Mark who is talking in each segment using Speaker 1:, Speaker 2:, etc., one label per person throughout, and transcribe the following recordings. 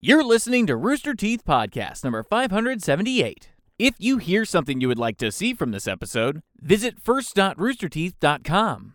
Speaker 1: You're listening to Rooster Teeth Podcast number 578. If you hear something you would like to see from this episode, visit first.roosterteeth.com.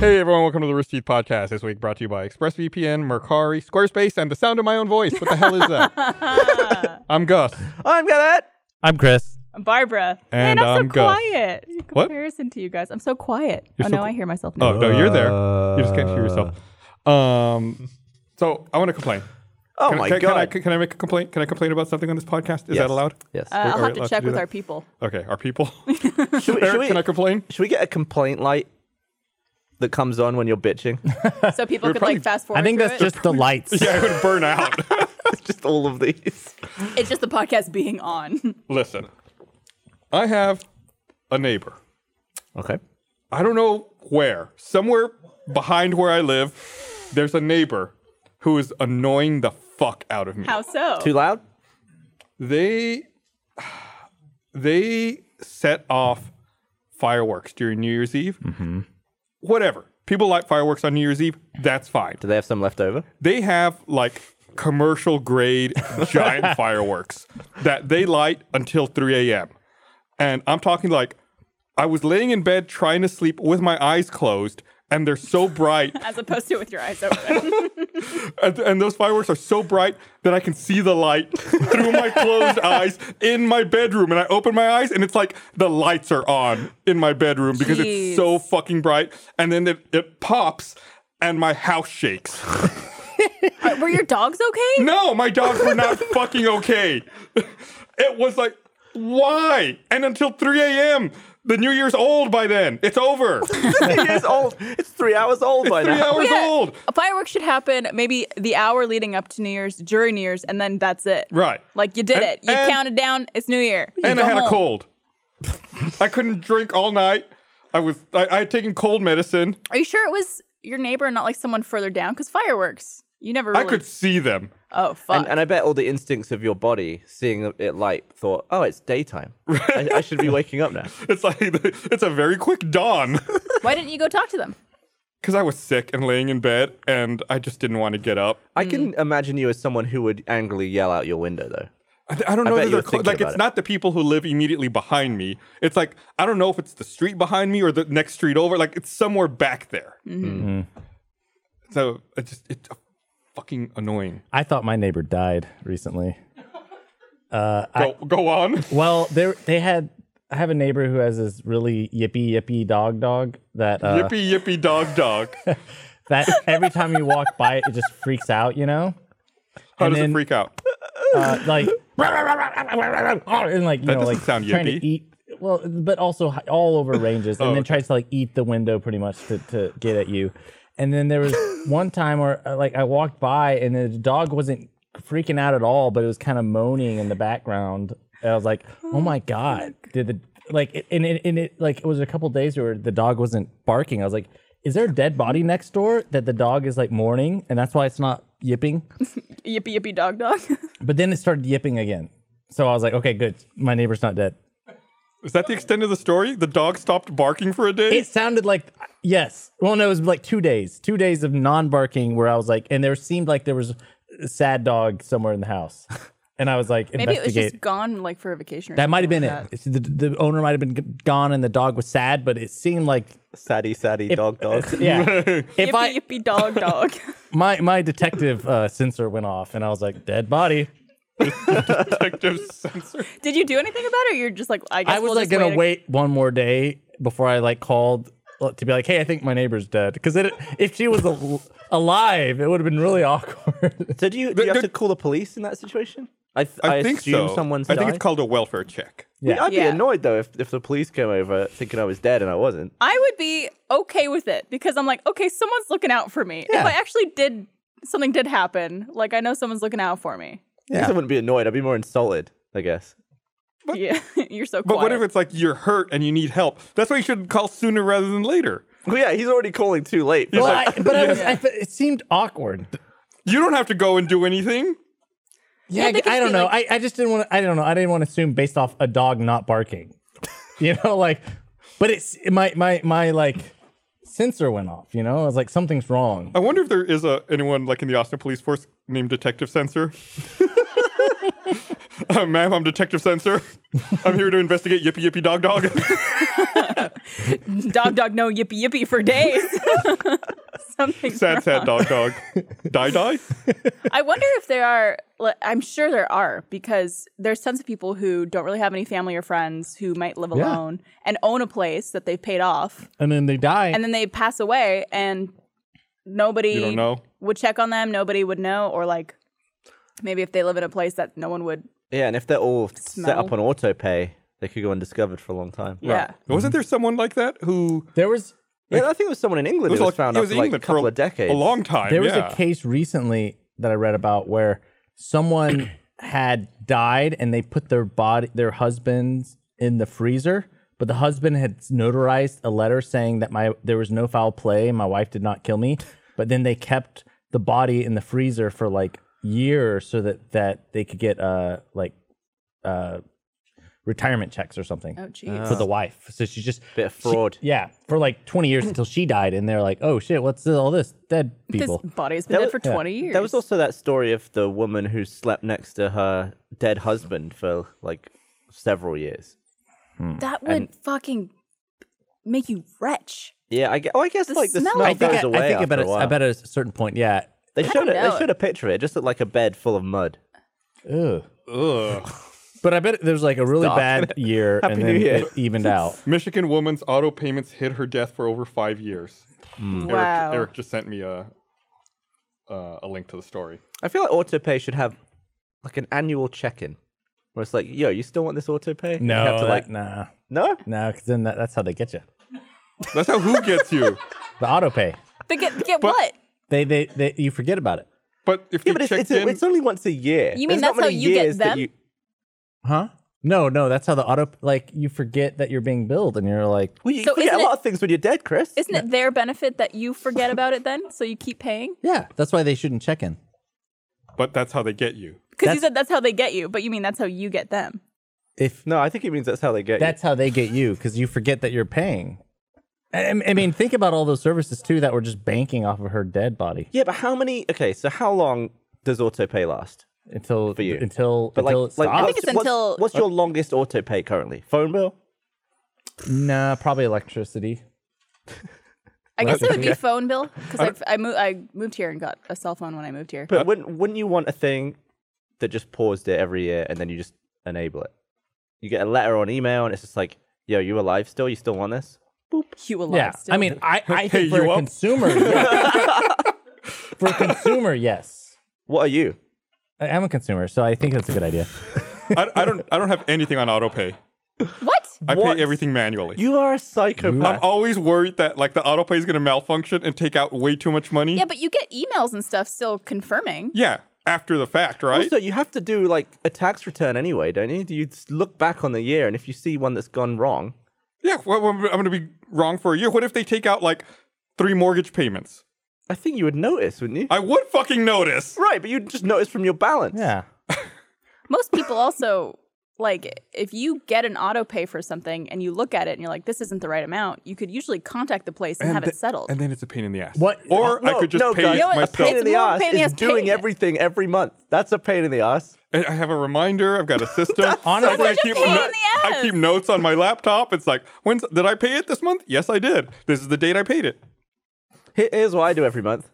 Speaker 2: Hey everyone, welcome to the Rooster Teeth Podcast. This week brought to you by ExpressVPN, Mercari, Squarespace, and the sound of my own voice. What the hell is that? I'm Gus.
Speaker 3: I'm Garrett.
Speaker 4: I'm Chris.
Speaker 3: I'm Barbara.
Speaker 2: And
Speaker 3: Man, I'm,
Speaker 2: I'm
Speaker 3: so
Speaker 2: Gus.
Speaker 3: quiet. In
Speaker 2: What?
Speaker 3: comparison to you guys, I'm so quiet.
Speaker 2: You're
Speaker 3: oh,
Speaker 2: so
Speaker 3: no,
Speaker 2: qu-
Speaker 3: I hear myself now.
Speaker 2: Oh no, you're there. You just can't hear yourself. Um, so I want to complain.
Speaker 4: Oh
Speaker 2: Can, I-
Speaker 4: my
Speaker 2: can,
Speaker 4: god.
Speaker 2: Can I, can I make a complaint? Can I complain about something on this podcast? Is
Speaker 4: Yes.
Speaker 2: that allowed?
Speaker 4: yes.
Speaker 3: uh, I'll
Speaker 2: Are we
Speaker 3: have
Speaker 2: allowed
Speaker 3: to
Speaker 2: to
Speaker 3: check
Speaker 2: do
Speaker 3: with
Speaker 2: that?
Speaker 3: our people.
Speaker 2: Okay, our people.
Speaker 4: should, we, should,
Speaker 2: Eric,
Speaker 4: we,
Speaker 2: can I complain?
Speaker 4: should we get a complaint light that comes on when you're bitching?
Speaker 3: So people could
Speaker 2: probably-
Speaker 3: like fast forward.
Speaker 5: I think
Speaker 3: through
Speaker 5: that's
Speaker 3: it.
Speaker 5: just the lights.
Speaker 2: Yeah, I would burn out.
Speaker 4: It's just all of these.
Speaker 3: it's just the podcast being on.
Speaker 2: Listen, I have a neighbor.
Speaker 4: Okay.
Speaker 2: I don't know where, somewhere behind where I live, there's a neighbor who is annoying the fuck out of me.
Speaker 3: How so?
Speaker 4: Too loud?
Speaker 2: they they set off fireworks during New Year's Eve. Whatever. People like fireworks on New Year's Eve. That's fine.
Speaker 4: Do they have some left over?
Speaker 2: They have like commercial grade giant fireworks that they light until 3 a.m. And I'm talking like I was laying in bed trying to sleep with my eyes closed, and they're so bright
Speaker 3: As opposed to with your eyes open.
Speaker 2: and, and those fireworks are so bright that I can see the light through my closed eyes in my bedroom. And I open my eyes, and it's like the lights are on in my bedroom because it's
Speaker 3: Jeez.
Speaker 2: so fucking bright. And then it, it pops, and my house shakes.
Speaker 3: Uh, Were your dogs okay?
Speaker 2: No, my dogs were not fucking okay. It was like, why? And until 3 a.m., the New Year's old by then. It's over. Three
Speaker 4: It is old. It's three hours old by now.
Speaker 2: hours
Speaker 3: Yeah.
Speaker 2: old.
Speaker 3: A fireworks should happen maybe the hour leading up to New Year's, during New Year's, and then that's it.
Speaker 2: Right.
Speaker 3: Like you did
Speaker 2: And-
Speaker 3: it. You
Speaker 2: and-
Speaker 3: counted down. It's New Year. You
Speaker 2: and I
Speaker 3: go
Speaker 2: had a
Speaker 3: home.
Speaker 2: cold. I couldn't drink all night. I was I, I had taken cold medicine.
Speaker 3: Are you sure it was your neighbor, and not like someone further down? Because fireworks, you never.
Speaker 2: I
Speaker 3: Really...
Speaker 2: could uh, see them.
Speaker 3: Oh fuck.
Speaker 4: And, and I bet all the instincts of your body, seeing it light, thought, oh, it's daytime. I, I should be waking up now.
Speaker 2: It's like it's a very quick dawn
Speaker 3: Why didn't you go talk to them?
Speaker 2: because I was sick and laying in bed, and I just didn't want to get up.
Speaker 4: I can imagine you as someone who would angrily yell out your window, though.
Speaker 2: I, I don't know.
Speaker 4: bet
Speaker 2: that
Speaker 4: you
Speaker 2: they're
Speaker 4: were
Speaker 2: clo-
Speaker 4: thinking
Speaker 2: like
Speaker 4: about
Speaker 2: it's
Speaker 4: it.
Speaker 2: not the people who live immediately behind me. It's like I don't know if it's the street behind me or the next street over. Like it's somewhere back there. Mm-hmm. So it just it's fucking annoying.
Speaker 5: I thought my neighbor died recently.
Speaker 2: Go go
Speaker 4: Uh.
Speaker 2: on.
Speaker 5: Well, they they had. I have a neighbor who has this really yippy yippy dog dog that uh,
Speaker 2: yippee yippee dog dog.
Speaker 5: that every time you walk by it, it just freaks out. You know,
Speaker 2: How
Speaker 5: and
Speaker 2: does it
Speaker 5: then-
Speaker 2: freak out?
Speaker 5: uh, like and like you know
Speaker 2: doesn't
Speaker 5: like
Speaker 2: sound
Speaker 5: trying
Speaker 2: yippy.
Speaker 5: to eat. Well, but also hi- all over ranges, and
Speaker 2: Oh.
Speaker 5: then tries to like eat the window pretty much to, to get at you. And then there was one time where uh, like I walked by and the dog wasn't freaking out at all, but it was kind of moaning in the background. And I was like, "Oh my god!" Did the like it- and it, and it like it was a couple days where the dog wasn't barking. I was like, "Is there a dead body next door that the dog is like mourning, and that's why it's not yipping?"
Speaker 3: Yippee yippee dog dog.
Speaker 5: But then it started yipping again. So I was like, okay, good. My neighbor's not dead.
Speaker 2: Is that the extent of the story? The dog stopped barking for a day?
Speaker 5: It sounded like, yes. Well, no, it was like two days, two days of non barking where I was like, and there seemed like there was a sad dog somewhere in the house. And I was like,
Speaker 3: Maybe it was
Speaker 5: investigate.
Speaker 3: just gone like for a vacation. Or
Speaker 5: that might have
Speaker 3: something
Speaker 5: been
Speaker 3: like
Speaker 5: it. It's- The, the owner might have been g- gone and the dog was sad, but it seemed like,
Speaker 4: Saddy, saddy, dog, dog.
Speaker 5: yeah. if
Speaker 3: that.
Speaker 5: I,
Speaker 3: Yippee yippee dog dog.
Speaker 5: my, my detective uh, sensor went off and I was like, dead body.
Speaker 2: detective sensor.
Speaker 3: Did you do anything about it? Or you're just like I guess
Speaker 5: I was
Speaker 3: we'll
Speaker 5: like
Speaker 3: just
Speaker 5: gonna
Speaker 3: wait.
Speaker 5: wait. one more day before I like called uh, to be like, hey, I think my neighbor's dead. Because if she was al- alive, it would have been really awkward.
Speaker 4: So do you, do you have
Speaker 2: the-
Speaker 4: to call the police in that situation? I, th-
Speaker 2: I, think
Speaker 4: assume
Speaker 2: so.
Speaker 4: someone's
Speaker 2: I think it's
Speaker 4: died.
Speaker 2: called a welfare check.
Speaker 5: Yeah.
Speaker 4: I'd
Speaker 3: Yeah.
Speaker 4: be annoyed though if, if the police came over thinking I was dead and I wasn't.
Speaker 3: I would be okay with it because I'm like, okay, someone's looking out for me. If I actually did something did happen, like I know someone's looking out for me.
Speaker 4: I guess I wouldn't be annoyed. I'd be more insulted, I guess.
Speaker 3: yeah, you're so.
Speaker 2: But
Speaker 3: Quiet.
Speaker 2: what if it's like you're hurt and you need help? That's why you should call sooner rather than later.
Speaker 4: Well, yeah, he's already calling too late.
Speaker 5: Well,
Speaker 4: Like,
Speaker 5: I, but I was, I, fe- it seemed awkward.
Speaker 2: You don't have to go and do anything.
Speaker 5: Yeah,
Speaker 3: they could
Speaker 5: I, I don't
Speaker 3: be
Speaker 5: know.
Speaker 3: like-
Speaker 5: I, I just didn't want. to I don't know. I didn't want to assume based off a dog not barking. You know, like But it's my my my like sensor went off. You know, I was like, something's wrong.
Speaker 2: I wonder if there is a anyone like in the Austin Police Force named Detective Sensor. uh, ma'am, I'm Detective Sensor. I'm here to investigate Yippee Yippee Dog Dog.
Speaker 3: Dog, dog, no yippee yippee for days. Something.
Speaker 2: sad, sad dog dog. Die die.
Speaker 3: I wonder if there are. li- I'm sure there are because there's tons of people who don't really have any family or friends who might live
Speaker 5: Yeah.
Speaker 3: alone and own a place that they've paid off,
Speaker 5: And then they die.
Speaker 3: and then they pass away, and nobody
Speaker 2: You don't know.
Speaker 3: would check on them. Nobody would know, or like maybe if they live in a place that no one would.
Speaker 4: Yeah, and if they're all set up on
Speaker 3: Smell.
Speaker 4: auto pay, they could go undiscovered for a long time.
Speaker 3: Yeah.
Speaker 2: Wasn't there someone like that who
Speaker 5: there was
Speaker 4: Yeah, I think it was someone in England who was
Speaker 2: like-
Speaker 4: found
Speaker 2: it
Speaker 4: after like a
Speaker 2: England for
Speaker 4: couple of decades.
Speaker 2: A long
Speaker 4: Uh,
Speaker 2: time.
Speaker 5: There was
Speaker 2: yeah.
Speaker 5: a case recently that I read about where someone had died and they put their body, their husbands, in the freezer. But the husband had notarized a letter saying that my there was no foul play, and my wife did not kill me. But then they kept the body in the freezer for like years so that that they could get uh like uh retirement checks or something
Speaker 3: Oh, jeez.
Speaker 5: for the wife. So she just
Speaker 4: Bit of fraud.
Speaker 5: yeah for like twenty years until she died, and they're like, oh shit, what's all this dead
Speaker 3: This
Speaker 5: people?
Speaker 3: body's been
Speaker 4: That
Speaker 3: dead
Speaker 4: was-
Speaker 3: for
Speaker 5: yeah.
Speaker 3: 20 years.
Speaker 4: There was also that story of the woman who slept next to her dead husband for like several years.
Speaker 3: that would fucking make you wretch.
Speaker 4: Yeah, I guess, oh, I guess
Speaker 3: The
Speaker 4: like the
Speaker 3: smell.
Speaker 4: smell,
Speaker 3: I
Speaker 5: I think,
Speaker 4: goes
Speaker 5: I,
Speaker 4: away
Speaker 5: I think
Speaker 4: after
Speaker 5: about
Speaker 4: a
Speaker 5: a,
Speaker 4: while.
Speaker 5: about a certain point. Yeah.
Speaker 4: they showed
Speaker 3: don't
Speaker 4: a,
Speaker 3: know.
Speaker 4: they showed a picture of it. It just looked like a bed full of mud.
Speaker 5: Ugh.
Speaker 2: Ugh.
Speaker 5: But I bet there's like a really bad year and
Speaker 4: Happy
Speaker 5: then
Speaker 4: New Year.
Speaker 5: it evened out.
Speaker 2: Michigan woman's auto payments hid her death for over five years.
Speaker 3: Wow.
Speaker 2: Eric, Eric just sent me a uh, a link to the story.
Speaker 4: I feel like autopay should have like an annual check-in, where it's like, yo, you still want this autopay? you have to like,
Speaker 5: nah,
Speaker 4: no.
Speaker 5: no, because then that, that's how they get you.
Speaker 2: That's how who gets you.
Speaker 5: The auto pay.
Speaker 3: But get, get what?
Speaker 5: They, they, they, you forget about it.
Speaker 2: But if
Speaker 4: Yeah,
Speaker 2: you
Speaker 4: but it's,
Speaker 2: checked
Speaker 4: it's, a-
Speaker 2: in,
Speaker 4: it's only once a year.
Speaker 3: You mean
Speaker 4: There's not
Speaker 3: that's how
Speaker 4: many
Speaker 3: you get
Speaker 4: years that
Speaker 3: them?
Speaker 4: you-
Speaker 5: Huh? No, no, that's how the auto, like, you forget that you're being billed and you're like,
Speaker 4: well, you
Speaker 3: So
Speaker 4: forget a
Speaker 3: isn't
Speaker 4: lot
Speaker 3: it-
Speaker 4: of things when you're dead, Chris.
Speaker 3: Isn't it their benefit that you forget about it then? So you keep paying?
Speaker 5: yeah, that's why they shouldn't check in.
Speaker 2: but that's how they get you.
Speaker 3: Because you
Speaker 5: That's-
Speaker 3: said that's how they get you, but you mean that's how you get them.
Speaker 5: If
Speaker 4: No, I think it means that's how they get
Speaker 5: that's how they get you because you forget that you're paying. I, I mean, think about all those services too that were just banking off of her dead body
Speaker 4: you. Yeah, but how many? Okay, so how long does autopay last?
Speaker 5: until,
Speaker 4: For you.
Speaker 5: until,
Speaker 4: But
Speaker 5: until
Speaker 4: like,
Speaker 5: it
Speaker 4: like
Speaker 5: stops.
Speaker 3: I think it's
Speaker 4: what's-
Speaker 3: until-
Speaker 4: What's your longest autopay currently? Phone bill?
Speaker 5: Nah, probably electricity.
Speaker 3: I guess it would be phone bill because I, mo- I moved here and got a cell phone when I moved here.
Speaker 5: Uh,
Speaker 4: But wouldn't wouldn't you want a thing that just paused it every year and then you just enable it? You get a letter on email and it's just like, yo, you alive still? You still want this?
Speaker 3: You alive
Speaker 5: Yeah,
Speaker 3: still.
Speaker 5: I mean, I, I
Speaker 2: Hey,
Speaker 5: think for
Speaker 2: you
Speaker 5: a
Speaker 2: up?
Speaker 5: consumer, yeah. for a consumer, yes,
Speaker 4: What are you?
Speaker 5: I- I'm a consumer, so I think that's a good idea.
Speaker 2: I, I don't I don't have anything on auto pay.
Speaker 3: what?
Speaker 2: I
Speaker 4: What?
Speaker 2: pay everything manually.
Speaker 4: You are a
Speaker 2: I'm
Speaker 4: psychopath.
Speaker 2: always worried that like the auto pay is gonna malfunction and take out way too much money.
Speaker 3: Yeah, but you get emails and stuff still confirming.
Speaker 2: yeah, after the fact, right?
Speaker 4: Also, you have to do like a tax return anyway, don't you? Do you s- look back on the year and if you see one that's gone wrong?
Speaker 2: yeah, well, I'm I'm gonna be wrong for a year. What if they take out like three mortgage payments?
Speaker 4: I think you would notice, wouldn't you?
Speaker 2: I would fucking notice.
Speaker 4: right, but you'd just notice from your balance.
Speaker 5: Yeah,
Speaker 3: Most people also, like, if you get an auto pay for something and you look at it and you're like, this isn't the right amount, you could usually contact the place and, have
Speaker 2: th-
Speaker 3: it settled.
Speaker 2: And then it's a pain in the ass.
Speaker 5: What-
Speaker 2: Or I
Speaker 4: No,
Speaker 2: could just
Speaker 4: no,
Speaker 2: pay
Speaker 4: guys,
Speaker 2: it
Speaker 3: You know what?
Speaker 2: myself.
Speaker 4: a pain in the
Speaker 3: It's more
Speaker 4: ass
Speaker 3: pain in the
Speaker 4: is
Speaker 3: ass
Speaker 4: doing
Speaker 3: paying it.
Speaker 4: everything every month. That's a pain in the ass.
Speaker 2: I I have a reminder. I've got a system.
Speaker 5: Honestly-
Speaker 2: I
Speaker 5: That's
Speaker 3: such a pain in the
Speaker 2: I
Speaker 3: ass.
Speaker 2: keep notes on my laptop. It's like, when's did I pay it this month? Yes, I did. This is the date I paid it.
Speaker 4: Here- Here's what I do every month.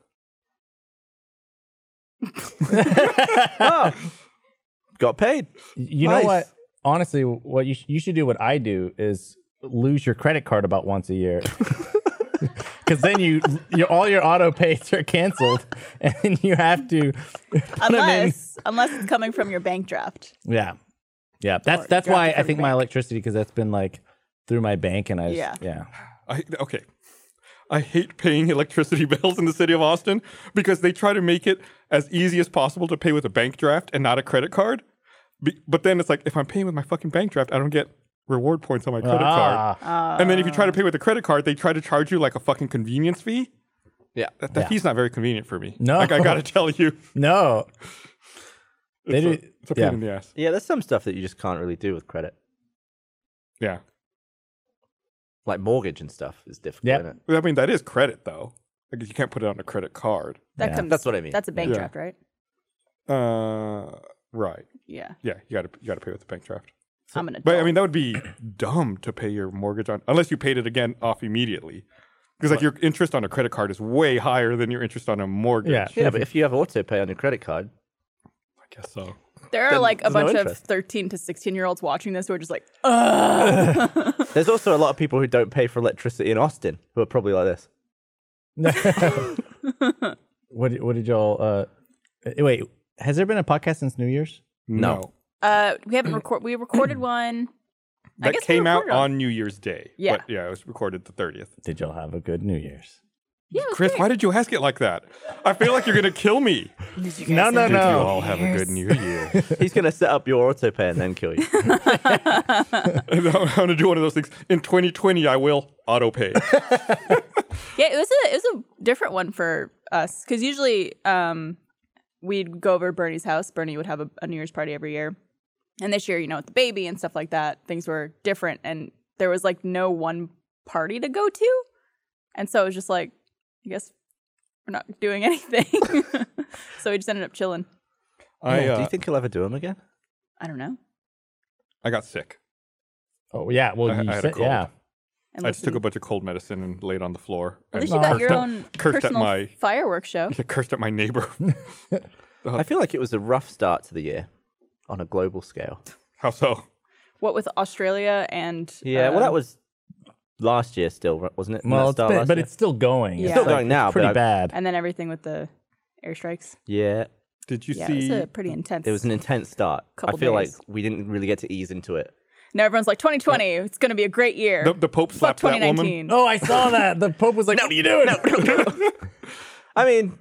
Speaker 4: oh, got paid.
Speaker 5: you know
Speaker 4: Nice.
Speaker 5: what? Honestly, what you sh- you should do what I do is lose your credit card about once a year. Because then you, you all your auto pays are canceled, and then you have to put 'em in-
Speaker 3: unless, unless it's coming from your bank draft.
Speaker 5: Yeah, yeah. That's
Speaker 3: Or
Speaker 5: that's
Speaker 3: grab
Speaker 5: why
Speaker 3: it
Speaker 5: I
Speaker 3: from
Speaker 5: think
Speaker 3: your
Speaker 5: my
Speaker 3: bank.
Speaker 5: electricity because that's been like through my bank and I just,
Speaker 3: Yeah.
Speaker 5: yeah.
Speaker 2: I okay. I hate paying electricity bills in the city of Austin because they try to make it as easy as possible to pay with a bank draft and not a credit card. Be, but then it's like if I'm paying with my fucking bank draft, I don't get reward points on my credit
Speaker 5: Ah.
Speaker 2: card. And then if you try to pay with a credit card, they try to charge you like a fucking convenience fee.
Speaker 4: Yeah.
Speaker 2: That, that fee's not very convenient for me.
Speaker 5: No.
Speaker 2: like I gotta tell you,
Speaker 5: No, they
Speaker 2: it's,
Speaker 5: do.
Speaker 2: a, it's a pain
Speaker 5: yeah.
Speaker 2: in the ass.
Speaker 4: Yeah, there's some stuff that you just can't really do with credit.
Speaker 2: Yeah.
Speaker 4: like mortgage and stuff is difficult.
Speaker 5: Yep.
Speaker 4: Isn't it?
Speaker 2: I mean, that is credit though. Like you can't put it on a credit card.
Speaker 3: That
Speaker 5: Yeah.
Speaker 3: comes.
Speaker 4: That's what I mean.
Speaker 3: That's a bank
Speaker 2: Yeah.
Speaker 3: draft, right?
Speaker 2: Uh, right.
Speaker 3: Yeah.
Speaker 2: Yeah, you gotta you gotta pay with the bank draft.
Speaker 3: I'm gonna.
Speaker 2: But I mean, that would be dumb to pay your mortgage on unless you paid it again off immediately, because like your interest on a credit card is way higher than your interest on a mortgage.
Speaker 5: Yeah.
Speaker 4: Yeah, but if you have auto pay on your credit card,
Speaker 2: I guess so.
Speaker 3: there are like a
Speaker 4: there's no
Speaker 3: bunch of
Speaker 4: interest.
Speaker 3: 13 to 16 year olds watching this who are just like, Ugh.
Speaker 4: there's also a lot of people who don't pay for electricity in Austin who are probably like this.
Speaker 5: What did- what did y'all? Uh, eh, wait, has there been a podcast since New Year's?
Speaker 4: No.
Speaker 3: uh, we haven't record. We recorded one. I
Speaker 2: that
Speaker 3: guess we
Speaker 2: came out
Speaker 3: recorded on-
Speaker 2: on New Year's Day.
Speaker 3: Yeah.
Speaker 2: but, yeah, it was recorded the thirtieth.
Speaker 5: Did y'all have a good New Year's?
Speaker 3: Yeah, it was
Speaker 2: Chris,
Speaker 3: great.
Speaker 2: why did you ask it like that? I feel like you're gonna kill me.
Speaker 5: No, no,
Speaker 2: Did you
Speaker 5: no.
Speaker 2: all have a good New Year?
Speaker 4: He's gonna set up your auto pay and then kill you.
Speaker 2: And I'm gonna do one of those things in 2020. I will auto pay.
Speaker 3: Yeah, it was a it was a different one for us because usually um, we'd go over to Bernie's house. Bernie would have a, a New Year's party every year, and this year, you know, with the baby and stuff like that, things were different, and there was like no one party to go to, and so it was just like, I guess we're not doing anything, so we just ended up chilling.
Speaker 2: I
Speaker 4: Yeah, do
Speaker 2: uh,
Speaker 4: you think he'll ever do them again?
Speaker 3: I don't know.
Speaker 2: I got sick.
Speaker 5: Oh yeah, well
Speaker 2: I-
Speaker 5: you
Speaker 2: I had a
Speaker 5: said
Speaker 2: cold.
Speaker 5: yeah.
Speaker 3: And
Speaker 2: I just took a
Speaker 3: listened.
Speaker 2: bunch of cold medicine and laid on the floor. and
Speaker 3: At least you got
Speaker 2: cursed
Speaker 3: your
Speaker 2: at-
Speaker 3: own
Speaker 2: cursed at
Speaker 3: personal
Speaker 2: my
Speaker 3: fireworks show.
Speaker 2: I cursed at my neighbor.
Speaker 5: uh,
Speaker 4: I feel like it was a rough start to the year on a global scale.
Speaker 2: How so?
Speaker 3: What with Australia and
Speaker 4: Yeah, well,
Speaker 3: uh,
Speaker 4: that was last year still, right? wasn't it? Didn't that
Speaker 5: Well, it's
Speaker 4: start
Speaker 5: been-
Speaker 4: last
Speaker 5: but
Speaker 4: year?
Speaker 5: it's still going.
Speaker 3: It's
Speaker 5: It's
Speaker 3: still
Speaker 5: like-
Speaker 4: going now,
Speaker 5: It's pretty
Speaker 4: but
Speaker 5: bad.
Speaker 3: and then everything with the airstrikes.
Speaker 4: yeah,
Speaker 2: Did you
Speaker 3: Yeah,
Speaker 2: see?
Speaker 3: it was a pretty intense.
Speaker 4: it was an intense start.
Speaker 3: Couple
Speaker 4: I feel
Speaker 3: days.
Speaker 4: like we didn't really get to ease into it.
Speaker 3: now everyone's like 2020. It's going to be a great year.
Speaker 2: the, the Pope
Speaker 3: Fuck
Speaker 2: slapped that woman.
Speaker 3: 2019.
Speaker 5: Oh, I saw that. The Pope was like, "What are you doing?"
Speaker 4: I mean,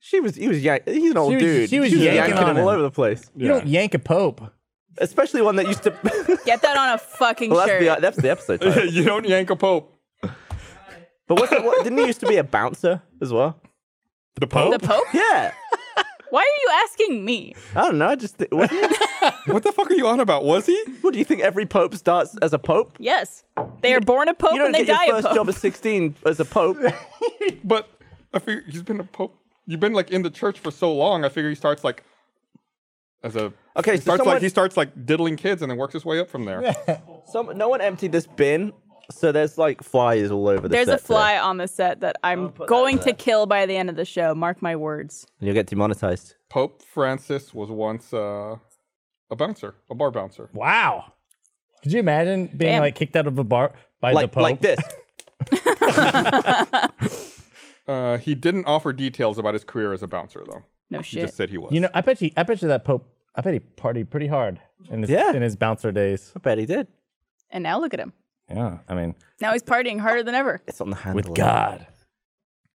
Speaker 4: she was he was yank- he's an old
Speaker 5: was-
Speaker 4: dude.
Speaker 5: she was yanking
Speaker 4: yanking him
Speaker 5: on
Speaker 4: all
Speaker 5: him.
Speaker 4: over the place.
Speaker 5: You don't yank a Pope.
Speaker 4: Especially one that used to.
Speaker 3: Get that on a fucking
Speaker 4: well, that's
Speaker 3: shirt.
Speaker 4: the that's the episode. Title.
Speaker 2: you don't yank a Pope.
Speaker 4: But what's it, what, didn't he used to be a bouncer as well?
Speaker 2: The Pope?
Speaker 3: the Pope?
Speaker 4: Yeah,
Speaker 3: Why are you asking me?
Speaker 4: I don't know. I just th- what,
Speaker 2: what the fuck are you on about? Was he?
Speaker 4: what do you think? Every pope starts as a pope.
Speaker 3: Yes, they are born a pope
Speaker 4: you don't
Speaker 3: and they
Speaker 4: get
Speaker 3: die
Speaker 4: your
Speaker 3: a
Speaker 4: first
Speaker 3: pope.
Speaker 4: job at sixteen as a pope.
Speaker 2: But I figure he's been a Pope. You've been like in the church for so long. I figure he starts like as a
Speaker 4: Okay,
Speaker 2: He
Speaker 4: so
Speaker 2: starts
Speaker 4: someone-
Speaker 2: like he starts like diddling kids and then works his way up from there.
Speaker 4: Some no one emptied this bin, so there's like flies all over the
Speaker 3: There's a
Speaker 4: set today.
Speaker 3: fly on the set that I'm going to kill by the end of the show. Mark my words.
Speaker 4: And you'll get demonetized.
Speaker 2: Pope Francis was once uh, a bouncer, a bar bouncer.
Speaker 5: Wow. Could you imagine being
Speaker 3: Damn.
Speaker 5: like kicked out of a bar by the
Speaker 4: Like
Speaker 5: Pope?
Speaker 4: like this.
Speaker 2: Uh, he didn't offer details about his career as a bouncer though.
Speaker 3: No
Speaker 2: He
Speaker 3: shit.
Speaker 2: just said he was.
Speaker 5: You know, I bet you, I bet you that Pope, I bet he partied pretty hard in his
Speaker 4: Yeah.
Speaker 5: in his bouncer days.
Speaker 4: I bet he did.
Speaker 3: And now look at him.
Speaker 5: Yeah, I mean,
Speaker 3: Now he's partying harder than ever.
Speaker 4: It's on the handle.
Speaker 5: with God.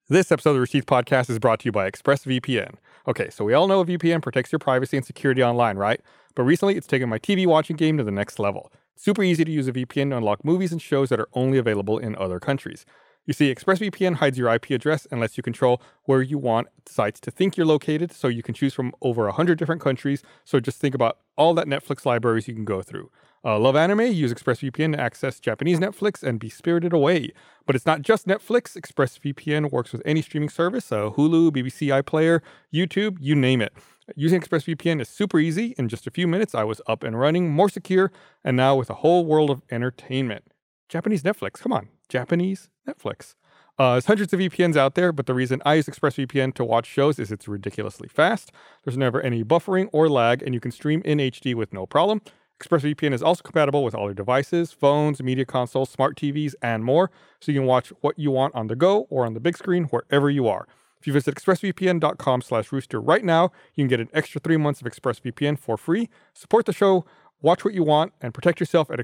Speaker 2: This episode of the Receive Podcast is brought to you by ExpressVPN. Okay, so we all know VPN protects your privacy and security online, right? But recently, it's taken my TV watching game to the next level. It's super easy to use a VPN to unlock movies and shows that are only available in other countries. You see, ExpressVPN hides your IP address and lets you control where you want sites to think you're located, so you can choose from over 100 different countries. So just think about all that Netflix libraries you can go through. Uh, love anime? Use ExpressVPN to access Japanese Netflix and be spirited away. But it's not just Netflix. ExpressVPN works with any streaming service, uh, Hulu, BBC iPlayer, YouTube, you name it. Using ExpressVPN is super easy. In just a few minutes, I was up and running, more secure, and now with a whole world of entertainment. Japanese Netflix, come on, Japanese Netflix. Uh, there's hundreds of VPNs out there, but the reason I use ExpressVPN to watch shows is it's ridiculously fast. There's never any buffering or lag, and you can stream in HD with no problem. ExpressVPN is also compatible with all your devices, phones, media consoles, smart TVs, and more, so you can watch what you want on the go or on the big screen wherever you are. If you visit expressvpn.com slash rooster right now, you can get an extra three months of ExpressVPN for free. Support the show, watch what you want, and protect yourself at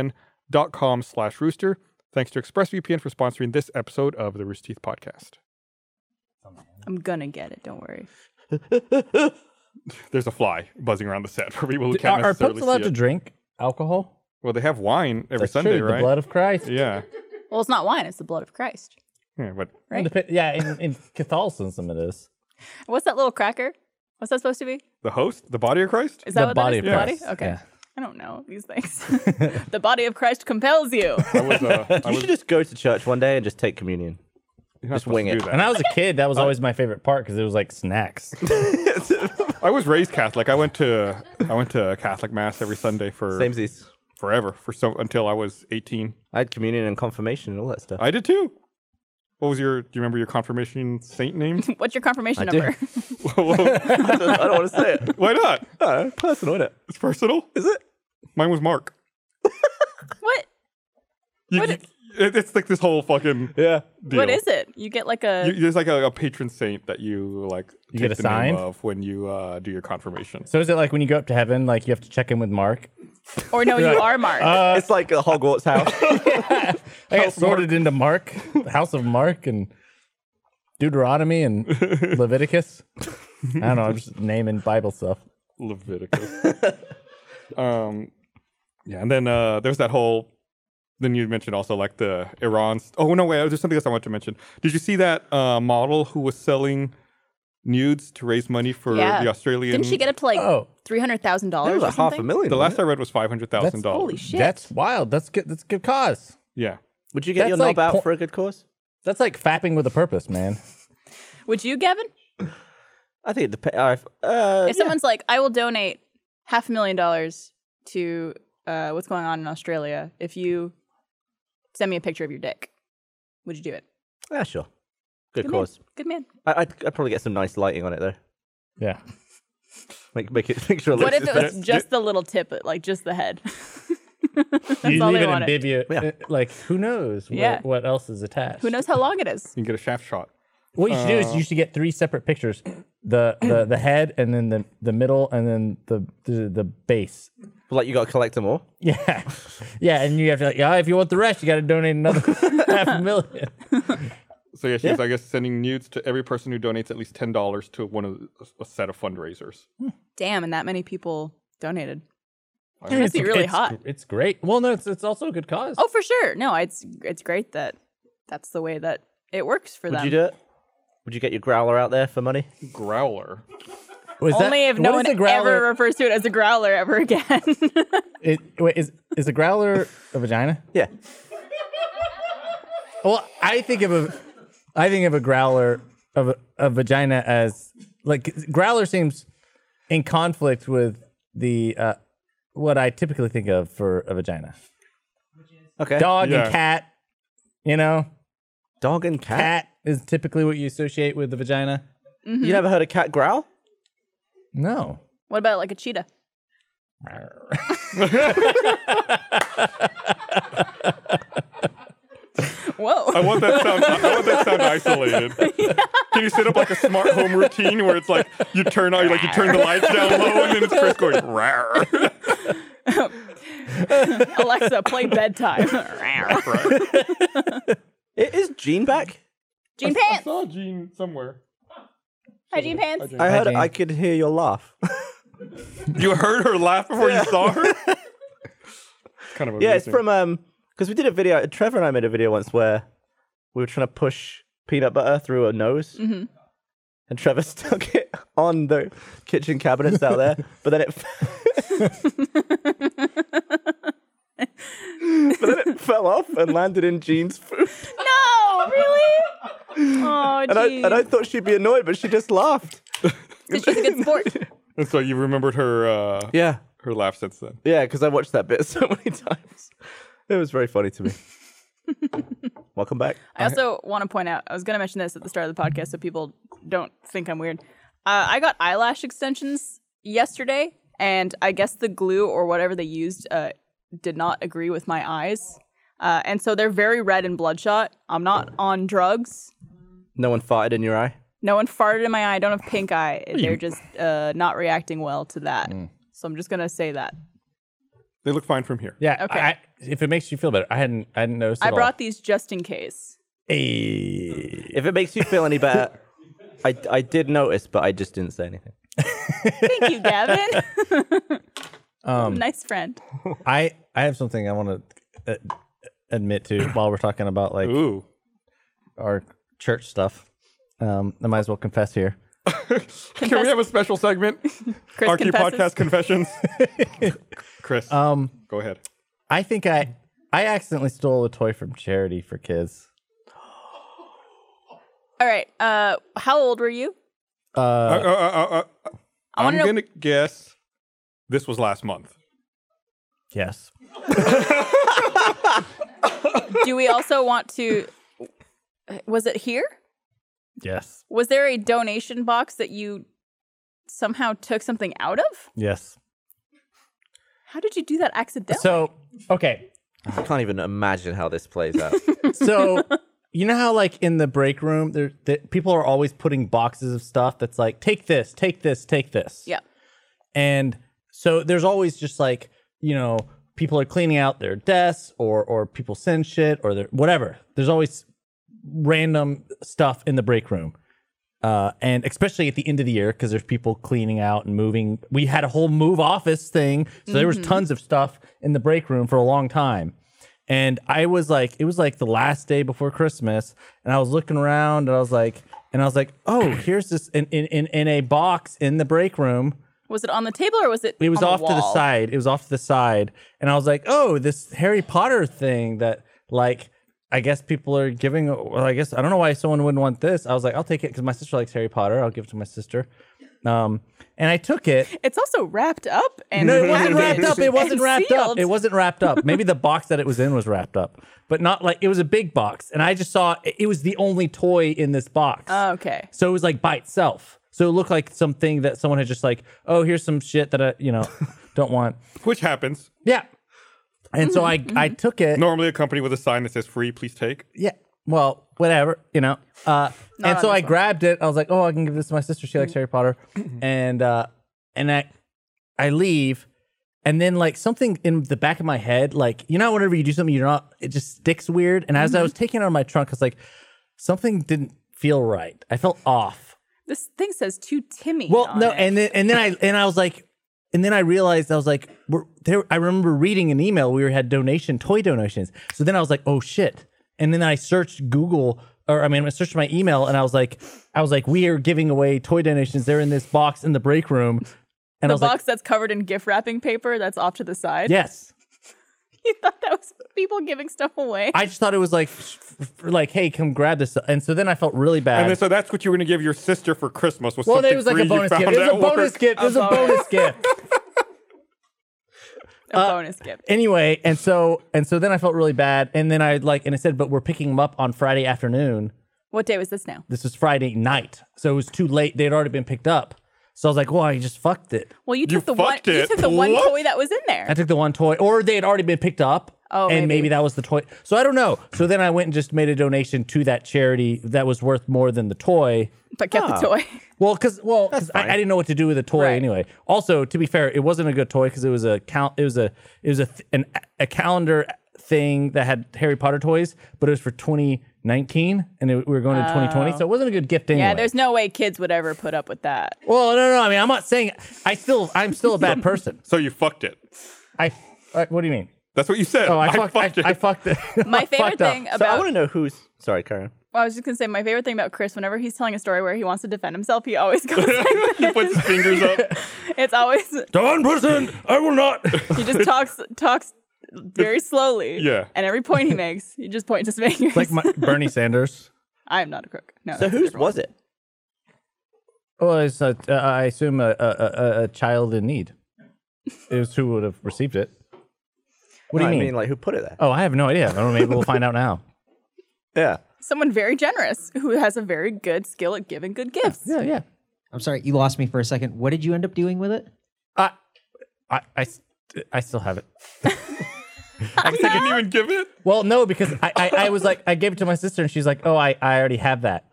Speaker 2: expressvpn.com slash rooster. Thanks to ExpressVPN for sponsoring this episode of the Rooster Teeth Podcast.
Speaker 3: I'm gonna get it. Don't worry.
Speaker 2: There's a fly buzzing around the set for people who can't
Speaker 5: Are, are
Speaker 2: necessarily
Speaker 5: popes allowed
Speaker 2: see
Speaker 5: to
Speaker 2: it.
Speaker 5: drink alcohol?
Speaker 2: Well, they have wine every
Speaker 5: That's
Speaker 2: Sunday,
Speaker 5: true.
Speaker 2: right?
Speaker 5: The blood of Christ.
Speaker 2: yeah.
Speaker 3: Well, it's not wine. It's the blood of Christ.
Speaker 2: yeah, but
Speaker 3: Right.
Speaker 5: Dep- Yeah, in, in Catholicism it is.
Speaker 3: What's that little cracker? What's that supposed to be?
Speaker 2: the host, the body of Christ,
Speaker 3: Is that
Speaker 5: The
Speaker 3: what
Speaker 5: body
Speaker 3: that
Speaker 5: of
Speaker 3: is?
Speaker 5: Christ.
Speaker 3: The body? Okay.
Speaker 5: Yeah.
Speaker 3: I don't know these things. the body of Christ compels you.
Speaker 2: I was, uh, I
Speaker 4: You
Speaker 2: was
Speaker 4: should just go to church one day and just take communion.
Speaker 2: you're not
Speaker 4: just
Speaker 2: supposed
Speaker 4: wing
Speaker 2: to
Speaker 4: it.
Speaker 2: do that.
Speaker 5: When I was a kid, that
Speaker 2: Uh,
Speaker 5: was always my favorite part because it was like snacks.
Speaker 2: I was raised Catholic. I went to I went to Catholic mass every Sunday for
Speaker 4: Same as
Speaker 2: forever for so until I was 18.
Speaker 4: I had communion and confirmation and all that stuff.
Speaker 2: I did too. What was your? Do you remember your confirmation saint name?
Speaker 3: What's your confirmation
Speaker 4: I do.
Speaker 3: number?
Speaker 4: I don't, want to say it.
Speaker 2: Why not?
Speaker 4: No, personal, isn't it?
Speaker 2: It's personal.
Speaker 4: Is it?
Speaker 2: Mine was Mark.
Speaker 3: what?
Speaker 2: You-
Speaker 3: What
Speaker 2: you- it- it's like this whole fucking
Speaker 4: Yeah.
Speaker 2: deal.
Speaker 3: What is it? You get like a.
Speaker 2: You, there's like a, a patron saint that you like
Speaker 5: You
Speaker 2: take
Speaker 5: get
Speaker 2: the name
Speaker 5: assigned?
Speaker 2: of when you uh, do your confirmation.
Speaker 5: So is it like when you go up to heaven, like you have to check in with Mark?
Speaker 3: or no, you are marked.
Speaker 4: it's like a Hogwarts house.
Speaker 5: I got sorted into Mark, the House of Mark, and Deuteronomy and Leviticus. I don't know. I'm just naming Bible stuff.
Speaker 2: Leviticus. um, yeah, and then uh, there's that whole. Then you mentioned also like the Iran. St- oh no, wait. There's something else I want to mention. Did you see that uh, model who was selling nudes to raise money for
Speaker 3: Yeah.
Speaker 2: the Australian?
Speaker 3: Didn't she get up to like
Speaker 5: Oh.
Speaker 3: three hundred thousand
Speaker 4: It
Speaker 3: dollars
Speaker 4: was
Speaker 3: or
Speaker 4: like half a
Speaker 3: something?
Speaker 4: million.
Speaker 2: the last
Speaker 4: wasn't
Speaker 2: I read was five hundred thousand dollars.
Speaker 3: Holy shit!
Speaker 5: That's wild. That's good. That's good cause.
Speaker 2: Yeah.
Speaker 4: it? Would you get
Speaker 5: That's
Speaker 4: your
Speaker 5: like
Speaker 4: knob out
Speaker 5: po-
Speaker 4: for a good cause?
Speaker 5: That's like fapping with a purpose, man.
Speaker 3: Would you, Gavin?
Speaker 4: I think it depends. Uh,
Speaker 3: If someone's like, I will donate half a million dollars to uh, what's going on in Australia, if you send me a picture of your dick, would you do it?
Speaker 4: yeah. yeah, sure. Good
Speaker 3: Good
Speaker 4: cause.
Speaker 3: man. Good man.
Speaker 4: I, I'd, I'd probably get some nice lighting on it though.
Speaker 5: Yeah.
Speaker 4: Make make it make sure. It
Speaker 3: What
Speaker 4: looks
Speaker 3: if it was
Speaker 2: that-
Speaker 3: just the little tip, like just the head? That's
Speaker 5: you
Speaker 3: all
Speaker 5: leave
Speaker 3: they
Speaker 5: it in
Speaker 3: wanted.
Speaker 5: ambiguous.
Speaker 4: Yeah.
Speaker 5: uh, Like who knows what,
Speaker 3: Yeah.
Speaker 5: what else is attached?
Speaker 3: Who knows how long it is?
Speaker 2: You can get a shaft shot.
Speaker 5: What you should do is you should get three separate pictures: the the, the head, and then the, the middle, and then the the, the base.
Speaker 4: like you got to collect them all.
Speaker 5: Yeah, yeah, and you have to like, yeah. If you want the rest, you got to donate another half a million.
Speaker 2: So yeah, she's I guess sending nudes to every person who donates at least ten dollars to one of the, a set of fundraisers.
Speaker 3: Damn, and that many people donated.
Speaker 5: It
Speaker 3: must be really hot.
Speaker 5: It's great. Well, no, it's it's also a good cause.
Speaker 3: Oh, for sure. No, it's it's great that that's the way that it works for
Speaker 4: Would
Speaker 3: them.
Speaker 4: you do it? Would you get your growler out there for money?
Speaker 2: Growler.
Speaker 5: Is that-
Speaker 3: Only if no
Speaker 5: what
Speaker 3: one
Speaker 5: is a growler?
Speaker 3: ever refers to it as a growler ever again.
Speaker 5: It, wait, is is a growler a vagina?
Speaker 4: Yeah.
Speaker 5: Well, I think of a, I think of a growler of a, a vagina as like growler seems in conflict with the uh, what I typically think of for a vagina.
Speaker 4: Okay.
Speaker 5: Dog
Speaker 2: Yeah.
Speaker 5: and cat, you know,
Speaker 4: Dog and cat.
Speaker 5: cat is typically what you associate with the vagina.
Speaker 4: You never heard a cat growl?
Speaker 5: No.
Speaker 3: what about like a cheetah? Whoa.
Speaker 2: I want that sound. I want that sound isolated. Can you set up like a smart home routine where it's like you turn on, like you turn the lights down low, and then it's Chris going rar.
Speaker 3: Alexa, play bedtime.
Speaker 4: It is Gene back.
Speaker 3: Jean Pants.
Speaker 2: saw Gene somewhere.
Speaker 3: Hi, Jean Pants.
Speaker 4: I heard.
Speaker 5: Gene.
Speaker 4: I could hear your laugh.
Speaker 2: You heard her laugh before you saw her. kind of amazing.
Speaker 4: yeah, it's from um because we did a video. Trevor and I made a video once where we were trying to push peanut butter through a nose, and Trevor stuck it on the kitchen cabinets out there. But then it, but then it fell off and landed in Jean's food.
Speaker 3: No, really? Oh,
Speaker 4: And I
Speaker 3: jeez.
Speaker 4: and I thought she'd be annoyed, but she just laughed.
Speaker 3: 'Cause she's a good sport.
Speaker 2: And so you remembered her. Uh,
Speaker 4: Yeah,
Speaker 2: Her laugh since then.
Speaker 4: yeah, because I watched that bit so many times. It was very funny to me. Welcome back.
Speaker 3: I also want to point out, I was going to mention this at the start of the podcast so people don't think I'm weird. Uh, I got eyelash extensions yesterday, and I guess the glue or whatever they used uh, did not agree with my eyes. Uh, and so they're very red and bloodshot. I'm not on drugs.
Speaker 4: No one farted in your eye.
Speaker 3: No one farted in my eye. I don't have pink eye. They're just uh, not reacting well to that. So I'm just going to say that.
Speaker 2: They look fine from here.
Speaker 5: Yeah.
Speaker 3: Okay.
Speaker 5: I, if it makes you feel better, I hadn't I hadn't noticed.
Speaker 3: I
Speaker 5: at all.
Speaker 3: brought these just in case.
Speaker 5: Hey.
Speaker 4: If it makes you feel any better, I, I did notice, but I just didn't say anything.
Speaker 3: Thank you, Gavin. nice friend.
Speaker 5: I I have something I want to uh, admit to while we're talking about like
Speaker 2: Ooh.
Speaker 5: our church stuff. Um, I might as well confess here.
Speaker 2: Can we have a special segment?
Speaker 3: Chris
Speaker 2: Archie
Speaker 3: confesses.
Speaker 2: Podcast Confessions. Chris,
Speaker 5: Um,
Speaker 2: go ahead.
Speaker 5: I think I I accidentally stole a toy from charity for kids.
Speaker 3: All right. Uh, how old were you?
Speaker 2: Uh,
Speaker 5: Uh,
Speaker 2: uh, uh, uh, uh, I'm
Speaker 3: wanna know-
Speaker 2: going to guess this was last month.
Speaker 5: yes.
Speaker 3: Do we also want to? Was it here?
Speaker 5: Yes.
Speaker 3: Was there a donation box that you somehow took something out of?
Speaker 5: Yes.
Speaker 3: How did you do that accidentally?
Speaker 5: So, okay.
Speaker 4: I can't even imagine how this plays out.
Speaker 5: So, you know how like in the break room, there the, people are always putting boxes of stuff that's like take this, take this, take this.
Speaker 3: yeah.
Speaker 5: And so there's always just like, you know, people are cleaning out their desks or or people send shit or their whatever. There's always random stuff in the break room. Uh, and especially at the end of the year, because there's people cleaning out and moving. We had a whole move office thing, so there was tons of stuff in the break room for a long time. And I was like, it was like the last day before Christmas, and I was looking around, and I was like, and I was like, oh, here's this in in in, in a box in the break room
Speaker 3: Was it on the table or was it?
Speaker 5: it was
Speaker 3: on
Speaker 5: off to the
Speaker 3: wall?
Speaker 5: side. It was off to the side, and I was like, "Oh, this Harry Potter thing that like I guess people are giving. Well, I guess I don't know why someone wouldn't want this. I was like, I'll take it because my sister likes Harry Potter. I'll give it to my sister. Um, and I took it.
Speaker 3: It's also wrapped up and
Speaker 5: No, it wasn't
Speaker 3: packaged
Speaker 5: wrapped up. It wasn't
Speaker 3: and
Speaker 5: wrapped up.
Speaker 3: sealed.
Speaker 5: It wasn't wrapped up. Maybe the box that it was in was wrapped up, but not like it was a big box. And I just saw it it was the only toy in this box.
Speaker 3: Oh, Okay.
Speaker 5: So it was like by itself. So it looked like something that someone had just like, oh, here's some shit that I, you know, don't want.
Speaker 2: Which happens.
Speaker 5: Yeah. And so I I took it.
Speaker 2: Normally, a company with a sign that says free, please take.
Speaker 5: Yeah. Well, whatever, you know. Uh, and
Speaker 3: on
Speaker 5: so
Speaker 3: this
Speaker 5: I
Speaker 3: one.
Speaker 5: grabbed it. I was like, "Oh, I can give this to my sister. She likes Harry Potter." And uh, and I I leave, and then like something in the back of my head, like you know, how whenever you do something, you're not. It just sticks weird. And as I was taking it out of my trunk, I was like, something didn't feel right. I felt off.
Speaker 3: This thing says to Timmy.
Speaker 5: Well,
Speaker 3: on
Speaker 5: no,
Speaker 3: it.
Speaker 5: and then and then I and I was like, and then I realized I was like, we're, there. I remember reading an email we were- had donation toy donations. So then I was like, oh shit. And then I searched Google, or I mean, I searched my email, and I was like, I was like, we are giving away toy donations. They're in this box in the break room, and
Speaker 3: the
Speaker 5: I was
Speaker 3: box that's covered in gift wrapping paper that's off to the
Speaker 5: like,
Speaker 3: side.
Speaker 5: yes.
Speaker 3: you thought that was people giving stuff away.
Speaker 5: I just thought it was like, f- f- like, hey, come grab this. And so then I felt really bad.
Speaker 2: And then, so that's what you were going to give your sister for Christmas. Was
Speaker 5: well,
Speaker 2: something
Speaker 5: it was like
Speaker 2: free
Speaker 5: a
Speaker 2: you
Speaker 5: bonus
Speaker 2: found
Speaker 5: gift. It was a
Speaker 2: at
Speaker 5: bonus
Speaker 2: work.
Speaker 5: gift. It was a bonus gift.
Speaker 3: a
Speaker 5: uh,
Speaker 3: bonus gift.
Speaker 5: anyway, and so and so then I felt really bad, and then I like and I said, but we're picking them up on Friday afternoon.
Speaker 3: What day was this now?
Speaker 5: This was Friday night, so it was too late. They'd already been picked up, so I was like, well, I just fucked it.
Speaker 3: Well, you took the one.
Speaker 2: fucked
Speaker 3: You
Speaker 2: it.
Speaker 3: took the one
Speaker 2: What?
Speaker 3: toy that was in there.
Speaker 5: I took the one toy, or they had already been picked up.
Speaker 3: Oh,
Speaker 5: and
Speaker 3: maybe.
Speaker 5: maybe. that was the toy. So I don't know. So then I went and just made a donation to that charity that was worth more than the toy.
Speaker 3: but kept the toy.
Speaker 5: Well, because well, 'cause I, I didn't know what to do with a toy
Speaker 3: Right.
Speaker 5: anyway. Also, to be fair, it wasn't a good toy because it was a count. It was a it was a th- an, a calendar thing that had Harry Potter toys, but it was for 2019, and it, we were going to 2020, so it wasn't a good gift anyway.
Speaker 3: Yeah, there's no way kids would ever put up with that.
Speaker 5: Well, no, no. I mean, I'm not saying I still I'm still a bad person.
Speaker 2: So you fucked it.
Speaker 5: I, I what do you mean?
Speaker 2: That's what you said.
Speaker 5: Oh, I, fucked,
Speaker 2: it.
Speaker 5: I, I fucked it.
Speaker 3: My
Speaker 5: I
Speaker 3: favorite
Speaker 5: fucked up.
Speaker 3: thing
Speaker 4: so I
Speaker 3: about
Speaker 4: want to know who's. Sorry, Karen.
Speaker 3: well, I was just gonna say my favorite thing about Chris whenever he's telling a story where he wants to defend himself, he always goes like
Speaker 2: he puts his fingers up.
Speaker 3: it's always he
Speaker 5: Don person, I will not.
Speaker 3: just talks talks very slowly.
Speaker 2: Yeah.
Speaker 3: And every point he makes, he just points his fingers.
Speaker 5: like my, Bernie Sanders.
Speaker 3: I am not a crook. No.
Speaker 4: So whose was it?
Speaker 5: Well, it's a, uh, I assume a, a, a, a child in need is who would have received it. What do
Speaker 4: No,
Speaker 5: you
Speaker 4: I
Speaker 5: mean?
Speaker 4: mean, like who put it there?
Speaker 5: oh, I have no idea. I don't know. Maybe we'll find out now.
Speaker 4: Yeah.
Speaker 3: someone very generous who has a very good skill at giving good gifts.
Speaker 5: Yeah, yeah.
Speaker 6: I'm sorry, you lost me for a second. What did you end up doing with it?
Speaker 5: I, I, I, s- I still have it.
Speaker 2: I didn't even give it.
Speaker 5: Well, no, because I, I, I was like, I gave it to my sister, and she's like, "Oh, I, I already have that."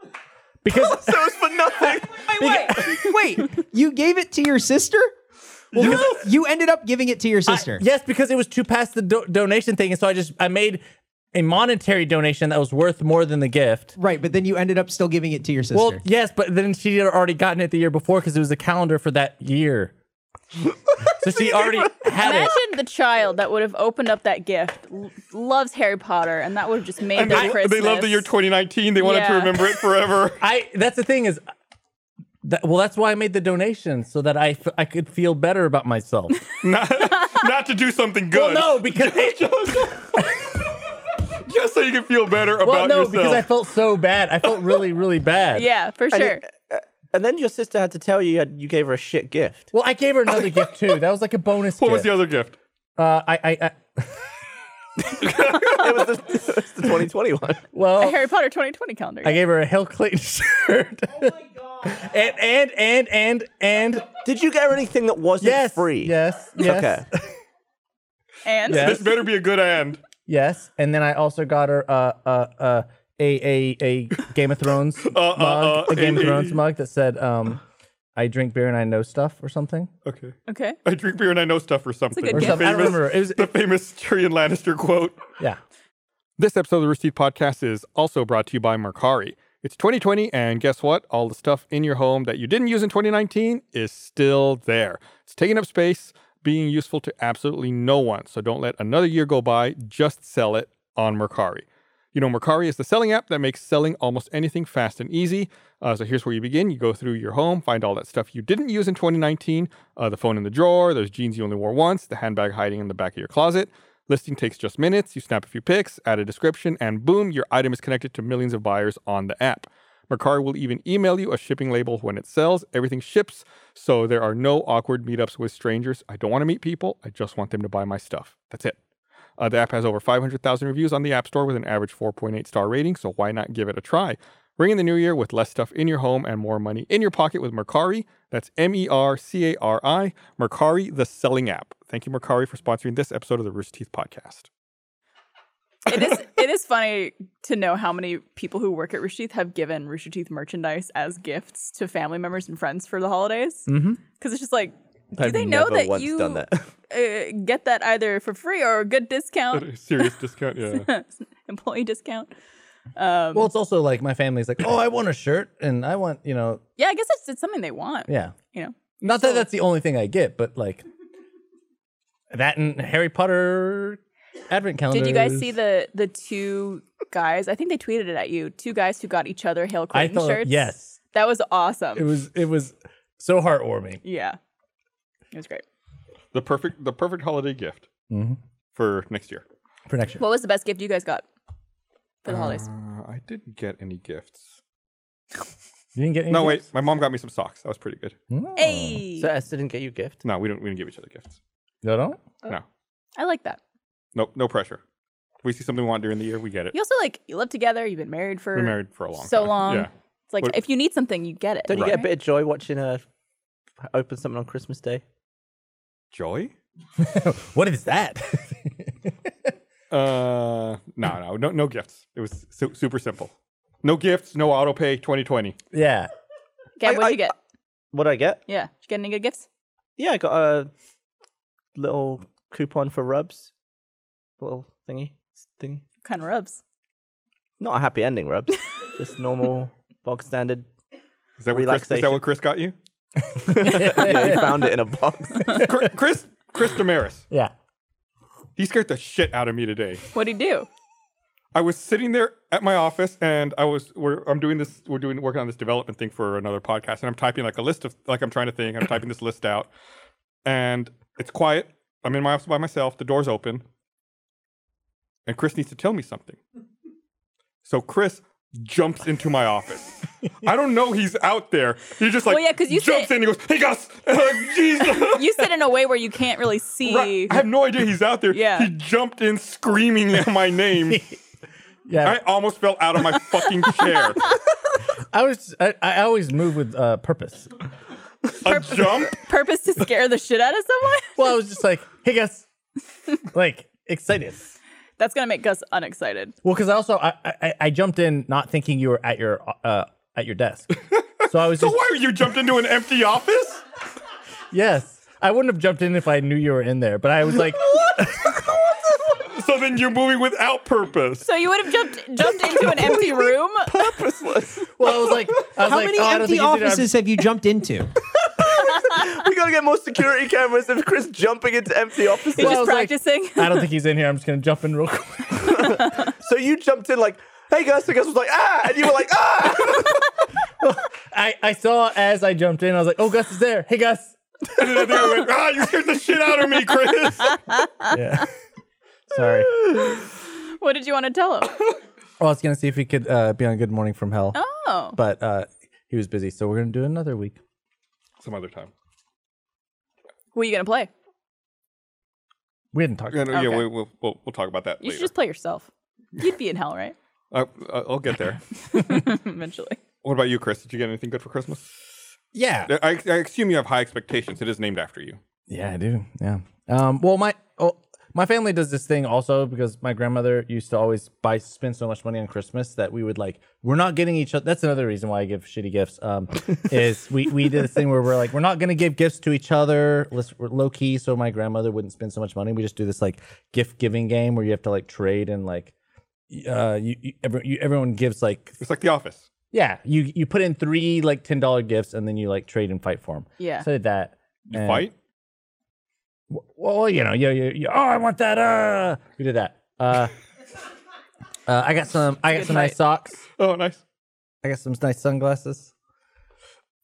Speaker 5: Because
Speaker 2: So it's for nothing.
Speaker 6: Wait, you gave it to your sister? Well, You ended up giving it to your sister.
Speaker 5: yes, because it was too past the do- donation thing, and so I just I made a monetary donation that was worth more than the gift.
Speaker 6: Right, but then you ended up still giving it to your sister.
Speaker 5: Well, yes, but then she had already gotten it the year before because it was a calendar for that year. so she already had it.
Speaker 3: Imagine the child that would have opened up that gift, l- loves Harry Potter, and that would have just made
Speaker 2: And
Speaker 3: their
Speaker 2: they,
Speaker 3: Christmas.
Speaker 2: they love the year 2019. They wanted to
Speaker 3: Yeah.
Speaker 2: remember it forever.
Speaker 5: I that's the thing is That, well, that's why I made the donation so that I, f- I could feel better about myself.
Speaker 2: Not, not to do something
Speaker 5: well,
Speaker 2: good.
Speaker 5: no, because
Speaker 2: Just so you can feel better about
Speaker 5: well, no,
Speaker 2: yourself.
Speaker 5: because I felt so bad. I felt really, really bad.
Speaker 3: Yeah, for
Speaker 4: And
Speaker 3: sure.
Speaker 4: it- uh, and then your sister had to tell you you, had, you gave her a shit gift.
Speaker 5: Well, I gave her another gift too. That was like a bonus.
Speaker 2: what was
Speaker 5: gift.
Speaker 2: the other gift?
Speaker 5: Uh, I, I, I,
Speaker 4: It was the, it was the 2020 one.
Speaker 5: well,
Speaker 3: A Harry Potter 2020 calendar.
Speaker 5: I gave her a Hill Clayton shirt. Oh my god! and and and and and
Speaker 4: Did you get her anything that wasn't
Speaker 5: yes,
Speaker 4: free?
Speaker 5: Yes, yes,
Speaker 4: Okay.
Speaker 3: and
Speaker 5: Yeah.
Speaker 2: This better be a good end.
Speaker 5: yes. And then I also got her uh uh uh a a a Game of Thrones
Speaker 2: uh,
Speaker 5: mug,
Speaker 2: uh,
Speaker 5: a Game
Speaker 2: a-
Speaker 5: of Thrones
Speaker 2: a-
Speaker 5: mug that said um, I drink beer and I know stuff or something.
Speaker 2: Okay.
Speaker 3: okay.
Speaker 2: I drink beer and I know stuff or something.
Speaker 3: good
Speaker 5: Or
Speaker 2: The
Speaker 3: gift.
Speaker 5: something. I don't
Speaker 2: famous-
Speaker 5: remember. It was
Speaker 2: The famous Tyrion Lannister quote.
Speaker 5: yeah.
Speaker 2: This episode of the Rooster Teeth Podcast is also brought to you by Mercari. It's 2020, and guess what? All the stuff in your home that you didn't use in 2019 is still there. It's taking up space, being useful to absolutely no one. So don't let another year go by. Just sell it on Mercari. You know, Mercari is the selling app that makes selling almost anything fast and easy. Uh, so here's where you begin. You go through your home, find all that stuff you didn't use in 2019 uh, the phone in the drawer, those jeans you only wore once, the handbag hiding in the back of your closet. Listing takes just minutes. You snap a few pics, add a description, and boom, your item is connected to millions of buyers on the app. Mercari will even email you a shipping label when it sells. Everything ships, so there are no awkward meetups with strangers. I don't want to meet people. I just want them to buy my stuff. That's it. Uh, the app has over 500,000 reviews on the App Store with an average 4.8 star rating, so why not give it a try? Ring in the new year with less stuff in your home and more money in your pocket with Mercari. That's M E R C A R I, Mercari, the selling app. Thank you, Mercari, for sponsoring this episode of the Rooster Teeth podcast.
Speaker 3: it is it is funny to know how many people who work at Rooster Teeth have given Rooster Teeth merchandise as gifts to family members and friends for the holidays. Because
Speaker 5: Mm-hmm.
Speaker 3: it's just like, do
Speaker 4: I've
Speaker 3: they know
Speaker 4: never
Speaker 3: that
Speaker 4: once
Speaker 3: you
Speaker 4: done that.
Speaker 3: Uh, get that either for free or a good discount,
Speaker 2: Serious discount, yeah.
Speaker 3: employee discount? Um,
Speaker 5: Well, it's also like my family's like, oh, I want a shirt and I want you know,
Speaker 3: Yeah, I guess it's, it's something they want.
Speaker 5: yeah.
Speaker 3: You know,
Speaker 5: Not that that's the only thing I get, but like that and Harry Potter advent calendar.
Speaker 3: did you guys see the the two guys? I think they tweeted it at you. Two guys who got each other Hail
Speaker 5: I
Speaker 3: Clinton
Speaker 5: thought
Speaker 3: shirts.
Speaker 5: yes,
Speaker 3: that was
Speaker 5: it
Speaker 3: awesome.
Speaker 5: was it was so heartwarming.
Speaker 3: yeah, it was great.
Speaker 2: the perfect the perfect holiday gift
Speaker 5: Mhm.
Speaker 2: for next year.
Speaker 5: For next year,
Speaker 3: What was the best gift you guys got for the holidays?
Speaker 2: Uh, I didn't get any gifts.
Speaker 5: you didn't get any
Speaker 2: No, wait. My mom got me some socks. That was pretty good.
Speaker 5: Oh.
Speaker 3: Hey,
Speaker 4: So Esther didn't get you a gift.
Speaker 2: No, we didn't. We didn't give each other gifts.
Speaker 5: No, no.
Speaker 2: No,
Speaker 3: I like that.
Speaker 2: no, no pressure. We see something we want during the year. We get it.
Speaker 3: You also like you live together. You've been married for
Speaker 2: We're married for a long
Speaker 3: so
Speaker 2: time.
Speaker 3: long.
Speaker 2: Yeah.
Speaker 3: It's like
Speaker 2: What-
Speaker 3: if you need something, you get it.
Speaker 4: Don't you get a bit of joy watching her open something on Christmas Day?
Speaker 2: Joy?
Speaker 5: What is that?
Speaker 2: Uh, no, no, no, no gifts. It was su- super simple. No gifts. No auto pay. 2020.
Speaker 5: yeah.
Speaker 3: Gab,
Speaker 4: I-
Speaker 3: what'd
Speaker 4: I-
Speaker 3: you get?
Speaker 4: What did I get?
Speaker 3: Yeah, did you get any good gifts?
Speaker 4: Yeah, I got a little coupon for rubs. Little thingy. Thingy.
Speaker 3: What kind of rubs?
Speaker 4: Not a happy ending rubs. just normal, bog standard.
Speaker 2: Is that what Chris, is that
Speaker 4: Relaxation.
Speaker 2: what Chris got you?
Speaker 4: Yeah, he found it in a box.
Speaker 2: Cr- Chris, Chris Damaris.
Speaker 5: Yeah.
Speaker 2: He scared the shit out of me today.
Speaker 3: What'd he do?
Speaker 2: I was sitting there at my office, and I was we're I'm doing this we're doing working on this development thing for another podcast, and I'm typing like a list of like I'm trying to think. I'm typing this list out, and it's quiet. I'm in my office by myself. The door's open, and Chris needs to tell me something. So Chris jumps into my office. I don't know he's out there. He just like
Speaker 3: Well, yeah, 'cause you
Speaker 2: jumps
Speaker 3: said-
Speaker 2: in. He goes, "Hey, Gus, Jesus."
Speaker 3: You sit in a way where you can't really see.
Speaker 2: Right. I have no idea he's out there.
Speaker 3: Yeah.
Speaker 2: He jumped in screaming at my name.
Speaker 5: Yeah.
Speaker 2: I almost fell out of my fucking chair.
Speaker 5: I was I, I always move with uh, purpose.
Speaker 2: A jump?
Speaker 3: Purpose to scare the shit out of someone.
Speaker 5: Well, I was just like, hey guys, like excited.
Speaker 3: That's gonna make Gus unexcited.
Speaker 5: Well, because also I, I I jumped in not thinking you were at your uh at your desk, so I was
Speaker 2: So
Speaker 5: just
Speaker 2: why you jumped into an empty office?
Speaker 5: yes. I wouldn't have jumped in if I knew you were in there, but I was like,
Speaker 2: So then you're moving without purpose.
Speaker 3: So you would have jumped jumped into an empty room.
Speaker 5: well, I was like, I was
Speaker 6: How
Speaker 5: like,
Speaker 6: many
Speaker 5: oh, I don't
Speaker 6: empty
Speaker 5: think you did it. I'm-
Speaker 6: offices have you jumped into?
Speaker 4: we gotta get more security cameras of Chris jumping into empty offices.
Speaker 5: Well, I
Speaker 3: just
Speaker 5: was like,
Speaker 3: practicing.
Speaker 5: I don't think he's in here. I'm just gonna jump in real quick.
Speaker 4: so you jumped in like, hey Gus, and Gus was like, ah, and you were like, ah.
Speaker 5: I, I saw as I jumped in, I was like, "Oh, Gus is there! Hey, Gus!"
Speaker 2: And then I went, ah, you scared the shit out of me, Chris.
Speaker 5: Yeah. Sorry.
Speaker 3: What did you want to tell him?
Speaker 5: Well, I was gonna see if he could uh, be on Good Morning from Hell,
Speaker 3: Oh,
Speaker 5: but uh, he was busy, so we're gonna do another week.
Speaker 2: Some other time.
Speaker 3: who are you gonna play?
Speaker 5: We hadn't talked.
Speaker 2: Yeah, no, yeah
Speaker 3: Okay.
Speaker 2: we, we'll, we'll, we'll talk about that
Speaker 3: You
Speaker 2: later.
Speaker 3: should just play yourself. You'd be in hell, right?
Speaker 2: I, I- I'll get there.
Speaker 3: Eventually.
Speaker 2: What about you, Chris? Did you get anything good for Christmas?
Speaker 5: Yeah.
Speaker 2: I, I assume you have high expectations. It is named after you.
Speaker 5: Yeah, I do. Yeah. Um, well, my oh, my family does this thing also because my grandmother used to always buy spend so much money on Christmas that we would like we're not getting each other. That's another reason why I give shitty gifts. Um, is we we did this thing where we're like we're not gonna give gifts to each other. Let's we're low key so my grandmother wouldn't spend so much money. We just do this like gift giving game where you have to like trade and like uh you, you, every, you everyone gives like
Speaker 2: It's like The Office.
Speaker 5: yeah you you put in three like ten dollar gifts and then you like trade and fight for them.
Speaker 3: Yeah.
Speaker 5: So I did that.
Speaker 2: You
Speaker 5: and-
Speaker 2: fight?
Speaker 5: well, you know, you, you, you, oh, I want that. Uh, we did that. Uh, uh, I got some. I got some nice socks.
Speaker 2: Oh, nice.
Speaker 5: I got some nice sunglasses.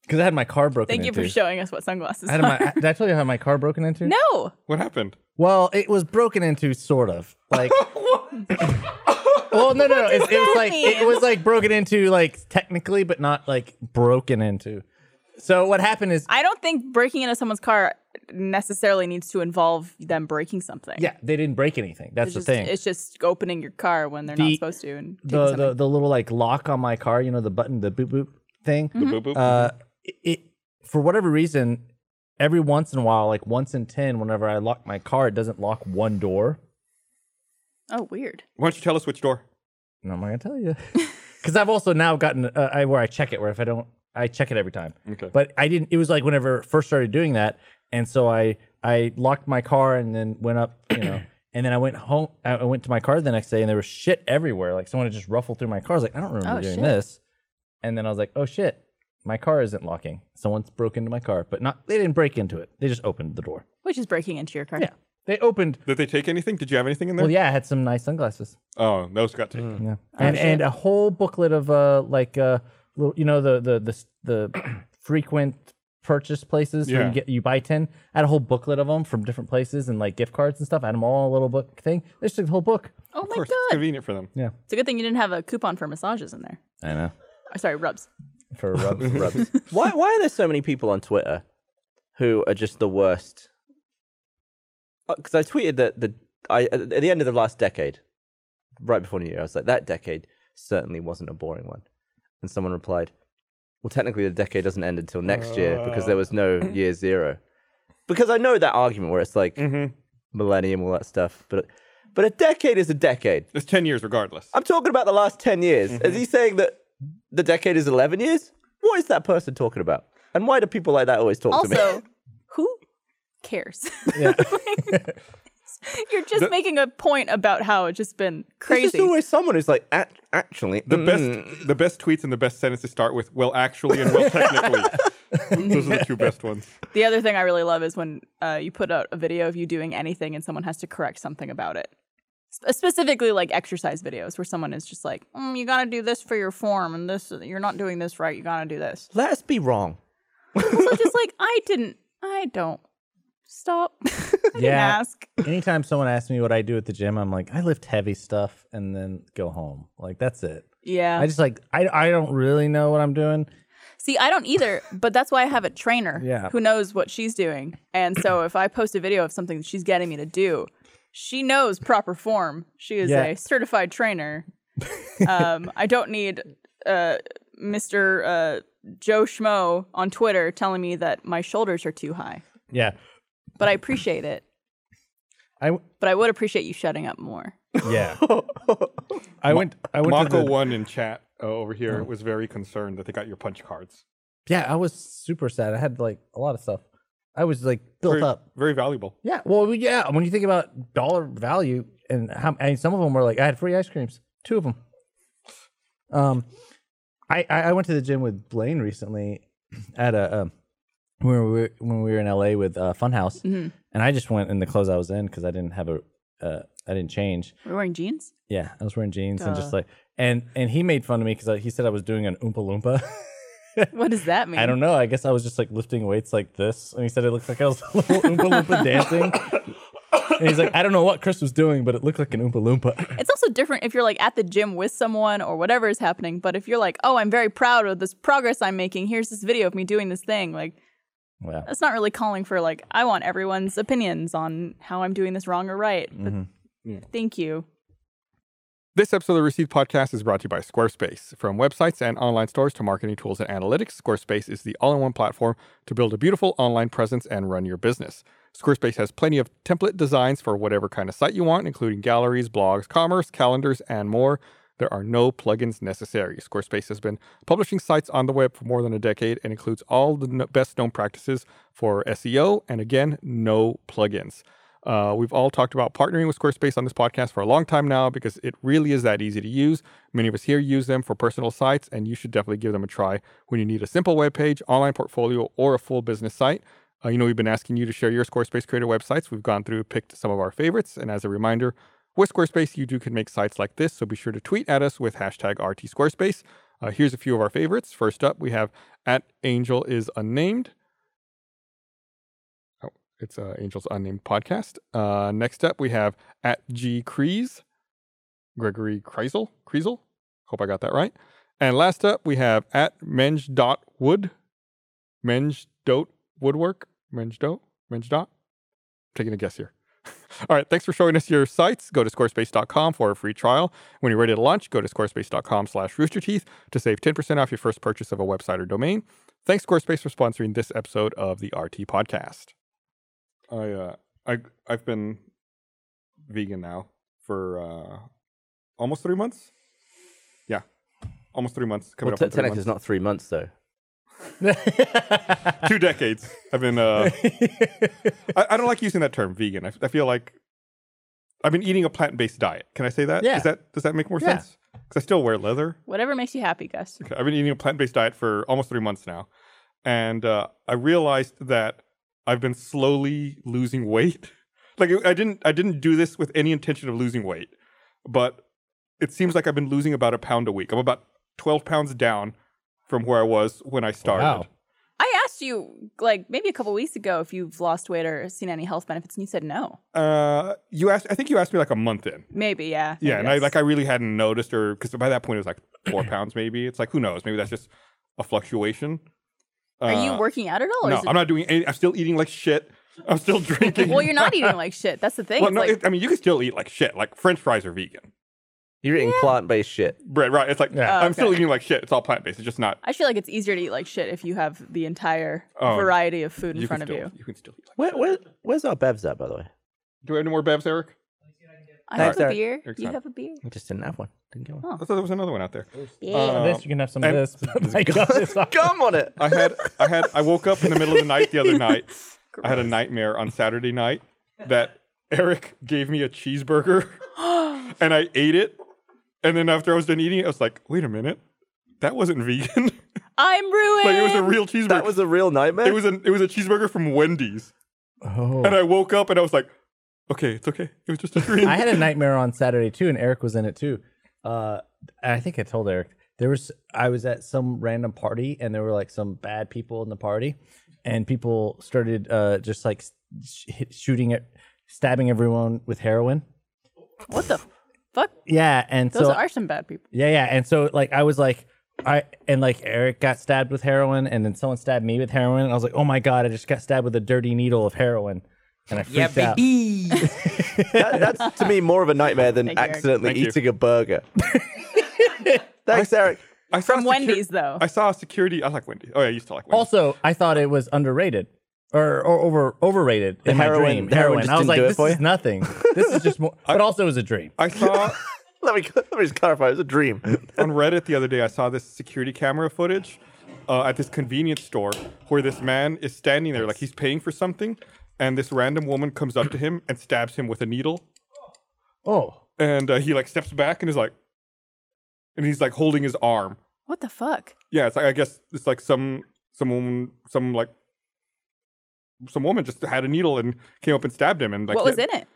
Speaker 5: Because I had my car broken.
Speaker 3: Thank you
Speaker 5: into.
Speaker 3: for showing us what sunglasses
Speaker 5: I had
Speaker 3: are.
Speaker 5: my, did I tell you I had my car broken into?
Speaker 3: no.
Speaker 2: What happened?
Speaker 5: Well, it was broken into, sort of. Like. well, no, no, no. It, it was
Speaker 3: that
Speaker 5: like it
Speaker 3: mean?
Speaker 5: was like broken into, like technically, but not like broken into. So what happened is,
Speaker 3: I don't think breaking into someone's car necessarily needs to involve them breaking something.
Speaker 5: yeah, they didn't break anything. That's
Speaker 3: It's
Speaker 5: the
Speaker 3: just,
Speaker 5: thing.
Speaker 3: it's just opening your car when they're not
Speaker 5: The-
Speaker 3: supposed to and taking
Speaker 5: the,
Speaker 3: something.
Speaker 5: the the little like lock on my car, you know, the button, the boop boop thing.
Speaker 3: Mm-hmm.
Speaker 2: Boop, boop.
Speaker 5: Uh, it, it for whatever reason, every once in a while, like once in ten, whenever I lock my car, it doesn't lock one door.
Speaker 3: oh, weird.
Speaker 2: Why don't you tell us which door?
Speaker 5: And I'm not gonna tell you because I've also now gotten uh, I, where I check it. Where if I don't, I check it every time.
Speaker 2: Okay.
Speaker 5: But I didn't. It was like whenever I first started doing that, and so I I locked my car and then went up, you know. And then I went home. I I went to my car the next day, and there was shit everywhere. Like someone had just ruffled through my car. I was like, I don't remember
Speaker 3: Oh,
Speaker 5: doing
Speaker 3: shit.
Speaker 5: this. And then I was like, oh shit, my car isn't locking. Someone's broke into my car, but not. They didn't break into it. They just opened the door.
Speaker 3: Which is breaking into your car.
Speaker 5: Yeah, they opened.
Speaker 2: Did they take anything? Did you have anything in there?
Speaker 5: Well, yeah, I had some nice sunglasses.
Speaker 2: Oh, those got taken.
Speaker 5: Yeah, and and a whole booklet of uh like uh little, you know the the the the frequent purchase places where
Speaker 2: Yeah.
Speaker 5: you get you buy ten. I had a whole booklet of them from different places and like gift cards and stuff. I had them all in a little book thing. They just took the whole book.
Speaker 3: Oh
Speaker 2: Of
Speaker 3: my
Speaker 2: course, it's
Speaker 3: god.
Speaker 2: convenient for them.
Speaker 3: It's a good thing you didn't have a coupon for massages in there.
Speaker 5: I know
Speaker 3: Oh, sorry, rubs.
Speaker 5: for rubs rubs.
Speaker 4: Why why are there so many people on Twitter who are just the worst? Because I tweeted that the I at the end of the last decade, right before New Year, I was like that decade certainly wasn't a boring one, and someone replied, "Well, technically the decade doesn't end until next year because there was no year zero. Because I know that argument where it's like millennium, all that stuff, but but a decade is a decade.
Speaker 2: It's 10 years regardless.
Speaker 4: I'm talking about the last 10 years. Is he saying that the decade is 11 years? What is that person talking about? And why do people like that always talk to me?
Speaker 3: Also, who cares?
Speaker 5: Yeah.
Speaker 3: You're just making a point about how it's just been
Speaker 4: There's
Speaker 3: crazy.
Speaker 4: just always someone who's like, "Act- actually,
Speaker 2: the
Speaker 4: mm,
Speaker 2: best the best tweets and the best sentences start with well actually and well technically. those are the two best ones.
Speaker 3: The other thing I really love is when uh, you put out a video of you doing anything and someone has to correct something about it. Sp- specifically, like exercise videos where someone is just like, mm, "You gotta do this for your form, and this you're not doing this right. You gotta do this."
Speaker 4: let us be wrong.
Speaker 3: Also, just like I didn't, I don't stop. I didn't
Speaker 5: Yeah.
Speaker 3: ask.
Speaker 5: Anytime someone asks me what I do at the gym, I'm like, I lift heavy stuff and then go home. Like that's it.
Speaker 3: Yeah.
Speaker 5: I just like I I don't really know what I'm doing.
Speaker 3: See, I don't either, but that's why I have a trainer
Speaker 5: Yeah.
Speaker 3: who knows what she's doing. And so if I post a video of something that she's getting me to do, she knows proper form. She is
Speaker 5: Yeah.
Speaker 3: a certified trainer. um, I don't need uh, Mr. Uh, Joe Schmo on Twitter telling me that my shoulders are too high,
Speaker 5: Yeah.
Speaker 3: but I appreciate it.
Speaker 5: I w-
Speaker 3: But I would appreciate you shutting up more.
Speaker 5: yeah. I went I went to
Speaker 2: Mako
Speaker 5: the,
Speaker 2: one in chat uh, over here was very concerned that they got your punch cards.
Speaker 5: Yeah, I was super sad. I had like a lot of stuff. I was like built
Speaker 2: Very,
Speaker 5: up.
Speaker 2: very valuable.
Speaker 5: Yeah. Well, we- yeah. When you think about dollar value and how, and some of them were like, I had free ice creams, two of them. Um, I I I went to the gym with Blaine recently at a um, when we were, when we were in LA with uh, Funhouse, and I just went in the clothes I was in because I didn't have a uh, I didn't change.
Speaker 3: We're wearing jeans?
Speaker 5: uh, Yeah, I was wearing jeans and just like and and he made fun of me because he said I was doing an oompa loompa.
Speaker 3: What does that mean?
Speaker 5: I don't know. I guess I was just like lifting weights like this, and he said it looked like I was a little oompa loompa dancing. And he's like, I don't know what Chris was doing, but it looked like an oompa loompa.
Speaker 3: It's also different if you're like at the gym with someone or whatever is happening. But if you're like, oh, I'm very proud of this progress I'm making. Here's this video of me doing this thing. Like,
Speaker 5: Wow.
Speaker 3: that's not really calling for like I want everyone's opinions on how I'm doing this wrong or right. But
Speaker 2: Mm-hmm.
Speaker 3: thank you.
Speaker 2: This episode of the Received Podcast is brought to you by Squarespace. From websites and online stores to marketing tools and analytics, Squarespace is the all in one platform to build a beautiful online presence and run your business. Squarespace has plenty of template designs for whatever kind of site you want, including galleries, blogs, commerce, calendars, and more. There are no plugins necessary. Squarespace has been publishing sites on the web for more than a decade and includes all the kn- best known practices for SEO, and again, no plugins. Uh, we've all talked about partnering with Squarespace on this podcast for a long time now because it really is that easy to use. Many of us here use them for personal sites, and you should definitely give them a try when you need a simple web page, online portfolio, or a full business site. Uh, you know, we've been asking you to share your Squarespace creator websites. We've gone through, picked some of our favorites, and as a reminder, with Squarespace, you do can make sites like this, so be sure to tweet at us with hashtag RTSquarespace. Uh, here's a few of our favorites. First up, we have at Angel is Unnamed. Oh, it's uh, Angel's Unnamed Podcast. Uh, next up, we have at G Kreese, Gregory Kreisel. Kreisel? Hope I got that right. And last up, we have at Menge.wood, Menge.dot woodwork, Menge.dot, Menge.dot. Taking a guess here. All right, thanks for showing us your sites. Go to squarespace.com for a free trial. When you're ready to launch, go to squarespace.com slash roosterteeth to save 10% off your first purchase of a website or domain. Thanks, Squarespace, for sponsoring this episode of the RT Podcast. I, uh, I, I've been vegan now for uh, almost three months. Yeah, almost three months. Coming
Speaker 4: Well,
Speaker 2: up on
Speaker 4: te-
Speaker 2: three
Speaker 4: technically,
Speaker 2: months.
Speaker 4: it's not three months though.
Speaker 2: two decades. I've been. Uh, I, I don't like using that term, vegan. I, I feel like I've been eating a plant-based diet. Can I say that? Is
Speaker 5: Yeah.
Speaker 2: that does that make more
Speaker 5: Yeah.
Speaker 2: sense? Because I still wear leather.
Speaker 3: Whatever makes you happy, Gus.
Speaker 2: Okay, I've been eating a plant-based diet for almost three months now, and uh, I realized that I've been slowly losing weight. Like I didn't, I didn't do this with any intention of losing weight, but it seems like I've been losing about a pound a week. I'm about twelve pounds down from where I was when I started.
Speaker 5: Wow.
Speaker 3: I asked you like maybe a couple weeks ago if you've lost weight or seen any health benefits, and you said no.
Speaker 2: Uh, you asked. I think you asked me like a month in.
Speaker 3: Maybe, yeah.
Speaker 2: Yeah,
Speaker 3: maybe
Speaker 2: and I
Speaker 3: that's-
Speaker 2: like I really hadn't noticed, or because by that point it was like four pounds maybe. It's like who knows? Maybe that's just a fluctuation.
Speaker 3: Are you
Speaker 2: Uh,
Speaker 3: working out at all? Or
Speaker 2: No,
Speaker 3: is it,
Speaker 2: I'm not doing. Any, I'm still eating like shit. I'm still drinking.
Speaker 3: well, you're not eating like shit. That's the thing.
Speaker 2: Well,
Speaker 3: It's
Speaker 2: no,
Speaker 3: like-
Speaker 2: it, I mean you can still eat like shit. Like French fries are vegan.
Speaker 4: You're eating plant-based shit.
Speaker 2: Right, right. It's like
Speaker 5: Yeah.
Speaker 2: I'm
Speaker 3: Oh,
Speaker 2: still
Speaker 3: okay.
Speaker 2: eating like shit. It's all plant based. It's just not.
Speaker 3: I feel like it's easier to eat like shit if you have the entire
Speaker 2: Oh,
Speaker 3: variety of food in
Speaker 2: you
Speaker 3: front of
Speaker 2: can
Speaker 3: you.
Speaker 2: still, you can still eat. Like,
Speaker 4: Where, where, where's our bevs at, by the way?
Speaker 2: do we have any more bevs, Eric?
Speaker 3: I
Speaker 4: Thanks,
Speaker 3: have a
Speaker 4: Eric.
Speaker 3: beer.
Speaker 2: Next
Speaker 3: You
Speaker 2: time.
Speaker 3: have a beer.
Speaker 4: We just didn't have one. Didn't get one.
Speaker 2: I thought there was another one out there.
Speaker 5: Some of
Speaker 2: Uh,
Speaker 5: this, you can have some of
Speaker 2: and-
Speaker 5: this. I got this off.
Speaker 4: Gum on it.
Speaker 2: I had I had I woke up in the middle of the night the other night. I had a nightmare on Saturday night that Eric gave me a cheeseburger and I ate it. And then after I was done eating it, I was like, wait a minute. That wasn't vegan.
Speaker 3: I'm ruined.
Speaker 2: like it was a real cheeseburger.
Speaker 4: That was a real nightmare.
Speaker 2: it was an it was a cheeseburger from Wendy's.
Speaker 5: Oh.
Speaker 2: And I woke up and I was like, okay, it's okay. It was just a dream.
Speaker 5: I had a nightmare on Saturday too, and Eric was in it too. Uh, I think I told Eric there was I was at some random party, and there were like some bad people in the party, and people started uh, just like sh- hit- shooting at, stabbing everyone with heroin.
Speaker 3: what the fuck?
Speaker 5: Yeah, and
Speaker 3: Those
Speaker 5: so
Speaker 3: are some bad people.
Speaker 5: yeah, yeah, and so like I was like. I and like Eric got stabbed with heroin, and then someone stabbed me with heroin, and I was like, "Oh my god, I just got stabbed with a dirty needle of heroin," and I freaked out.
Speaker 4: That- that's to me more of a nightmare than
Speaker 3: Thank you, Eric.
Speaker 4: accidentally
Speaker 2: Thank you.
Speaker 4: eating a burger. Thanks, Eric.
Speaker 2: I saw
Speaker 3: From
Speaker 2: secu-
Speaker 3: Wendy's, though.
Speaker 2: I saw security. I like Wendy's. Oh yeah, I used to like Wendy's.
Speaker 5: Also, I thought it was underrated or, or over overrated in
Speaker 4: heroin-
Speaker 5: my dream.
Speaker 4: the heroin just
Speaker 5: I was
Speaker 4: didn't
Speaker 5: like,
Speaker 4: do it
Speaker 5: this
Speaker 4: for
Speaker 5: is
Speaker 4: you?
Speaker 5: nothing. This is just more. But also, it was a dream.
Speaker 2: I saw
Speaker 4: Let me let me just clarify. It was a dream.
Speaker 2: on Reddit the other day, I saw this security camera footage uh, at this convenience store where this man is standing there, like he's paying for something, and this random woman comes up to him and stabs him with a needle,
Speaker 5: Oh,
Speaker 2: and uh, he like steps back and is like, and he's like holding his arm.
Speaker 3: What the fuck?
Speaker 2: Yeah, it's like I guess it's like some some woman, some like some woman just had a needle and came up and stabbed him, and like
Speaker 3: what was
Speaker 2: the-
Speaker 3: in it?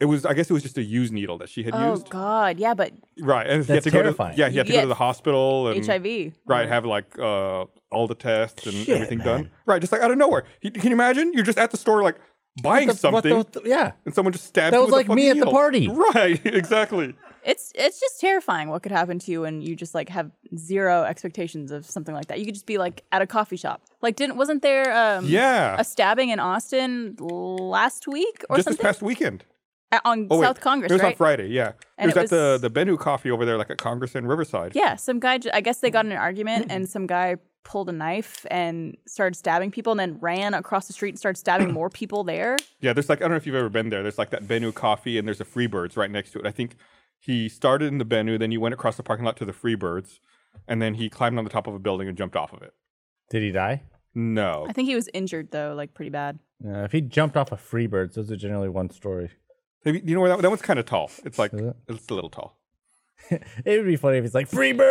Speaker 2: It was, I guess, it was just a used needle that she had
Speaker 3: Oh
Speaker 2: used,
Speaker 3: God, yeah, but
Speaker 2: right? And he had
Speaker 5: That's
Speaker 2: to go to,
Speaker 5: terrifying.
Speaker 2: yeah, he had to go
Speaker 3: Yeah.
Speaker 2: to the hospital and
Speaker 3: HIV.
Speaker 2: Um,
Speaker 5: Oh.
Speaker 2: right, have like uh, all the tests and everything done, right? Just like out of nowhere. He, can you imagine? You're just at the store, like buying
Speaker 5: What the- what
Speaker 2: something,
Speaker 5: the- yeah.
Speaker 2: and someone just stabs.
Speaker 5: That
Speaker 2: you
Speaker 5: was
Speaker 2: with a
Speaker 5: like me
Speaker 2: fucking
Speaker 5: at the party.
Speaker 2: needle. right? Exactly.
Speaker 3: It's it's just terrifying what could happen to you when you just like have zero expectations of something like that. You could just be like at a coffee shop. Like didn't wasn't there um
Speaker 2: Yeah.
Speaker 3: a stabbing in Austin last week or
Speaker 2: just
Speaker 3: something
Speaker 2: this past weekend.
Speaker 3: Uh, on
Speaker 2: Oh, wait,
Speaker 3: South Congress,
Speaker 2: It was
Speaker 3: right?
Speaker 2: on Friday, yeah.
Speaker 3: And
Speaker 2: it was
Speaker 3: it
Speaker 2: at the
Speaker 3: was-
Speaker 2: the Bennu Coffee over there, like at Congress and Riverside.
Speaker 3: Yeah, some guy. ju- I guess they got in an argument,
Speaker 5: Mm-hmm.
Speaker 3: and some guy pulled a knife and started stabbing people, and then ran across the street and started stabbing more people there.
Speaker 2: Yeah, there's like I don't know if you've ever been there. There's like that Bennu Coffee, and there's a Freebirds right next to it. I think he started in the Bennu, then he went across the parking lot to the Freebirds, and then he climbed on the top of a building and jumped off of it.
Speaker 5: Did he die?
Speaker 2: No,
Speaker 3: I think he was injured though, like pretty bad.
Speaker 5: No, Uh, if he jumped off a Freebirds, those are generally one story.
Speaker 2: Have you, you know where that, that one's kind of tall. It's like
Speaker 5: Is it?
Speaker 2: it's a little tall.
Speaker 5: It would be funny if he's like Freebird.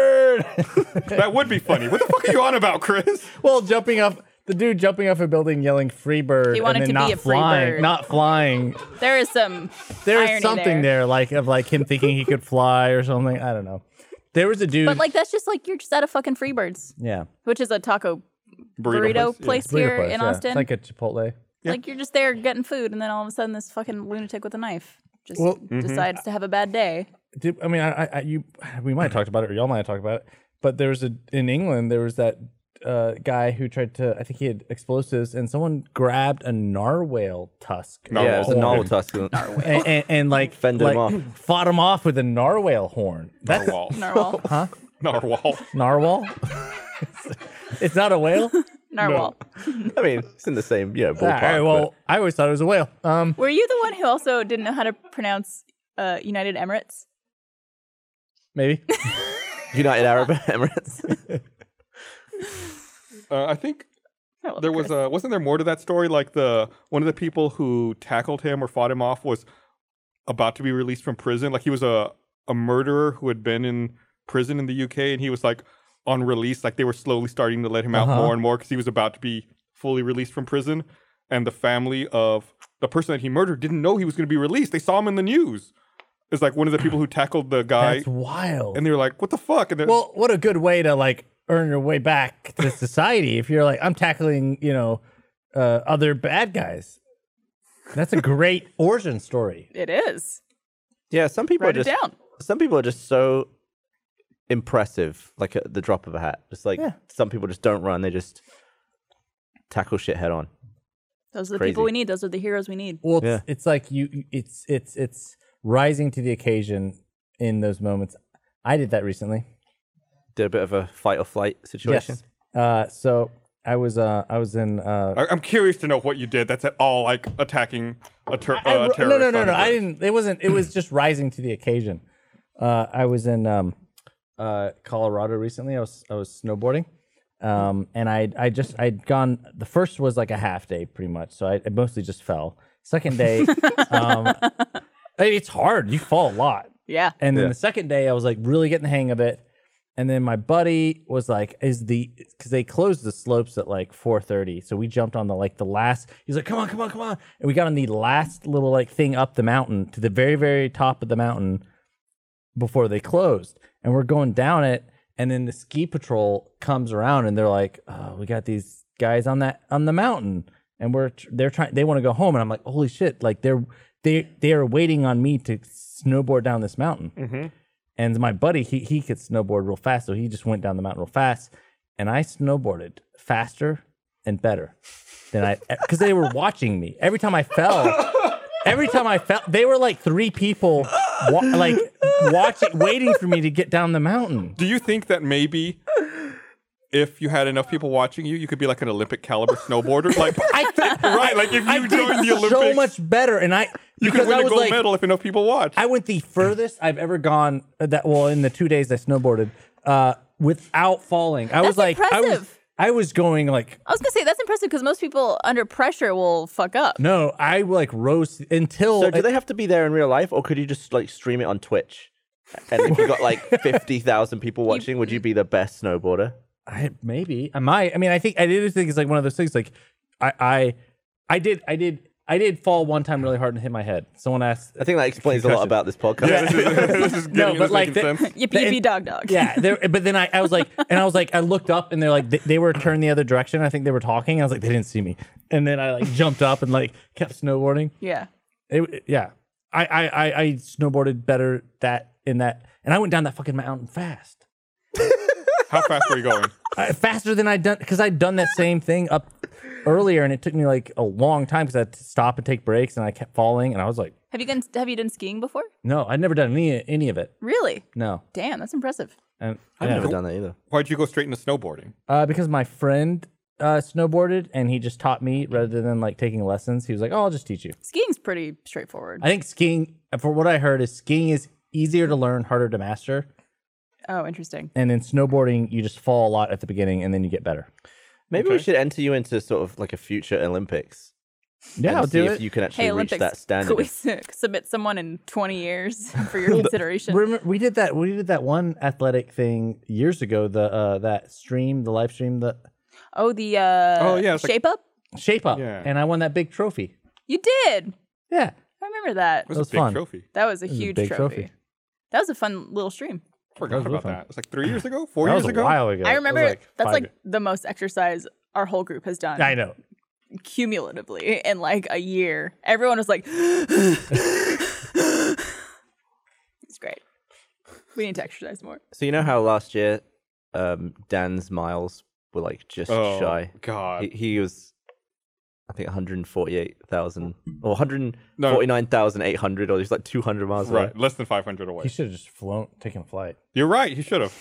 Speaker 2: That would be funny. What the fuck are you on about, Chris?
Speaker 5: well, jumping off the dude jumping off a building yelling Freebird
Speaker 3: He wanted
Speaker 5: and then
Speaker 3: to be
Speaker 5: not
Speaker 3: a free
Speaker 5: flying,
Speaker 3: bird.
Speaker 5: not flying.
Speaker 3: There is some.
Speaker 5: There
Speaker 3: irony
Speaker 5: is something
Speaker 3: there.
Speaker 5: there. like of like him thinking he could fly or something. I don't know. There was a dude.
Speaker 3: But like that's just like you're just out of fucking Freebirds,
Speaker 5: yeah,
Speaker 3: which is a taco burrito, place,
Speaker 5: burrito
Speaker 3: here
Speaker 5: place,
Speaker 3: in
Speaker 5: yeah.
Speaker 3: Austin.
Speaker 5: It's like a Chipotle.
Speaker 3: Like you're just there getting food, and then all of a sudden this fucking lunatic with a knife just
Speaker 5: Well-
Speaker 2: Mm-hmm.
Speaker 3: decides to have a bad day.
Speaker 5: Did, I mean, I, I, I, you, we might have talked about it, or y'all might have talked about it. But there was a in England, there was that uh, guy who tried to. I think he had explosives, and someone grabbed a narwhal tusk.
Speaker 2: Narwhal.
Speaker 4: Yeah, it's a novel tusk.
Speaker 5: And, and, and like,
Speaker 4: Fended
Speaker 5: like
Speaker 4: him off.
Speaker 5: fought him off with a narwhal horn. That's
Speaker 2: Narwhal.
Speaker 3: Narwhal,
Speaker 2: Narwhal.
Speaker 5: narwhal. it's not a whale.
Speaker 3: narwhal.
Speaker 4: I mean, it's in the same, you know,
Speaker 5: All
Speaker 4: ballpark.
Speaker 5: right, well,
Speaker 4: but-
Speaker 5: I always thought it was a whale. Um,
Speaker 3: Were you the one who also didn't know how to pronounce uh, United Emirates?
Speaker 5: maybe.
Speaker 4: United Arab Emirates.
Speaker 2: Uh, I think
Speaker 3: I love
Speaker 2: there
Speaker 3: Chris.
Speaker 2: was a wasn't there more to that story like the one of the people who tackled him or fought him off was about to be released from prison like he was a a murderer who had been in prison in the UK and he was like on release like they were slowly starting to let him out
Speaker 5: Uh-huh.
Speaker 2: more and more cuz he was about to be fully released from prison and the family of the person that he murdered didn't know he was going to be released they saw him in the news it's like one of the people who tackled the guy
Speaker 5: That's wild.
Speaker 2: and they were like what the fuck and they're-
Speaker 5: Well, what a good way to like earn your way back to society if you're like I'm tackling, you know, uh, other bad guys. That's a great origin story.
Speaker 3: It is.
Speaker 4: yeah, some people
Speaker 3: Write
Speaker 4: are
Speaker 3: it
Speaker 4: just
Speaker 3: down.
Speaker 4: some people are just so impressive, like at the drop of a hat. Just like
Speaker 5: Yeah.
Speaker 4: some people just don't run; they just tackle shit head on.
Speaker 3: Those are the
Speaker 4: Crazy.
Speaker 3: people we need. Those are the heroes we need.
Speaker 5: Well, it's,
Speaker 4: Yeah.
Speaker 5: it's like you, it's it's it's rising to the occasion in those moments. I did that recently.
Speaker 4: Did a bit of a fight or flight situation.
Speaker 5: Yes. Uh, so I was uh, I was in uh,
Speaker 2: I- I'm curious to know what you did. That's at all like attacking a, ter-
Speaker 5: I-
Speaker 2: uh, a
Speaker 5: I-
Speaker 2: terrorist.
Speaker 5: no, no, no,
Speaker 2: on
Speaker 5: no.
Speaker 2: the
Speaker 5: I
Speaker 2: bridge.
Speaker 5: didn't. It wasn't. It was just rising to the occasion. Uh, I was in um, uh, Colorado recently. I was I was snowboarding, um, and I I just I'd gone. The first was like a half day, pretty much. So I, I mostly just fell. Second day, um, it's hard. You fall a lot.
Speaker 3: Yeah.
Speaker 5: And then the second day, I was like really getting the hang of it. And then my buddy was like, "Is the because they closed the slopes at like 4:30, so we jumped on the like the last. He's like, "Come on, come on, come on!" And we got on the last little like thing up the mountain to the very, very top of the mountain before they closed. And we're going down it, and then the ski patrol comes around, and they're like, oh, "We got these guys on that on the mountain, and we're tr- they're trying they want to go home." And I'm like, "Holy shit!" Like they're they they are waiting on me to snowboard down this mountain. And my buddy, he he could snowboard real fast, so he just went down the mountain real fast, and I snowboarded faster and better than I because they were watching me every time I fell. Every time I fell, they were like three people, wa- like watching, waiting for me to get down the mountain.
Speaker 2: Do you think that maybe if you had enough people watching you, you could be like an Olympic caliber snowboarder? Like, right? Like if
Speaker 5: I
Speaker 2: you
Speaker 5: did
Speaker 2: joined the Olympics,
Speaker 5: so much better, and I
Speaker 2: you could
Speaker 5: because
Speaker 2: win
Speaker 5: I
Speaker 2: a
Speaker 5: was
Speaker 2: gold
Speaker 5: like,
Speaker 2: medal if enough people watch.
Speaker 5: I went the furthest I've ever gone. uh, That well, in the two days I snowboarded, uh, without falling. I was like, I was,
Speaker 3: impressive.
Speaker 5: I was going like,
Speaker 3: I was gonna say that's impressive because most people under pressure will fuck up.
Speaker 5: no, I like rose until.
Speaker 4: So, do they have to be there in real life, or could you just like stream it on Twitch? And if you got like fifty thousand people watching, would you be the best snowboarder?
Speaker 5: I, maybe I might. I mean, I think I do think it's like one of those things. Like, I, I, I did, I did. I- I did fall one time really hard and hit my head. Someone asked.
Speaker 4: I think that explains a lot about this podcast.
Speaker 2: Yeah, this is, this is getting, this
Speaker 5: but
Speaker 2: is
Speaker 5: like
Speaker 2: making
Speaker 5: the-
Speaker 2: sense.
Speaker 3: Yippee yippee dog dog.
Speaker 5: Yeah, there- but then I, I was like, and I was like, I looked up and they're like, they, they were turned the other direction. I think they were talking. I was like, they didn't see me. And then I like jumped up and like kept snowboarding.
Speaker 3: Yeah.
Speaker 5: It, yeah, I, I I I snowboarded better that in that, and I went down that fucking mountain fast,
Speaker 2: How fast were you going?
Speaker 5: I, faster than I'd done because I'd done that same thing up earlier, and it took me like a long time because I had to stop and take breaks, and I kept falling, and I was like,
Speaker 3: Have you done Have you done skiing before?
Speaker 5: no, I'd never done any any of it.
Speaker 3: Really?
Speaker 5: No,
Speaker 3: Damn, that's impressive.
Speaker 5: and
Speaker 4: I've
Speaker 5: yeah.
Speaker 4: never done that either.
Speaker 2: Why'd you go straight into snowboarding?
Speaker 5: Uh, because my friend uh, snowboarded and he just taught me rather than like taking lessons. He was like, "Oh, I'll just teach you."
Speaker 3: Skiing's pretty straightforward.
Speaker 5: I think skiing, for what I heard, is skiing is easier to learn, harder to master,
Speaker 3: oh, interesting.
Speaker 5: and then snowboarding you just fall a lot at the beginning and then you get better.
Speaker 4: Maybe we should enter you into sort of like a future Olympics.
Speaker 5: Yeah,
Speaker 4: and
Speaker 5: I'll
Speaker 4: see
Speaker 5: do
Speaker 4: if
Speaker 5: it.
Speaker 4: you can actually
Speaker 3: Hey,
Speaker 4: reach
Speaker 3: Olympics.
Speaker 4: that standard.
Speaker 3: Could we su- submit someone in 20 years for your consideration?
Speaker 5: Remember, we did that. We did that one athletic thing years ago. The uh, that stream, the live stream, the
Speaker 3: oh, the uh,
Speaker 2: Oh, yeah, it's like-
Speaker 3: shape up?
Speaker 5: shape up,
Speaker 2: Yeah.
Speaker 5: and I won that big trophy.
Speaker 3: You did.
Speaker 5: Yeah,
Speaker 3: I remember that.
Speaker 2: It was,
Speaker 5: was
Speaker 2: a big
Speaker 5: fun.
Speaker 2: trophy.
Speaker 3: That was a
Speaker 5: was a
Speaker 3: huge
Speaker 5: big
Speaker 3: trophy.
Speaker 5: trophy.
Speaker 3: That was a fun little stream.
Speaker 2: I forgot
Speaker 5: was really
Speaker 2: about
Speaker 5: fun.
Speaker 2: that. It was like three years ago, four
Speaker 5: that
Speaker 2: years
Speaker 5: was a
Speaker 2: ago.
Speaker 5: while ago.
Speaker 3: I
Speaker 5: That was,
Speaker 3: remember that's
Speaker 5: five-
Speaker 3: like the most exercise our whole group has done
Speaker 5: I know.
Speaker 3: cumulatively in like a year. Everyone was like, it's great. We need to exercise more.
Speaker 4: So you know how last year um, Dan's miles were like just
Speaker 2: Oh,
Speaker 4: shy.
Speaker 2: God.
Speaker 4: He, he was, I think, one hundred forty-eight thousand or one hundred forty-nine thousand eight hundred, or he's like two hundred miles away.
Speaker 2: Right, less than 500
Speaker 5: He
Speaker 2: away.
Speaker 5: should have just flown, taken a flight.
Speaker 2: You're right. He should have.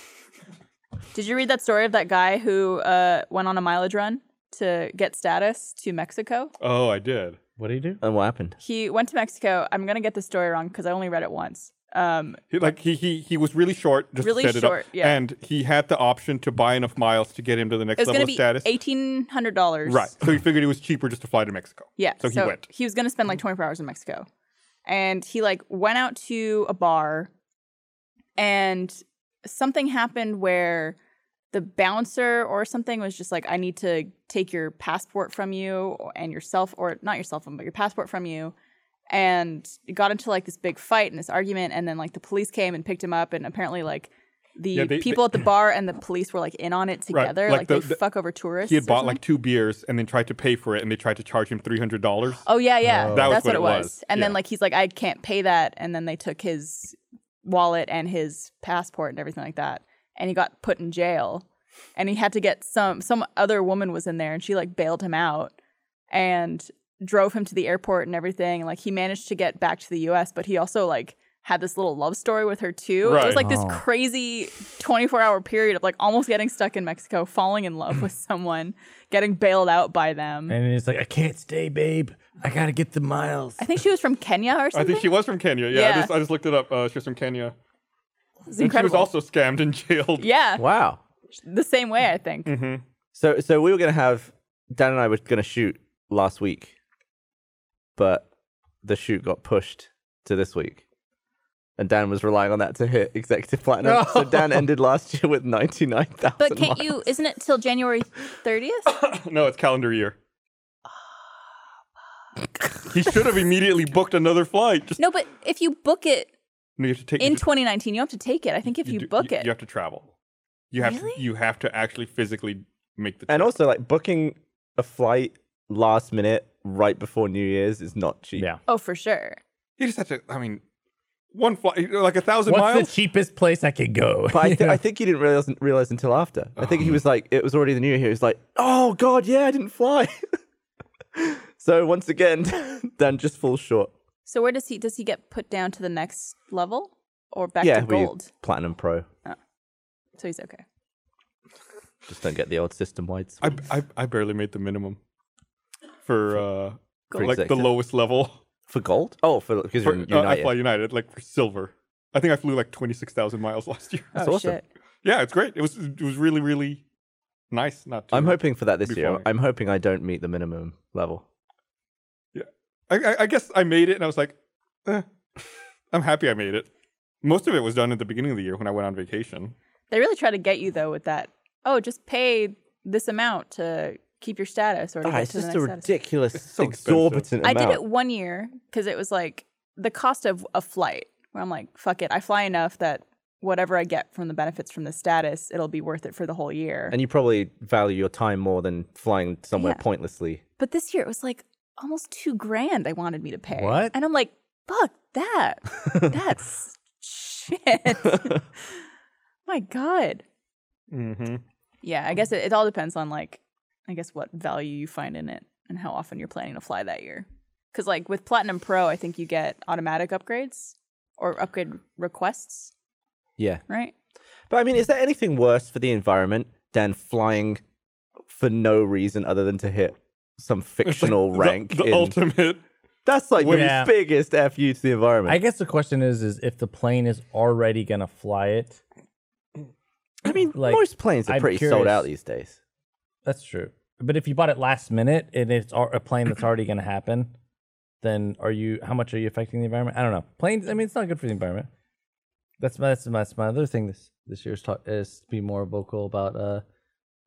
Speaker 3: Did you read that story of that guy who uh, went on a mileage run to get status to Mexico?
Speaker 2: Oh, I did.
Speaker 5: What do you do?
Speaker 4: And what happened?
Speaker 3: He went to Mexico. I'm gonna get the story wrong because I only read it once. Um,
Speaker 2: He, like he he he was really short. Just to
Speaker 3: Really
Speaker 2: set it
Speaker 3: short,
Speaker 2: up,
Speaker 3: yeah.
Speaker 2: And he had the option to buy enough miles to get him to the
Speaker 3: it
Speaker 2: next
Speaker 3: was
Speaker 2: level
Speaker 3: gonna
Speaker 2: of
Speaker 3: be
Speaker 2: status.
Speaker 3: eighteen hundred dollars.
Speaker 2: Right. So he figured it was cheaper just to fly to Mexico.
Speaker 3: Yeah.
Speaker 2: So he went. Mm-hmm.
Speaker 3: He was gonna spend like 24 hours in Mexico, and he like went out to a bar, and something happened where the bouncer or something was just like, "I need to take your passport from you and your cell or not your cell phone, but your passport from you." And it got into like this big fight and this argument, and then like the police came and picked him up, and apparently like. The
Speaker 2: Yeah, they-
Speaker 3: people at the bar and the police were like in on it
Speaker 2: Right,
Speaker 3: together,
Speaker 2: like
Speaker 3: like,
Speaker 2: the-
Speaker 3: they
Speaker 2: the-
Speaker 3: fuck over tourists.
Speaker 2: He had
Speaker 3: or
Speaker 2: bought
Speaker 3: something.
Speaker 2: like two beers and then tried to pay for it, and they tried to charge him three hundred dollars.
Speaker 3: Oh yeah, yeah.
Speaker 2: That was
Speaker 3: That's
Speaker 2: what
Speaker 3: what
Speaker 2: it
Speaker 3: it was.
Speaker 2: was.
Speaker 3: And then
Speaker 2: Yeah.
Speaker 3: like he's like, I can't pay that. And then they took his wallet and his passport and everything like that. And he got put in jail. And he had to get some some other woman was in there and she like bailed him out and drove him to the airport and everything. And like he managed to get back to the US, but he also like had this little love story with her too. It
Speaker 2: Right.
Speaker 3: was like this crazy 24 hour period of like almost getting stuck in Mexico, falling in love with someone, getting bailed out by them.
Speaker 5: And it's like, I can't stay, babe. I gotta get the miles.
Speaker 3: I think she was from Kenya or something.
Speaker 2: I think she was from Kenya. Yeah, I,
Speaker 3: Yeah.
Speaker 2: just, I just looked it up. Uh, she was from Kenya.
Speaker 3: It's
Speaker 2: And she was
Speaker 3: incredible.
Speaker 2: also scammed and jailed. Mm-hmm.
Speaker 3: yeah,
Speaker 4: Wow.
Speaker 3: the same way I think.
Speaker 2: Mm.
Speaker 4: So so we were gonna have Dan and I were gonna shoot last week, but the shoot got pushed to this week. And Dan was relying on that to hit executive platinum. So Dan ended last year with ninety nine thousand.
Speaker 3: But can't you? Isn't it till January thirtieth?
Speaker 2: No, it's calendar year.
Speaker 3: Ah,
Speaker 2: he should have immediately booked another flight. Just
Speaker 3: no, but if you book it
Speaker 2: you have to take
Speaker 3: in
Speaker 2: you-
Speaker 3: 2019, you don't have to take it. I think if you,
Speaker 2: do-
Speaker 3: book it,
Speaker 2: you have to travel. You have to,
Speaker 3: Really?
Speaker 2: you have to actually physically make the.
Speaker 4: And
Speaker 2: trip.
Speaker 4: also, like booking a flight last minute right before New Year's is not cheap.
Speaker 5: yeah.
Speaker 3: oh for sure.
Speaker 2: you just have to. I mean, one flight like a thousand
Speaker 5: What's
Speaker 2: miles.
Speaker 5: the cheapest place I could go?
Speaker 4: But I, thi- I think he didn't realize, realize until after. I think he was like, it was already the new year. He was like, oh god, yeah, I didn't fly. so once again, Dan just falls short.
Speaker 3: So where does he does he get put down to the next level or back
Speaker 4: yeah,
Speaker 3: to
Speaker 4: we-
Speaker 3: gold?
Speaker 4: platinum pro.
Speaker 3: So he's okay.
Speaker 4: Just don't get the old system wide.
Speaker 2: I, I I barely made the minimum for uh
Speaker 4: For
Speaker 2: like the
Speaker 4: executive.
Speaker 2: lowest level.
Speaker 4: for gold? Oh, for because
Speaker 2: For,
Speaker 4: you're in
Speaker 2: uh, I
Speaker 4: United.
Speaker 2: fly United like for silver. I think I flew like twenty six thousand miles last year.
Speaker 4: That's
Speaker 3: oh
Speaker 4: awesome.
Speaker 3: shit!
Speaker 2: yeah, it's great. It was it was really really nice. Not to,
Speaker 4: I'm hoping for that this
Speaker 2: Be
Speaker 4: year.
Speaker 2: flying.
Speaker 4: I'm hoping I don't meet the minimum level.
Speaker 2: I, I, I guess I made it, and I was like, eh, I'm happy I made it. Most of it was done at the beginning of the year when I went on vacation.
Speaker 3: They really try to get you though with that. Oh, just pay this amount to keep your status or to
Speaker 4: Ah,
Speaker 3: get
Speaker 4: it's
Speaker 3: to the
Speaker 4: just
Speaker 3: next
Speaker 4: a
Speaker 3: status.
Speaker 4: ridiculous,
Speaker 2: so expensive.
Speaker 4: exorbitant
Speaker 3: I
Speaker 4: amount.
Speaker 3: did it one year because it was like the cost of a flight. Where I'm like, fuck it, I fly enough that whatever I get from the benefits from the status, it'll be worth it for the whole year.
Speaker 4: And you probably value your time more than flying somewhere
Speaker 3: Yeah.
Speaker 4: pointlessly.
Speaker 3: but this year it was like almost two grand they wanted me to pay.
Speaker 5: What?
Speaker 3: And I'm like, fuck that. That's shit. My God.
Speaker 2: Mm-hmm.
Speaker 3: Yeah, I guess it, it all depends on like, I guess what value you find in it and how often you're planning to fly that year. Because like with Platinum Pro, I think you get automatic upgrades or upgrade requests,
Speaker 4: Yeah.
Speaker 3: right?
Speaker 4: But I mean, is there anything worse for the environment than flying for no reason other than to hit some fictional rank?
Speaker 2: The, the
Speaker 4: in-
Speaker 2: ultimate.
Speaker 4: That's like
Speaker 5: Yeah.
Speaker 4: the biggest fu to the environment.
Speaker 5: I guess the question is, is if the plane is already gonna fly it.
Speaker 4: I mean,
Speaker 5: like,
Speaker 4: most planes are
Speaker 5: I'm
Speaker 4: pretty sold
Speaker 5: curious.
Speaker 4: out these days.
Speaker 5: That's true. But if you bought it last minute and it's al- a plane that's already gonna happen, then are you? How much are you affecting the environment? I don't know. Planes. I mean, it's not good for the environment. That's my that's my, that's my other thing this this year's talk is to be more vocal about uh,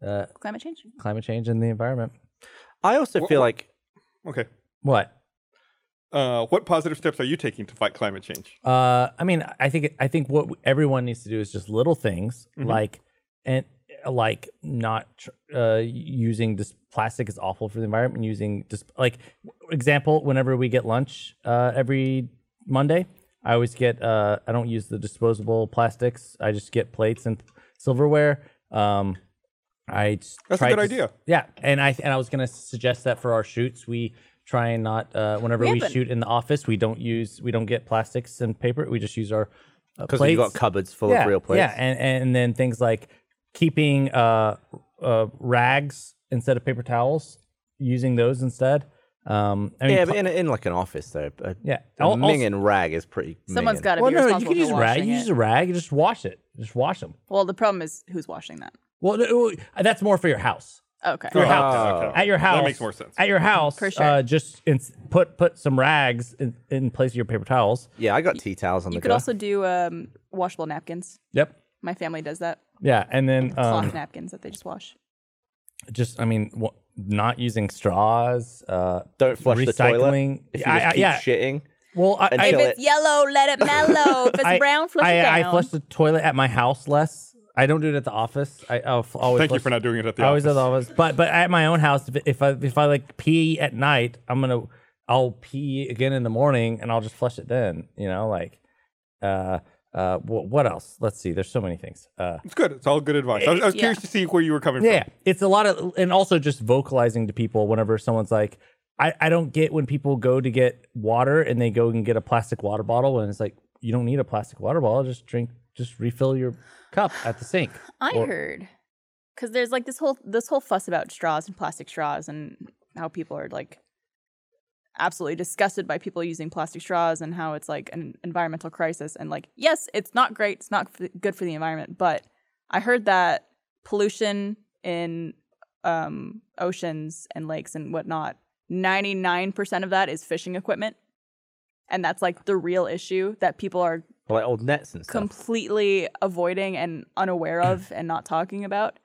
Speaker 5: uh,
Speaker 3: Climate change.
Speaker 5: climate change and the environment.
Speaker 4: I also
Speaker 2: Wha-
Speaker 4: feel
Speaker 2: wha-
Speaker 4: like
Speaker 2: Okay.
Speaker 5: What?
Speaker 2: Uh, what positive steps are you taking to fight climate change?
Speaker 5: Uh, I mean, I think I think what everyone needs to do is just little things
Speaker 2: Mm-hmm.
Speaker 5: like and like not tr- uh, using this plastic is awful for the environment. Using just like example, whenever we get lunch uh, every Monday, I always get uh, I don't use the disposable plastics. I just get plates and silverware. Um, I s-
Speaker 2: That's a
Speaker 5: tried
Speaker 2: good
Speaker 5: to s-
Speaker 2: idea.
Speaker 5: Yeah, and I and I was gonna suggest that for our shoots, we try and not uh, whenever we
Speaker 3: but-
Speaker 5: shoot in the office, we don't use we don't get plastics and paper. We just use our uh,
Speaker 4: because you've got
Speaker 5: plates.
Speaker 4: cupboards full
Speaker 5: yeah,
Speaker 4: of real plates.
Speaker 5: Yeah, and and then things like keeping uh, uh, rags instead of paper towels, using those instead. Um, I mean,
Speaker 4: yeah,
Speaker 5: pl-
Speaker 4: but in, in like an office though. A,
Speaker 5: yeah.
Speaker 4: a
Speaker 5: Al- also-
Speaker 4: minging rag is pretty.
Speaker 3: Someone's
Speaker 4: minging.
Speaker 3: got to
Speaker 5: well,
Speaker 3: be
Speaker 5: no, you
Speaker 3: responsible
Speaker 5: can use
Speaker 3: for
Speaker 5: rag.
Speaker 3: washing
Speaker 5: You
Speaker 3: it.
Speaker 5: use a rag. You just wash it. Just wash them.
Speaker 3: Well, the problem is who's washing that.
Speaker 5: Well, no, that's more for your house.
Speaker 3: Okay.
Speaker 2: Your house.
Speaker 4: Oh.
Speaker 2: Okay.
Speaker 5: at your house.
Speaker 2: That makes more sense.
Speaker 5: At your house,
Speaker 3: For sure.
Speaker 5: uh, just in, put put some rags in, in place of your paper towels.
Speaker 4: Yeah, I got tea towels on
Speaker 3: You
Speaker 4: the
Speaker 3: could
Speaker 4: go.
Speaker 3: also do um, washable napkins.
Speaker 5: Yep.
Speaker 3: My family does that.
Speaker 5: Yeah, and then
Speaker 3: Cloth
Speaker 5: um,
Speaker 3: napkins that they just wash.
Speaker 5: just I mean, wha- not using straws. Uh,
Speaker 4: Don't flush the toilet.
Speaker 5: recycling.
Speaker 4: If you
Speaker 5: I-
Speaker 4: just
Speaker 5: I-
Speaker 4: keep
Speaker 5: yeah.
Speaker 4: shitting,
Speaker 5: well, I,
Speaker 4: And
Speaker 5: I,
Speaker 4: Kill
Speaker 3: if it's
Speaker 4: it.
Speaker 3: yellow, let it mellow. if it's
Speaker 5: I-
Speaker 3: brown, flush
Speaker 5: I,
Speaker 3: it down.
Speaker 5: I flush the toilet at my house less. I don't do it at the office. I I'll f- always
Speaker 2: Thank you
Speaker 5: flush-
Speaker 2: for not doing it at the
Speaker 5: I always
Speaker 2: office.
Speaker 5: at the office, but but at my own house, if, if I if I like pee at night, I'm gonna I'll pee again in the morning, and I'll just flush it then. You know, like uh uh what, what else? Let's see. There's so many things. Uh,
Speaker 2: It's good. It's all good advice. I was, I was
Speaker 3: Yeah.
Speaker 2: curious to see where you were coming
Speaker 5: yeah,
Speaker 2: from.
Speaker 5: it's a lot of, and also just vocalizing to people whenever someone's like, I, I don't get when people go to get water and they go and get a plastic water bottle, and it's like, you don't need a plastic water bottle, just drink, just refill your cup at the sink.
Speaker 3: I
Speaker 5: Or-
Speaker 3: heard because there's like this whole this whole fuss about straws and plastic straws and how people are like absolutely disgusted by people using plastic straws and how it's like an environmental crisis and like yes it's not great it's not f- good for the environment but i heard that pollution in um oceans and lakes and whatnot 99% of that is fishing equipment and that's like the real issue that people are
Speaker 4: like old nets and stuff.
Speaker 3: completely avoiding and unaware of and not talking about.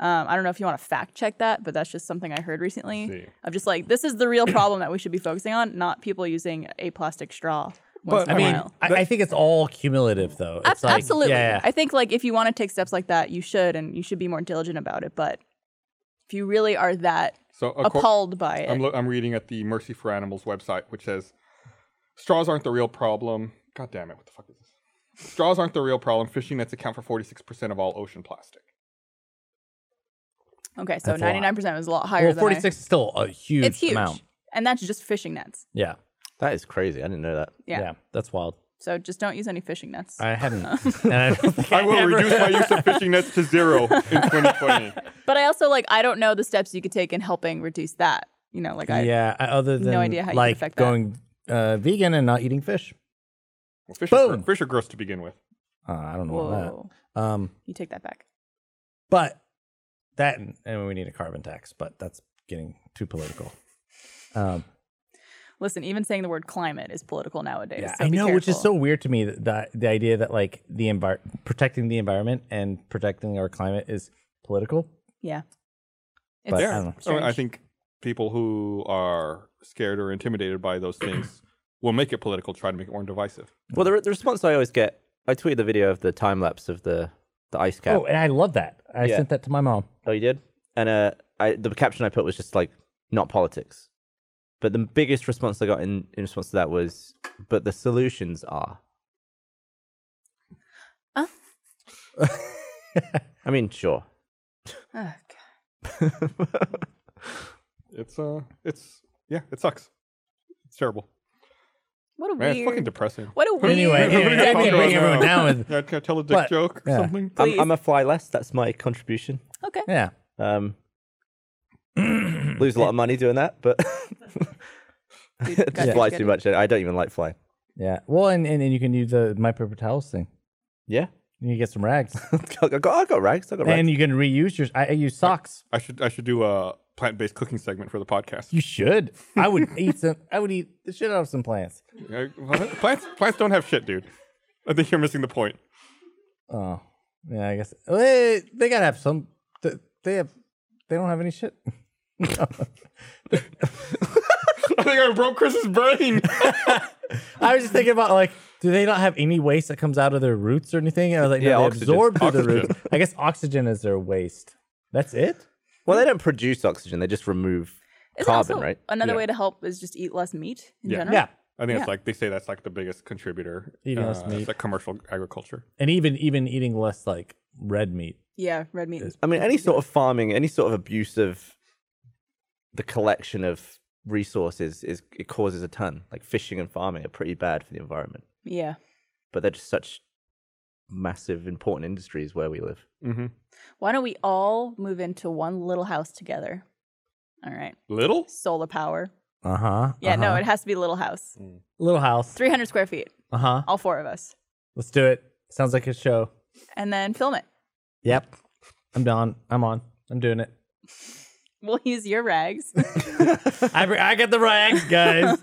Speaker 3: Um, I don't know if you want to fact check that, but that's just something I heard recently.
Speaker 2: see.
Speaker 3: Of just like this is the real problem that we should be focusing on, not people using a plastic straw. Once
Speaker 2: But,
Speaker 3: in
Speaker 5: I
Speaker 3: a
Speaker 5: mean,
Speaker 3: while.
Speaker 5: I, I think it's all cumulative, though.
Speaker 3: Ab-
Speaker 5: It's like,
Speaker 3: absolutely.
Speaker 5: Yeah,
Speaker 3: I think like if you want to take steps like that, you should, and you should be more diligent about it. But if you really are that
Speaker 2: So, of cour-
Speaker 3: appalled by it,
Speaker 2: I'm, lo- I'm reading at the Mercy for Animals website, which says straws aren't the real problem. God damn it! What the fuck is this? Straws aren't the real problem. Fishing nets account for 46% of all ocean plastic.
Speaker 3: okay, so
Speaker 5: That's a lot.
Speaker 3: 99 percent was a lot higher.
Speaker 5: well,
Speaker 3: than I-
Speaker 5: forty six is still a huge,
Speaker 3: It's huge,
Speaker 5: amount.
Speaker 3: and that's just fishing nets.
Speaker 5: Yeah,
Speaker 4: That is crazy. I didn't know that.
Speaker 5: yeah,
Speaker 3: Yeah.
Speaker 5: that's wild.
Speaker 3: So just don't use any fishing nets.
Speaker 5: I hadn't. and I, don't think
Speaker 2: I will
Speaker 5: ever-
Speaker 2: reduce my use of fishing nets to zero in 2020.
Speaker 3: But I also like I don't know the steps you could take in helping reduce that. You know, like I
Speaker 5: Yeah, I- other than
Speaker 3: idea how you could
Speaker 5: like
Speaker 3: affect that.
Speaker 5: going uh, vegan and not eating fish.
Speaker 2: Well, fish, Are,
Speaker 5: Boom.
Speaker 2: gr- fish are gross to begin with.
Speaker 5: Uh, I don't know about
Speaker 3: whoa,
Speaker 5: that. Um,
Speaker 3: you take that back.
Speaker 5: but that and, and we need a carbon tax, but that's getting too political. Um,
Speaker 3: Listen, even saying the word climate is political nowadays.
Speaker 5: yeah,
Speaker 3: so
Speaker 5: I
Speaker 3: be
Speaker 5: know, which is
Speaker 3: careful.
Speaker 5: so weird to me that, that the idea that like the envir- protecting the environment and protecting our climate is political.
Speaker 3: yeah. It's
Speaker 5: But I don't know.
Speaker 2: Oh, I, mean, I
Speaker 3: strange.
Speaker 2: think people who are scared or intimidated by those things will make it political, try to make it more divisive.
Speaker 4: Well, the, re- the response I always get, I tweeted the video of the time lapse of the, the ice cap.
Speaker 5: Oh, and I love that. I
Speaker 4: Yeah.
Speaker 5: sent that to my mom.
Speaker 4: Oh, you did? And uh, I, the caption I put was just like, not politics. But the biggest response I got in, in response to that was, but the solutions are.
Speaker 3: Oh.
Speaker 4: I mean, sure.
Speaker 3: Ugh, God.
Speaker 2: It's uh, it's yeah, it sucks. It's terrible.
Speaker 3: what a
Speaker 2: Man, it's fucking
Speaker 3: weird.
Speaker 2: depressing.
Speaker 3: What a weird.
Speaker 5: Anyway, anyway I can't bring everyone down with.
Speaker 2: Yeah, can I tell a dick
Speaker 5: But-
Speaker 2: joke or
Speaker 5: yeah.
Speaker 2: something?
Speaker 4: I'm, I'm a fly less. That's my contribution.
Speaker 3: Okay.
Speaker 5: Yeah.
Speaker 4: Um, lose a lot of money doing that, but
Speaker 3: gotcha,
Speaker 4: just fly
Speaker 3: gotcha.
Speaker 4: too much. I don't even like flying.
Speaker 5: Yeah. Well, and, and, and you can do the My Paper Towels thing.
Speaker 4: Yeah,
Speaker 5: You can get some rags.
Speaker 4: I got, I got rags. I got rags.
Speaker 5: and you can reuse your. I, I use socks.
Speaker 2: I should I should do a plant based cooking segment for the podcast.
Speaker 5: You should. I would eat some. I would eat the shit out of some plants.
Speaker 2: Uh, what? plants plants don't have shit, dude. I think you're missing the point.
Speaker 5: Oh, yeah. I guess well, they, they gotta have some. th- They have. They don't have any shit.
Speaker 2: I think I broke Chris's brain.
Speaker 5: I was just thinking about like, do they not have any waste that comes out of their roots or anything? And I was like, no,
Speaker 4: Yeah,
Speaker 5: they
Speaker 4: oxygen.
Speaker 5: absorb through the
Speaker 2: Oxygen.
Speaker 5: roots. I guess oxygen is their waste. That's it.
Speaker 4: well, they don't produce oxygen. They just remove
Speaker 3: Isn't
Speaker 4: carbon,
Speaker 3: also
Speaker 4: right?
Speaker 3: Another
Speaker 2: Yeah.
Speaker 3: way to help is just eat less meat in
Speaker 2: Yeah.
Speaker 3: general.
Speaker 5: Yeah,
Speaker 2: I think
Speaker 3: Yeah.
Speaker 2: it's like they say that's like the biggest contributor.
Speaker 5: Eating less
Speaker 2: uh,
Speaker 5: meat.
Speaker 2: it's like commercial agriculture.
Speaker 5: and even even eating less like red meat.
Speaker 3: Yeah, red meat. is-
Speaker 4: I mean, any sort of farming, any sort of abuse of the collection of resources is it causes a ton. Like fishing and farming are pretty bad for the environment,
Speaker 3: Yeah.
Speaker 4: but they're just such massive, important industries where we live.
Speaker 2: Mm-hmm.
Speaker 3: Why don't we all move into one little house together? All right.
Speaker 2: Little?
Speaker 3: Solar power.
Speaker 5: Uh huh.
Speaker 3: Yeah, no, it has to be a little house.
Speaker 5: Mm. Little house.
Speaker 3: 300 square feet,
Speaker 5: Uh huh.
Speaker 3: all four of us.
Speaker 5: Let's do it. Sounds like a show.
Speaker 3: And then film it.
Speaker 5: Yep. I'm done. I'm on. I'm doing it.
Speaker 3: We'll use your rags.
Speaker 5: I, I got the rags, guys.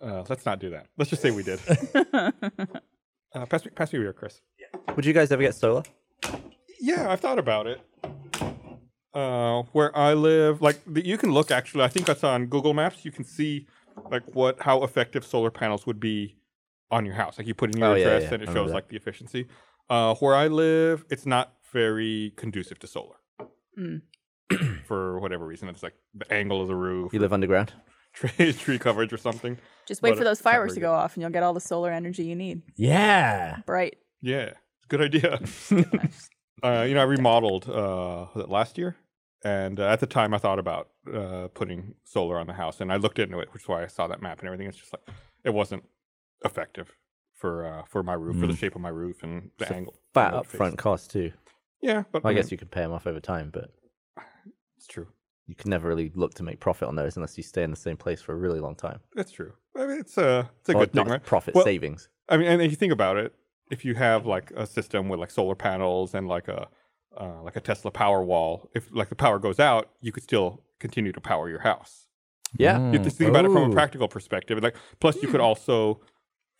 Speaker 2: Uh, let's not do that. Let's just say we did. uh, pass me, pass me your Chris.
Speaker 4: Would you guys ever get solar?
Speaker 2: Yeah, I've thought about it. Uh, where I live, like the, you can look actually. I think that's on Google Maps. You can see like what how effective solar panels would be on your house. Like you put in your
Speaker 4: Oh, yeah,
Speaker 2: address
Speaker 4: yeah,
Speaker 2: and it
Speaker 4: I remember
Speaker 2: shows
Speaker 4: that.
Speaker 2: like the efficiency. Uh, where I live, it's not very conducive to solar.
Speaker 3: Mm.
Speaker 2: For whatever reason, it's like the angle of the roof,
Speaker 4: You live underground.
Speaker 2: tree, tree coverage, or something.
Speaker 3: Just wait
Speaker 2: But
Speaker 3: for
Speaker 2: it's
Speaker 3: those
Speaker 2: not
Speaker 3: fireworks
Speaker 2: very
Speaker 3: to go off and you'll get all the solar energy you need.
Speaker 5: yeah.
Speaker 3: Bright.
Speaker 2: Yeah, good idea. uh, you know, I remodeled uh, was it last year, and uh, at the time I thought about uh, putting solar on the house, and I looked into it, which is why I saw that map and everything. It's just like it wasn't effective for uh, for my roof, for
Speaker 4: Mm.
Speaker 2: the shape of my roof and the angle.
Speaker 4: Fat
Speaker 2: angle it
Speaker 4: upfront
Speaker 2: faces.
Speaker 4: cost too.
Speaker 2: Yeah, but
Speaker 4: Well, I
Speaker 2: I
Speaker 4: guess
Speaker 2: guess
Speaker 4: you could pay them off over time, but
Speaker 2: it's true.
Speaker 4: you can never really look to make profit on those unless you stay in the same place for a really long time.
Speaker 2: It's true. I mean, it's a it's a
Speaker 4: Or
Speaker 2: good thing,
Speaker 4: not
Speaker 2: right?
Speaker 4: profit
Speaker 2: Well,
Speaker 4: savings.
Speaker 2: I mean, and if you think about it, if you have like a system with like solar panels and like a uh, like a Tesla power wall, if like the power goes out, you could still continue to power your house.
Speaker 4: Yeah.
Speaker 2: You have to think about it from a
Speaker 5: Ooh.
Speaker 2: practical perspective. Like, plus you could also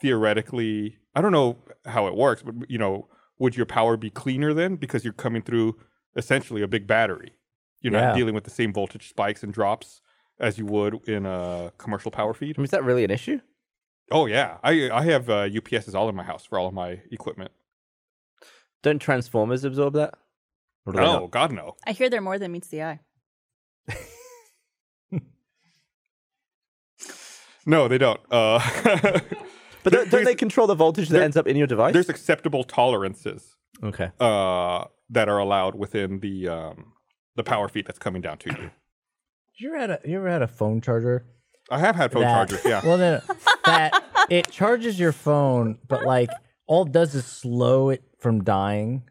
Speaker 2: theoretically, I don't know how it works, but you know, would your power be cleaner then because you're coming through essentially a big battery? You're
Speaker 5: Yeah.
Speaker 2: not dealing with the same voltage spikes and drops as you would in a commercial power feed.
Speaker 4: I mean, is that really an issue?
Speaker 2: Oh yeah, I I have uh, UPSs all in my house for all of my equipment.
Speaker 4: Don't transformers absorb that? Or do they
Speaker 2: No,
Speaker 4: not?
Speaker 2: Oh, God no.
Speaker 3: I hear they're more than meets the eye.
Speaker 2: No, they don't. Uh,
Speaker 4: But don't, don't
Speaker 2: there's,
Speaker 4: they control the voltage that
Speaker 2: there-
Speaker 4: ends up in your device?
Speaker 2: there's acceptable tolerances
Speaker 4: Okay.
Speaker 2: uh, that are allowed within the um, the power feed that's coming down to you.
Speaker 5: You ever had a you ever had a phone charger?
Speaker 2: I have had phone
Speaker 5: that-
Speaker 2: chargers. Yeah.
Speaker 5: Well, no, no, that it charges your phone, but like all it does is slow it from dying.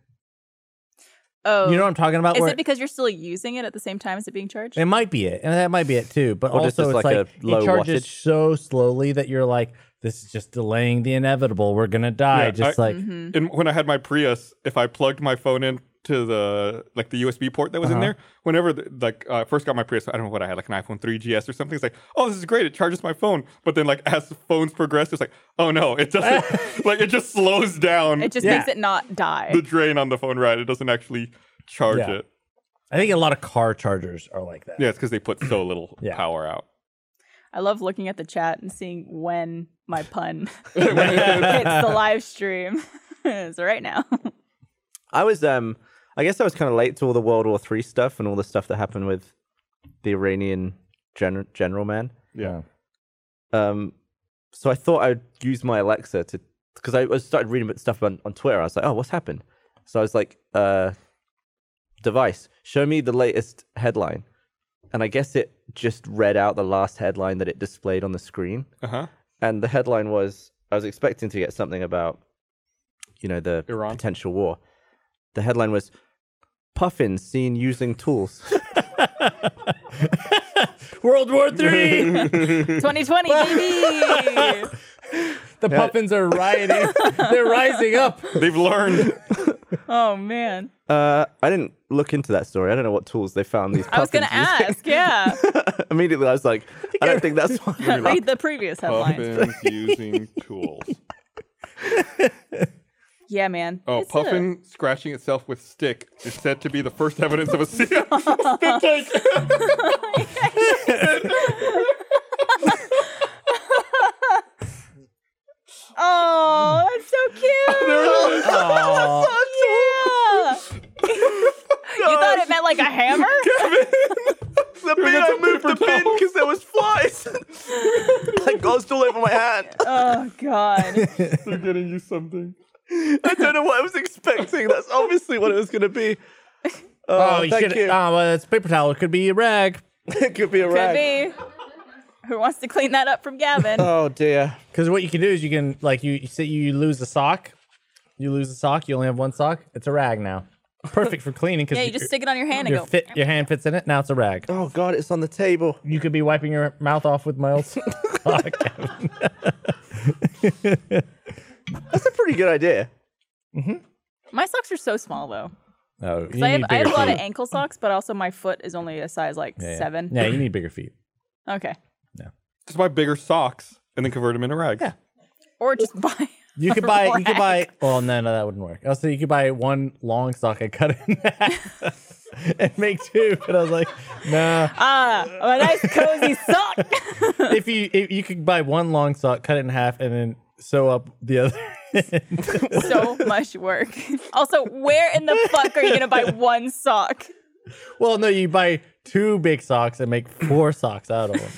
Speaker 3: Oh.
Speaker 5: You know what I'm talking about?
Speaker 3: Is
Speaker 5: Where
Speaker 3: it because you're still using it at the same time as it being charged?
Speaker 5: it might be it, and that might be it too. But
Speaker 4: Or just
Speaker 5: also,
Speaker 4: as,
Speaker 5: it's like,
Speaker 4: like, a low
Speaker 5: it charges
Speaker 4: wattage?
Speaker 5: so slowly that you're like, this is just delaying the inevitable. We're gonna die.
Speaker 2: Yeah,
Speaker 5: just
Speaker 2: I-
Speaker 5: like
Speaker 3: Mm-hmm. Mm.
Speaker 2: and when I had my Prius, if I plugged my phone in to the like the USB port that was
Speaker 5: Uh-huh.
Speaker 2: in there, whenever the, like uh, I first got my Prius, I don't know what I had, like an iPhone 3GS or something. It's like, oh, this is great, it charges my phone. But then like as the phones progress, it's like, oh no, it doesn't. like it just slows down
Speaker 3: It just
Speaker 5: Yeah.
Speaker 3: makes it not die.
Speaker 2: the drain on the phone. Right, it doesn't actually charge
Speaker 5: Yeah.
Speaker 2: it.
Speaker 5: I think a lot of car chargers are like that.
Speaker 2: Yeah, it's because they put so little
Speaker 5: Yeah.
Speaker 2: power out.
Speaker 3: I love looking at the chat and seeing when my pun hits the live stream. so right now,
Speaker 4: I was um I guess I was kind of late to all the World War Three stuff and all the stuff that happened with the Iranian gen- general man.
Speaker 5: Yeah.
Speaker 4: Um, so I thought I'd use my Alexa to because I, I started reading about stuff on, on Twitter. I was like, oh, what's happened? So I was like, uh, device, show me the latest headline, and I guess it just read out the last headline that it displayed on the screen.
Speaker 2: Uh huh.
Speaker 4: And the headline was I was expecting to get something about, you know, the
Speaker 2: Iran.
Speaker 4: potential war. The headline was Puffins seen using tools.
Speaker 5: World War Three.
Speaker 3: 2020, baby.
Speaker 5: the puffins are rioting. They're rising up.
Speaker 2: They've learned.
Speaker 3: Oh man,
Speaker 4: Uh, I didn't look into that story. I don't know what tools they found these
Speaker 3: I was
Speaker 4: puffins
Speaker 3: gonna
Speaker 4: using.
Speaker 3: ask. Yeah,
Speaker 4: Immediately, I was like, I don't think that's what we
Speaker 3: read the previous headlines.
Speaker 2: Puffins using tools.
Speaker 3: Yeah, man.
Speaker 2: Oh,
Speaker 3: It's a-
Speaker 2: puffin scratching itself with stick is said to be the first evidence of a stick take.
Speaker 3: Oh, that's so cute. yeah. you thought it meant like a hammer?
Speaker 4: the bin, I moved the bin because there was flies. I gouged all over my hand.
Speaker 3: oh God.
Speaker 2: They're getting you something.
Speaker 4: I don't know what I was expecting. That's obviously what it was going to be.
Speaker 5: Oh,
Speaker 4: Oh,
Speaker 5: you
Speaker 4: thank
Speaker 5: should. Oh,
Speaker 2: ah.
Speaker 4: you.
Speaker 5: well, it's paper towel. It could be a rag.
Speaker 4: it could be a
Speaker 3: Could
Speaker 4: rag.
Speaker 3: be. Who wants to clean that up from Gavin?
Speaker 4: Oh dear.
Speaker 5: Because what you can do is you can like you you say you lose the sock, you lose the sock. You only have one sock. It's a rag now. Perfect for cleaning because
Speaker 3: yeah, you just stick it on your hand and
Speaker 5: your
Speaker 3: go.
Speaker 5: fit your hand fits in it. Now it's a rag.
Speaker 4: Oh god, it's on the table.
Speaker 5: You could be wiping your mouth off with my old sock.
Speaker 4: That's a pretty good idea.
Speaker 3: My socks are so small though.
Speaker 5: No,
Speaker 3: So I have, I have a lot of ankle socks, but also my foot is only a size like seven.
Speaker 5: Yeah, you need bigger feet.
Speaker 3: Okay.
Speaker 2: Just buy bigger socks and then convert them into rags.
Speaker 5: Yeah.
Speaker 3: Or just buy.
Speaker 5: You could buy. You could buy.
Speaker 3: Rag.
Speaker 5: Well, no, no, that wouldn't work. Also, you could buy one long sock and cut it in half and make two. And I was like, nah.
Speaker 3: Ah, a nice cozy sock.
Speaker 5: If you if you could buy one long sock, cut it in half, and then sew up the other.
Speaker 3: so much work. Also, where in the fuck are you gonna buy one sock?
Speaker 5: well, no, you buy two big socks and make four socks out of them.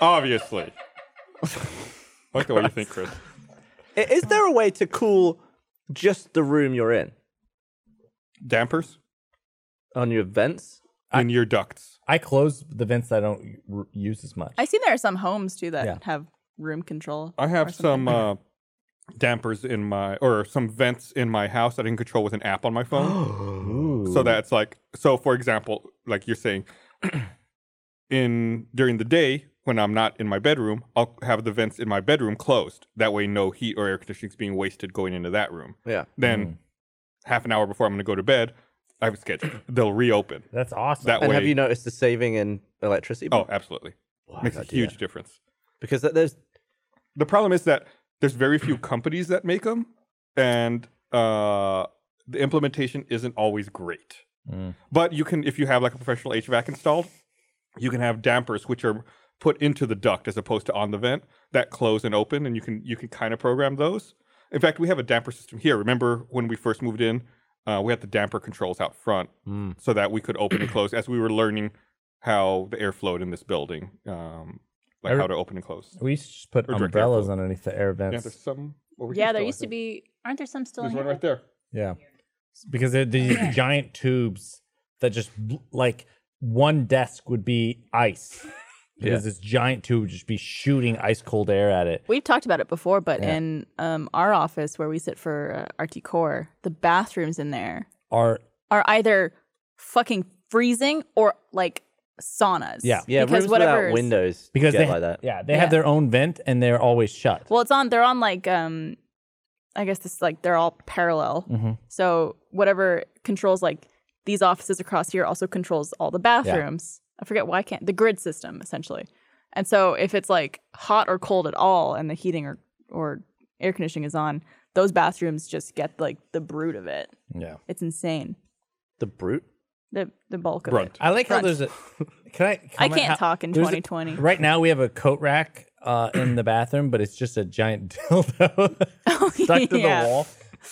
Speaker 2: Obviously. I like the way you think, Chris.
Speaker 4: I- Is there a way to cool just the room you're in
Speaker 2: Dampers
Speaker 4: on your vents?
Speaker 2: in your ducts.
Speaker 5: I close the vents I don't r- use as much.
Speaker 3: I see there are some homes too that
Speaker 5: Yeah.
Speaker 3: have room control.
Speaker 2: I have some uh, dampers in my, or some vents in my house that I can control with an app on my phone. so that's like, so for example, like you're saying, in during the day when I'm not in my bedroom, I'll have the vents in my bedroom closed. That way, no heat or air conditioning is being wasted going into that room.
Speaker 4: Yeah.
Speaker 2: Then, half an hour before I'm going to go to bed, I have a schedule. They'll reopen.
Speaker 5: That's awesome.
Speaker 2: That
Speaker 4: And
Speaker 2: way,
Speaker 4: have you noticed the saving in electricity?
Speaker 2: oh, absolutely,
Speaker 4: Wow,
Speaker 2: makes a
Speaker 4: God, yeah.
Speaker 2: huge difference.
Speaker 4: Because that, there's
Speaker 2: the problem is that there's very few companies that make them and uh, the implementation isn't always great
Speaker 5: Mm.
Speaker 2: but you can if you have like a professional hvac installed you can have dampers which are put into the duct as opposed to on the vent that close and open and you can you can kind of program those in fact we have a damper system here remember when we first moved in uh, we had the damper controls out front
Speaker 5: Mm.
Speaker 2: so that we could open and close as we were learning how the air flowed in this building um, like
Speaker 5: I re-
Speaker 2: how to open and close
Speaker 5: we should put
Speaker 2: Or direct
Speaker 5: umbrellas underneath the air
Speaker 2: yeah,
Speaker 5: vents.
Speaker 2: there's some. Over
Speaker 3: Yeah,
Speaker 2: here
Speaker 3: there
Speaker 2: still, I
Speaker 3: used to
Speaker 2: think.
Speaker 3: be. Aren't there some still?
Speaker 2: There's
Speaker 3: in
Speaker 2: one
Speaker 3: here?
Speaker 2: right there.
Speaker 5: Yeah. Because they're these giant tubes that just bl- like one desk would be ice. Because this giant tube would just be shooting ice cold air at it.
Speaker 3: We've talked about it before, but in um, our office where we sit for uh, RT Core, the bathrooms in there
Speaker 5: Are
Speaker 3: are either fucking freezing or like saunas.
Speaker 5: Yeah.
Speaker 4: yeah
Speaker 3: because
Speaker 4: rooms
Speaker 3: whatever
Speaker 4: without windows
Speaker 5: because
Speaker 4: get
Speaker 5: they
Speaker 4: like that.
Speaker 5: Yeah, they
Speaker 3: Yeah.
Speaker 5: have their own vent and they're always shut.
Speaker 3: Well, it's on. They're on like um, I guess this like they're all parallel.
Speaker 5: Mm-hmm.
Speaker 3: So whatever controls like these offices across here also controls all the bathrooms. I forget why I can't the grid system essentially. And so if it's like hot or cold at all, and the heating or or air conditioning is on, those bathrooms just get like the brute of it.
Speaker 5: yeah.
Speaker 3: It's insane.
Speaker 4: The brute.
Speaker 3: the the bulk of
Speaker 2: Brunt.
Speaker 3: it.
Speaker 5: I like how
Speaker 3: Front.
Speaker 5: there's a. Can I?
Speaker 3: I
Speaker 5: comment
Speaker 3: can't
Speaker 5: how-
Speaker 3: talk in
Speaker 5: there's a-
Speaker 3: 2020.
Speaker 5: right now, we have a coat rack uh, in the bathroom, but it's just a giant dildo stuck to
Speaker 3: Yeah.
Speaker 5: the wall.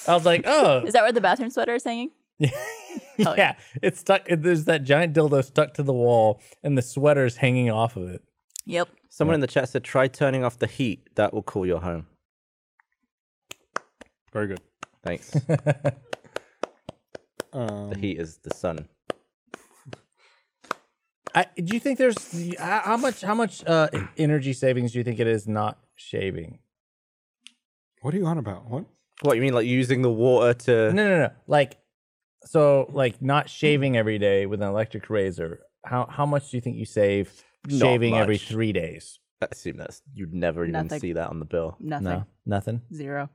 Speaker 5: I was like, oh,
Speaker 3: Is that where the bathroom sweater is hanging?
Speaker 2: Oh,
Speaker 5: yeah. it's stuck. There's that giant dildo stuck to the wall, and the sweater's hanging off of it.
Speaker 3: Yep.
Speaker 4: Someone in the chat said, "Try turning off the heat. That will cool your home."
Speaker 2: Very good.
Speaker 4: Thanks.
Speaker 2: Um,
Speaker 4: the heat is the sun.
Speaker 5: I, do you think there's uh, how much how much uh, energy savings do you think it is not shaving?
Speaker 2: What are you on about? What?
Speaker 4: What you mean, like using the water to?
Speaker 5: No, no, no. Like, so like not
Speaker 2: Hmm.
Speaker 5: shaving every day with an electric razor. How how much do you think you save
Speaker 4: Not
Speaker 5: shaving every
Speaker 4: much.
Speaker 5: three days?
Speaker 4: I assume that's you'd never even
Speaker 3: Nothing.
Speaker 4: see that on the bill.
Speaker 3: Nothing.
Speaker 5: No, nothing.
Speaker 3: Zero.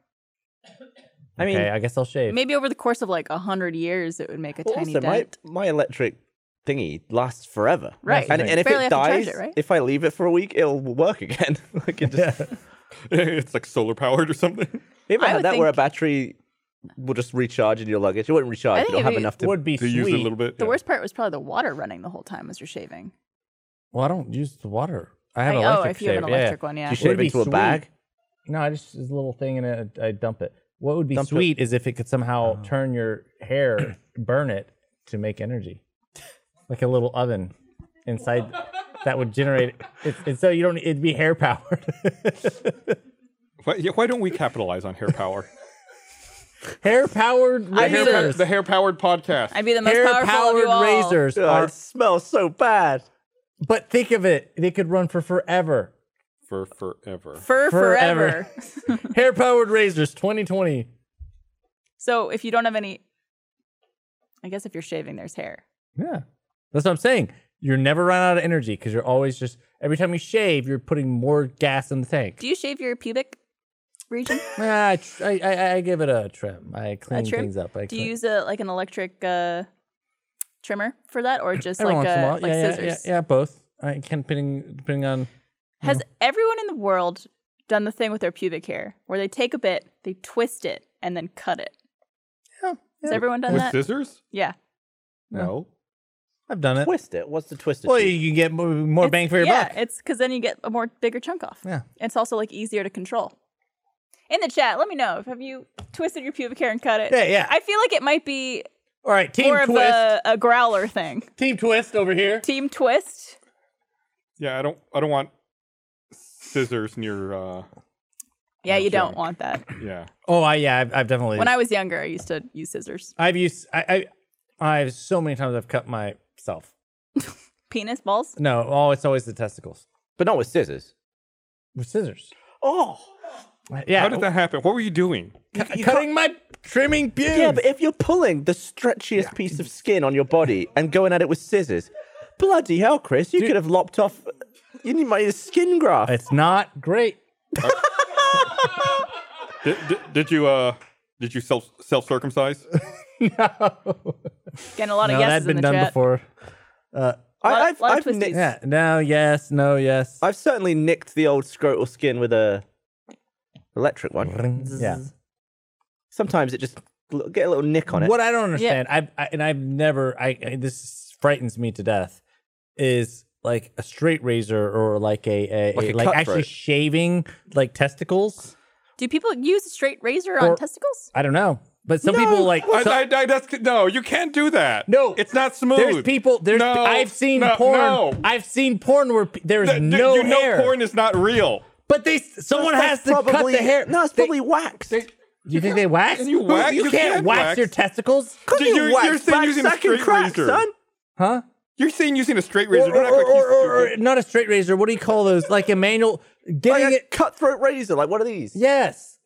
Speaker 4: I mean,
Speaker 5: okay, I guess I'll shave.
Speaker 3: Maybe over the course of like a hundred years, it would make a
Speaker 4: Well,
Speaker 3: tiny
Speaker 4: also, my,
Speaker 3: dent.
Speaker 4: my electric thingy lasts forever.
Speaker 3: Right.
Speaker 4: And,
Speaker 5: Right.
Speaker 4: and if
Speaker 3: Barely
Speaker 4: it
Speaker 3: have to charge
Speaker 4: dies,
Speaker 3: it, right?
Speaker 4: if I leave it for a week, it'll work again. like it just,
Speaker 2: it's like solar powered or something.
Speaker 4: Have you
Speaker 3: I
Speaker 4: ever
Speaker 3: would
Speaker 4: had that where a
Speaker 3: think-
Speaker 4: battery will just recharge in your luggage? It won't
Speaker 3: I
Speaker 4: recharge.
Speaker 3: think
Speaker 4: You'll
Speaker 3: if
Speaker 4: have
Speaker 3: you-
Speaker 4: enough to.
Speaker 5: would be
Speaker 2: To
Speaker 5: sweet.
Speaker 2: use it a little bit.
Speaker 3: The
Speaker 2: yeah.
Speaker 3: worst part was probably the water running the whole time as you're shaving.
Speaker 5: Well, I don't use the water. I have
Speaker 3: I-
Speaker 5: an
Speaker 3: oh,
Speaker 5: electric
Speaker 3: if you have an
Speaker 5: shave,
Speaker 3: electric one, yeah.
Speaker 4: you
Speaker 3: Would
Speaker 4: shave
Speaker 5: be
Speaker 4: into a
Speaker 5: sweet.
Speaker 4: bag.
Speaker 5: No, I just this little thing and I, I dump it. Oh. What would be
Speaker 4: Dump it.
Speaker 5: sweet is if it could somehow turn your hair, burn it to make energy, like a little oven inside that would generate. It, it, so you don't. It'd be hair powered.
Speaker 2: Why, yeah, why don't we capitalize on hair power?
Speaker 5: hair
Speaker 3: I
Speaker 5: powered
Speaker 3: mean,
Speaker 2: hair
Speaker 3: the-
Speaker 2: power-
Speaker 5: razors.
Speaker 2: the hair powered podcast.
Speaker 3: I'd be the most powerful of you all.
Speaker 5: razors
Speaker 4: Oh,
Speaker 5: are.
Speaker 4: it smells so bad.
Speaker 5: But think of it. They could run for forever.
Speaker 2: for forever.
Speaker 3: For
Speaker 5: Forever.
Speaker 3: forever.
Speaker 5: Hair powered razors, 2020.
Speaker 3: so if you don't have any, I guess if you're shaving, there's hair.
Speaker 5: Yeah. That's what I'm saying. You're never run out of energy because you're always just every time you shave, you're putting more gas in the tank.
Speaker 3: Do you shave your pubic region?
Speaker 5: Nah, I, tr- I, I, I give it a trim. I clean
Speaker 3: trim?
Speaker 5: things up. I
Speaker 3: Do
Speaker 5: clean.
Speaker 3: you use a like an electric uh, trimmer for that, or just
Speaker 5: every
Speaker 3: like
Speaker 5: once in
Speaker 3: a,
Speaker 5: while.
Speaker 3: like
Speaker 5: yeah, yeah,
Speaker 3: scissors?
Speaker 5: Yeah, yeah, both. I can depending depending on.
Speaker 3: Has everyone in the world done the thing with their pubic hair where they take a bit, they twist it, and then cut it? Has everyone done
Speaker 2: With
Speaker 3: that?
Speaker 2: scissors?
Speaker 3: Yeah.
Speaker 2: No.
Speaker 5: I've done it.
Speaker 4: Twist it. What's the twist? it
Speaker 5: Well,
Speaker 4: to?
Speaker 5: you can get more, more
Speaker 3: It's-
Speaker 5: bang for your
Speaker 3: yeah,
Speaker 5: buck.
Speaker 3: it's because then you get a more bigger chunk off.
Speaker 5: Yeah.
Speaker 3: It's also like easier to control. In the chat, let me know if have you twisted your pubic hair and cut it.
Speaker 5: Yeah, yeah.
Speaker 3: I feel like it might be
Speaker 5: All right, team
Speaker 3: more of
Speaker 5: twist.
Speaker 3: a, a growler thing.
Speaker 5: Team twist over here.
Speaker 3: Team twist.
Speaker 2: Yeah, I don't. I don't want scissors near. uh
Speaker 3: Yeah, you don't want that.
Speaker 2: Yeah.
Speaker 5: Oh, I yeah, I've, I've definitely.
Speaker 3: When I was younger, I used to use scissors.
Speaker 5: I've used I, I I've so many times I've cut myself.
Speaker 3: Penis balls.
Speaker 5: No, oh, it's always the testicles
Speaker 4: but not with scissors.
Speaker 5: with scissors.
Speaker 4: Oh.
Speaker 5: Yeah,
Speaker 2: How did that happen? What were you doing?
Speaker 5: cu- cutting my trimming pubes.
Speaker 4: Yeah, but if you're pulling the stretchiest piece of skin on your body and going at it with scissors, bloody hell, Chris, you could have lopped off. You need my skin graft.
Speaker 5: it's not great.
Speaker 2: Did, did, did you uh? Did you self self circumcise?
Speaker 3: Getting a lot
Speaker 5: no,
Speaker 3: of yeses
Speaker 5: that's been
Speaker 3: in the
Speaker 5: done
Speaker 3: chat.
Speaker 5: before.
Speaker 3: lot-
Speaker 4: I, I've,
Speaker 3: lot of
Speaker 4: I've, nicked,
Speaker 3: twisties.
Speaker 5: Yeah, no, yes, no, yes.
Speaker 4: I've certainly nicked the old scrotal skin with a electric one.
Speaker 5: Yeah.
Speaker 4: Sometimes it just l- get a little nick on it.
Speaker 5: What I don't understand, I've I, and I've never, I, I this frightens me to death, is like a straight razor or like a, a
Speaker 4: Like a
Speaker 5: like actually
Speaker 4: cutthroat.
Speaker 5: shaving like testicles.
Speaker 3: Do people use a straight razor
Speaker 5: Or-
Speaker 3: on testicles?
Speaker 5: I don't know, but some people like
Speaker 2: I,
Speaker 5: some-
Speaker 2: I, I, that's, no, you can't do that.
Speaker 5: No.
Speaker 2: it's not smooth.
Speaker 5: There's people. There's
Speaker 2: No,
Speaker 5: I've seen
Speaker 2: no,
Speaker 5: porn.
Speaker 2: no.
Speaker 5: I've seen porn where p- there's
Speaker 2: Th- th-
Speaker 5: no
Speaker 2: you
Speaker 5: hair.
Speaker 2: know, porn is not real.
Speaker 5: but they someone has
Speaker 4: That's
Speaker 5: to cut
Speaker 4: probably-
Speaker 5: the hair.
Speaker 4: No, it's
Speaker 5: They-
Speaker 4: probably wax.
Speaker 5: you think they wax?
Speaker 2: Can you wax?
Speaker 5: You,
Speaker 2: You
Speaker 5: can't
Speaker 2: can
Speaker 5: wax,
Speaker 2: wax.
Speaker 5: your testicles.
Speaker 2: Dude, you're-
Speaker 4: wax
Speaker 2: you're saying
Speaker 4: back,
Speaker 2: using a
Speaker 4: sack and
Speaker 2: straight
Speaker 4: crack,
Speaker 2: razor.
Speaker 4: son.
Speaker 5: Huh?
Speaker 2: You're saying using a straight razor.
Speaker 5: Or,
Speaker 2: Don't act like
Speaker 5: or-
Speaker 2: you
Speaker 5: or- or-
Speaker 2: stupid.
Speaker 5: not a straight razor. What do you call those? Like a manual. Getting
Speaker 4: Like a
Speaker 5: it.
Speaker 4: cutthroat razor, like one of these.
Speaker 5: Yes.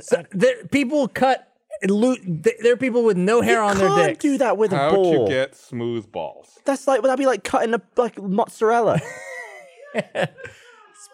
Speaker 5: So, there, people cut. Lo- th- there are people with no hair
Speaker 4: you
Speaker 5: on
Speaker 4: can't
Speaker 5: their dicks.
Speaker 4: do that with a
Speaker 2: How'd
Speaker 4: ball.
Speaker 2: you get smooth balls?
Speaker 4: That's like that'd be like cutting a like mozzarella.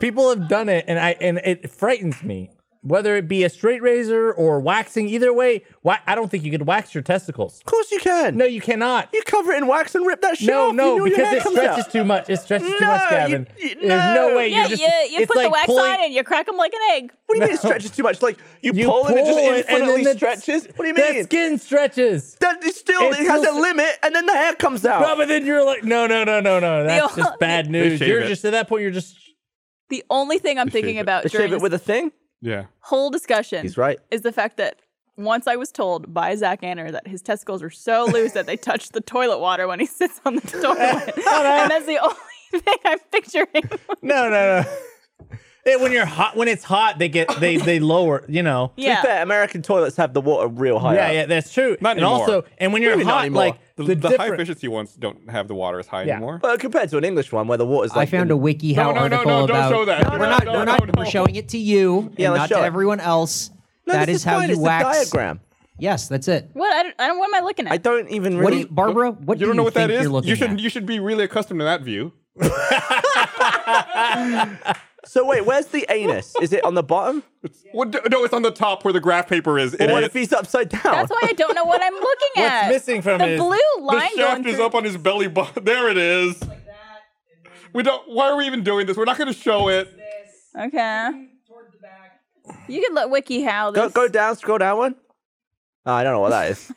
Speaker 5: People have done it, and I and it frightens me. whether it be a straight razor or waxing, either way, wa- I don't think you could wax your testicles.
Speaker 4: Of course you can.
Speaker 5: No, you cannot.
Speaker 4: you cover it in wax and rip that shit
Speaker 5: No,
Speaker 4: off.
Speaker 5: no,
Speaker 4: you know your
Speaker 5: because
Speaker 4: hair
Speaker 5: it
Speaker 4: comes
Speaker 5: stretches
Speaker 4: out.
Speaker 5: too much. It stretches too
Speaker 4: No,
Speaker 5: much,
Speaker 4: you-
Speaker 5: Gavin.
Speaker 4: you-
Speaker 5: There's no
Speaker 4: no.
Speaker 5: way.
Speaker 3: Yeah,
Speaker 5: you're just,
Speaker 3: you, you
Speaker 5: it's
Speaker 3: put the
Speaker 5: like
Speaker 3: wax
Speaker 5: pulling-
Speaker 3: on and you crack them like an egg.
Speaker 4: What do you mean it stretches too much? Like you,
Speaker 5: You
Speaker 4: pull, and it just
Speaker 5: pull and then
Speaker 4: infinitely
Speaker 5: the-
Speaker 4: stretches. What do you
Speaker 5: That
Speaker 4: mean?
Speaker 5: skin stretches.
Speaker 4: That is still
Speaker 5: It's
Speaker 4: it has
Speaker 5: still-
Speaker 4: a limit, and then the hair comes out.
Speaker 5: But then you're like, no, no, no, no, no. That's
Speaker 3: Yo.
Speaker 5: just bad news.
Speaker 2: shave
Speaker 5: You're
Speaker 2: it.
Speaker 5: just at that point. You're just
Speaker 3: The only thing I'm thinking
Speaker 2: shave it.
Speaker 3: about
Speaker 4: They
Speaker 3: during
Speaker 4: shave it
Speaker 3: this
Speaker 4: with a thing.
Speaker 2: Yeah.
Speaker 3: whole discussion
Speaker 4: He's right.
Speaker 3: is the fact that once I was told by Zach Anner that his testicles are so loose that they touch the toilet water when he sits on the toilet. and that's the only thing I'm picturing.
Speaker 5: no, no, no. It, when you're hot, when it's hot, they get they they lower. You know.
Speaker 4: To be
Speaker 3: yeah.
Speaker 4: fair, American toilets have the water real high.
Speaker 5: Yeah,
Speaker 4: up.
Speaker 5: yeah, that's true.
Speaker 2: Not
Speaker 5: and
Speaker 2: anymore.
Speaker 5: also, and when you're
Speaker 4: Maybe not
Speaker 5: hot,
Speaker 4: anymore.
Speaker 5: like
Speaker 2: The,
Speaker 5: the,
Speaker 2: the high
Speaker 5: different-
Speaker 2: efficiency ones don't have the water as high
Speaker 5: Yeah.
Speaker 2: anymore.
Speaker 4: But compared to an English one where the water's
Speaker 6: I
Speaker 4: like
Speaker 6: found a
Speaker 4: in-
Speaker 6: WikiHow
Speaker 2: No, no, no,
Speaker 6: article
Speaker 2: no, don't
Speaker 6: about.
Speaker 2: show that.
Speaker 6: we're
Speaker 2: No,
Speaker 6: not.
Speaker 2: no,
Speaker 6: we're
Speaker 2: no,
Speaker 6: not.
Speaker 2: no.
Speaker 6: We're showing it to you,
Speaker 4: Yeah,
Speaker 6: and
Speaker 4: let's
Speaker 6: not
Speaker 4: show
Speaker 6: to
Speaker 4: it.
Speaker 6: everyone else.
Speaker 4: No,
Speaker 6: that
Speaker 4: this
Speaker 6: is, how
Speaker 4: fine.
Speaker 6: you
Speaker 4: it's
Speaker 6: wax.
Speaker 4: The diagram.
Speaker 6: Yes, that's it.
Speaker 3: What I don't, I don't what am I looking
Speaker 4: I
Speaker 3: at?
Speaker 4: don't even
Speaker 6: What do
Speaker 4: really.
Speaker 6: you, Barbara? What
Speaker 2: you don't
Speaker 6: do
Speaker 2: know
Speaker 6: you
Speaker 2: what
Speaker 6: think
Speaker 2: that is?
Speaker 6: You're looking
Speaker 2: You should
Speaker 6: at?
Speaker 2: you should be really accustomed to that view.
Speaker 4: so wait, where's the anus? Is it on the bottom?
Speaker 2: What, d- no, it's on the top where the graph paper is.
Speaker 4: Or
Speaker 2: idiot.
Speaker 4: what if he's upside down?
Speaker 3: That's why I don't know what I'm looking
Speaker 5: What's
Speaker 3: at.
Speaker 5: missing from
Speaker 3: the
Speaker 5: it is
Speaker 3: blue
Speaker 2: the
Speaker 3: line
Speaker 2: shaft
Speaker 3: going
Speaker 2: is
Speaker 3: through-
Speaker 2: up on his belly button. There it is. We don't. Why are we even doing this? We're not going to show it.
Speaker 3: Okay. You can look wiki how
Speaker 4: go
Speaker 3: this.
Speaker 4: go down. Scroll down one. Oh, I don't know what that is.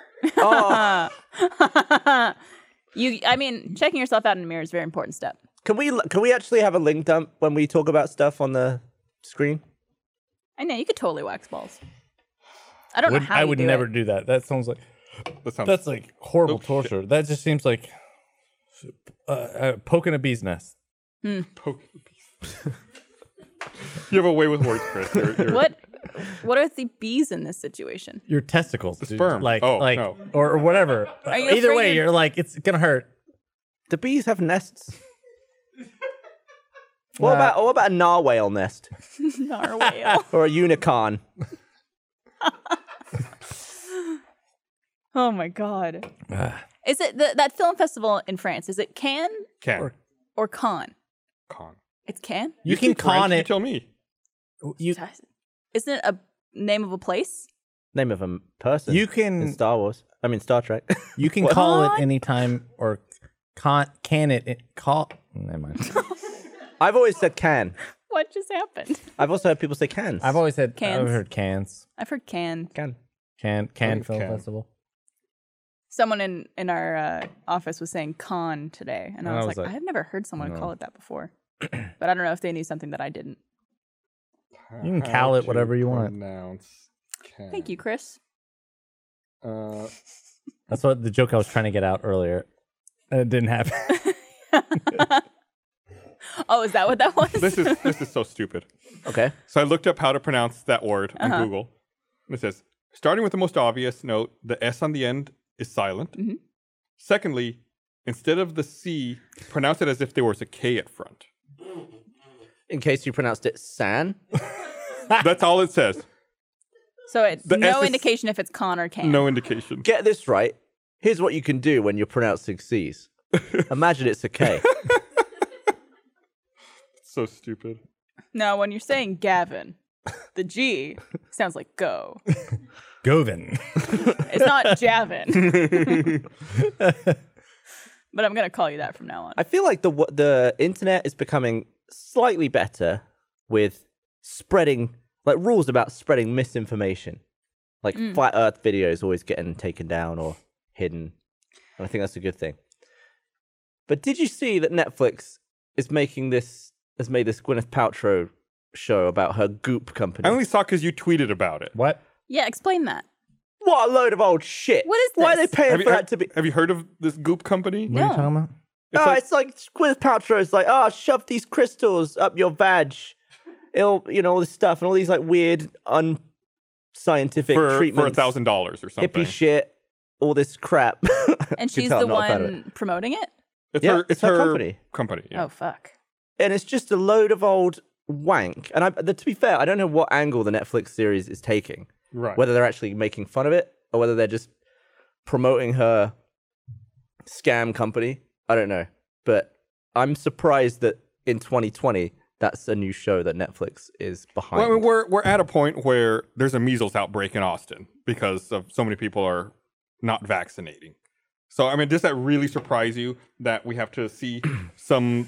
Speaker 4: oh,
Speaker 3: You, I mean, checking yourself out in the mirror is a very important step.
Speaker 4: can we can we actually have a link dump when we talk about stuff on the screen?
Speaker 3: I know you could totally wax balls. I don't
Speaker 5: Would-
Speaker 3: know how
Speaker 5: I
Speaker 3: you
Speaker 5: would
Speaker 3: do
Speaker 5: never
Speaker 3: It.
Speaker 5: do that. That sounds like
Speaker 2: That sounds.
Speaker 5: that's like horrible torture. That just seems like uh, uh, poking a bee's nest.
Speaker 2: poke. you have a way with words, Chris. You're, you're,
Speaker 3: What? What are the bees in this situation?
Speaker 5: Your testicles, dude.
Speaker 2: sperm.
Speaker 5: like
Speaker 2: Oh,
Speaker 5: like
Speaker 2: no.
Speaker 5: or, or whatever.
Speaker 3: you
Speaker 5: Either way,
Speaker 3: afraid-
Speaker 5: you're like it's gonna hurt.
Speaker 4: Do bees have nests? What about what about a narwhal nest
Speaker 3: Narwhal.
Speaker 4: or a unicorn?
Speaker 3: oh my god. Is it the, that film festival in France? Is it can
Speaker 2: Can.
Speaker 3: or con?
Speaker 2: Con.
Speaker 3: It's can.
Speaker 5: You, can
Speaker 2: speak French,
Speaker 5: con
Speaker 2: You
Speaker 5: it.
Speaker 2: tell me.
Speaker 5: You
Speaker 3: Isn't it a name of a place?
Speaker 4: Name of a m- person.
Speaker 5: You
Speaker 4: in
Speaker 5: can
Speaker 4: Star Wars. I mean Star Trek.
Speaker 5: you can call it anytime or con can it, it call. Never mind.
Speaker 4: I've always said can.
Speaker 3: What just happened?
Speaker 4: I've also heard people say cans.
Speaker 5: I've always said I've
Speaker 3: Cans.
Speaker 5: heard cans.
Speaker 3: I've heard can.
Speaker 4: can.
Speaker 5: Can can film
Speaker 2: can.
Speaker 5: festival.
Speaker 3: Someone in in our uh, office was saying con today, and I was, like, I've never heard someone call it that before. but I don't know if they knew something that I didn't.
Speaker 5: You can call it whatever you want.
Speaker 2: Pronounce can.
Speaker 3: Thank you, Chris.
Speaker 2: Uh,
Speaker 5: That's what the joke I was trying to get out earlier. And it didn't happen.
Speaker 3: Oh, is that what that was?
Speaker 2: this is this is so stupid.
Speaker 4: Okay.
Speaker 2: So I looked up how to pronounce that word on Google. And it says starting with the most obvious note, the S on the end is silent.
Speaker 4: Mm-hmm.
Speaker 2: Secondly, instead of the C, pronounce it as if there was a K at front.
Speaker 4: In case you pronounced it san.
Speaker 2: That's all it says.
Speaker 3: so it's
Speaker 2: The S
Speaker 3: no
Speaker 2: is-
Speaker 3: indication if it's con or can.
Speaker 2: No indication.
Speaker 4: Get this right. Here's what you can do when you're pronouncing C's. Imagine it's a K.
Speaker 2: So stupid.
Speaker 3: No, when you're saying Gavin, the G sounds like go.
Speaker 5: Govin.
Speaker 3: It's not Javin. but I'm gonna call you that from now on.
Speaker 4: I feel like the wo- the internet is becoming slightly better with spreading like rules about spreading misinformation. Like
Speaker 3: Mm.
Speaker 4: flat earth videos always getting taken down or hidden. And I think that's a good thing. But did you see that Netflix is making this has made this Gwyneth Paltrow show about her goop company?
Speaker 2: I only saw because you tweeted about it.
Speaker 5: What?
Speaker 3: Yeah, explain that.
Speaker 4: What a load of old shit.
Speaker 3: What is
Speaker 4: Why are they
Speaker 3: this?
Speaker 4: paying
Speaker 2: Have
Speaker 4: for
Speaker 2: you,
Speaker 4: that
Speaker 2: have-
Speaker 4: to be
Speaker 2: have you heard of this goop company?
Speaker 5: What are you talking about?
Speaker 4: Oh, it's like Gwyneth Paltrow is like, oh, shove these crystals up your vag. It'll, you know, all this stuff and all these like weird, unscientific
Speaker 2: For for a
Speaker 4: treatments.
Speaker 2: thousand dollars or
Speaker 4: hippie
Speaker 2: something.
Speaker 4: shit, all this crap.
Speaker 3: And
Speaker 4: Can
Speaker 3: she's
Speaker 4: tell
Speaker 3: the
Speaker 4: I'm not a fan of
Speaker 3: one promoting it?
Speaker 2: It's
Speaker 4: Yeah,
Speaker 2: her
Speaker 4: it's her company.
Speaker 2: Company. yeah.
Speaker 3: Oh fuck.
Speaker 4: and it's just a load of old wank. And I, the, to be fair, I don't know what angle the Netflix series is taking.
Speaker 2: Right.
Speaker 4: Whether they're actually making fun of it or whether they're just promoting her scam company. I don't know. But I'm surprised that in 2020 that's a new show that Netflix is behind.
Speaker 2: Well, I mean, we're we're at a point where there's a measles outbreak in Austin because of so many people are not vaccinating. So I mean, does that really surprise you that we have to see some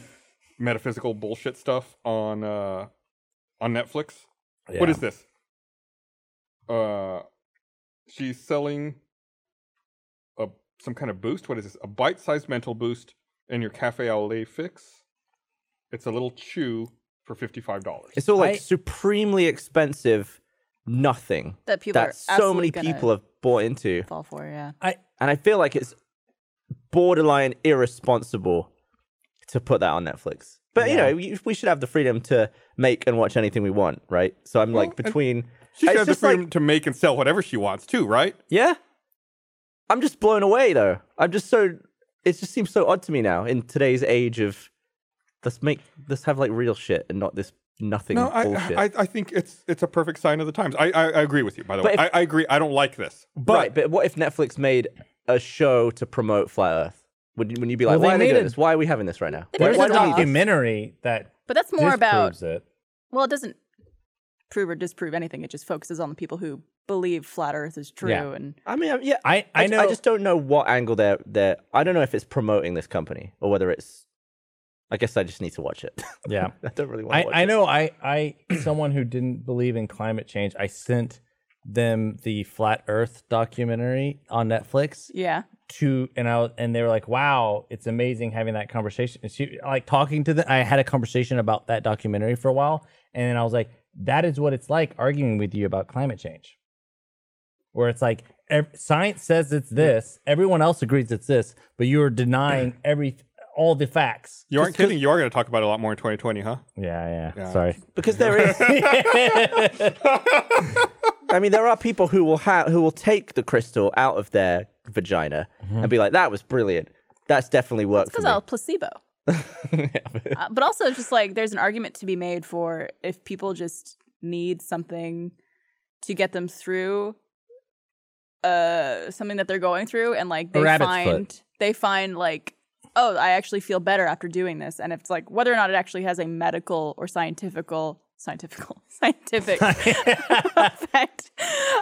Speaker 2: metaphysical bullshit stuff on uh, on Netflix? What
Speaker 5: Yeah.
Speaker 2: is this? Uh, she's selling a some kind of boost. What is this? A bite-sized mental boost in your cafe au lait fix. It's a little chew for fifty-five dollars.
Speaker 4: It's all like
Speaker 5: I-
Speaker 4: supremely expensive, nothing
Speaker 3: That people
Speaker 4: that
Speaker 3: are
Speaker 4: so many
Speaker 3: absolutely gonna
Speaker 4: people have bought into,
Speaker 3: fall for. Yeah,
Speaker 4: and I feel like it's borderline irresponsible to put that on Netflix. But you know, we, we should have the freedom to make and watch anything we want, right? So I'm like
Speaker 2: Well, and
Speaker 4: between.
Speaker 2: She
Speaker 4: it's
Speaker 2: should have the
Speaker 4: just like-
Speaker 2: freedom to make and sell whatever she wants too, right?
Speaker 4: Yeah. I'm just blown away though. I'm just so it just seems so odd to me now in today's age of let's make let's have like real shit and not this nothing
Speaker 2: No, I,
Speaker 4: bullshit.
Speaker 2: I I think it's it's a perfect sign of the times. I I, I agree with you, by the
Speaker 4: But
Speaker 2: way.
Speaker 4: if-
Speaker 2: I, I agree. I don't like this. But
Speaker 4: right, but what if Netflix made a show to promote Flat Earth? Would you, would you be like,
Speaker 5: Well, they
Speaker 4: why are they
Speaker 5: made
Speaker 4: doing
Speaker 5: a-
Speaker 4: this? Why are we having this right now?
Speaker 3: They
Speaker 4: Why,
Speaker 5: There's
Speaker 4: why
Speaker 3: made
Speaker 5: a
Speaker 3: it
Speaker 4: do we need this?
Speaker 5: documentary that
Speaker 3: but that's more about.
Speaker 5: disproves it.
Speaker 3: Well, it doesn't prove or disprove anything. It just focuses on the people who believe flat Earth is true.
Speaker 5: Yeah.
Speaker 3: And
Speaker 4: I mean, yeah,
Speaker 5: I I know.
Speaker 4: I just don't know what angle they're they're. I don't know if it's promoting this company or whether it's. I guess I just need to watch it.
Speaker 5: yeah.
Speaker 4: I don't really want.
Speaker 5: I,
Speaker 4: to watch
Speaker 5: I
Speaker 4: it.
Speaker 5: know I, I someone who didn't believe in climate change, I sent them the flat earth documentary on Netflix
Speaker 3: yeah,
Speaker 5: to and I was- and they were like, Wow, it's amazing having that conversation. And she like talking to them, I had a conversation about that documentary for a while, and then I was like, That is what it's like arguing with you about climate change. Where it's like ev- science says it's this, everyone else agrees it's this, but you are denying every all the facts.
Speaker 2: you aren't kidding. You are going to talk about it a lot more in 2020, huh?
Speaker 5: Yeah, yeah.
Speaker 2: Yeah.
Speaker 5: Sorry.
Speaker 4: because there is. I mean, there are people who will ha- who will take the crystal out of their vagina
Speaker 5: Mm-hmm.
Speaker 4: and be like, "That was brilliant. That's definitely worked for
Speaker 3: because
Speaker 4: me."
Speaker 3: I'll placebo. Uh, but also, it's just like there's an argument to be made for if people just need something to get them through uh something that they're going through, and like they
Speaker 5: rabbit's foot.
Speaker 3: find they find like oh, I actually feel better after doing this, and it's like whether or not it actually has a medical or scientifical scientifical scientific effect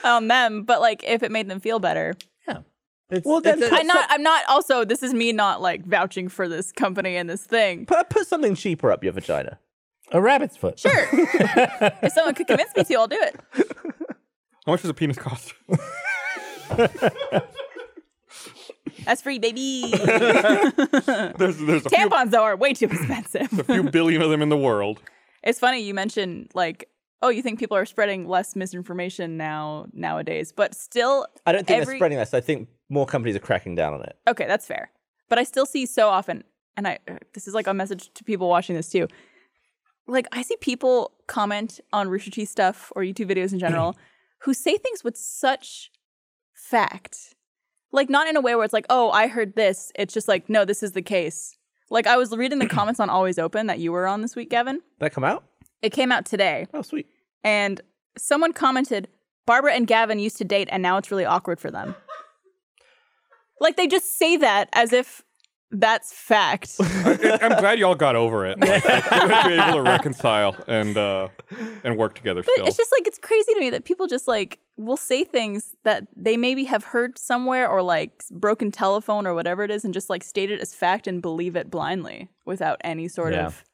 Speaker 3: on them, but like if it made them feel better,
Speaker 5: It's,
Speaker 4: Well, then
Speaker 5: it's a-
Speaker 4: But
Speaker 3: I'm not. I'm not. Also, this is me not like vouching for this company and this thing.
Speaker 4: Put, put something cheaper up your vagina.
Speaker 5: a rabbit's foot.
Speaker 3: Sure. if someone could convince me to, I'll do it.
Speaker 2: How much does a penis cost?
Speaker 3: That's free, baby.
Speaker 2: there's there's a few,
Speaker 3: Tampons though are way too expensive.
Speaker 2: few billion of them in the world.
Speaker 3: it's funny you mentioned like, oh, you think people are spreading less misinformation now nowadays, but still,
Speaker 4: I don't think
Speaker 3: Every-
Speaker 4: they're spreading this. I think more companies are cracking down on it.
Speaker 3: okay, that's fair. But I still see so often, and I uh, this is like a message to people watching this too. Like I see people comment on Rooster Teeth stuff or YouTube videos in general, who say things with such fact, like not in a way where it's like, oh, I heard this. It's just like, no, this is the case. Like I was reading the comments on Always Open that you were on this week, Gavin.
Speaker 4: That come out?
Speaker 3: It came out today,
Speaker 4: Oh, sweet.
Speaker 3: and someone commented, Barbara and Gavin used to date, and now it's really awkward for them. like they just say that as if that's fact.
Speaker 2: I- I'm glad y'all got over it. Like, to be able to reconcile and uh, and work together
Speaker 3: But
Speaker 2: still.
Speaker 3: it's just like it's crazy to me that people just like will say things that they maybe have heard somewhere or like s- broken telephone or whatever it is and just like state it as fact and believe it blindly without any sort
Speaker 5: Yeah.
Speaker 3: of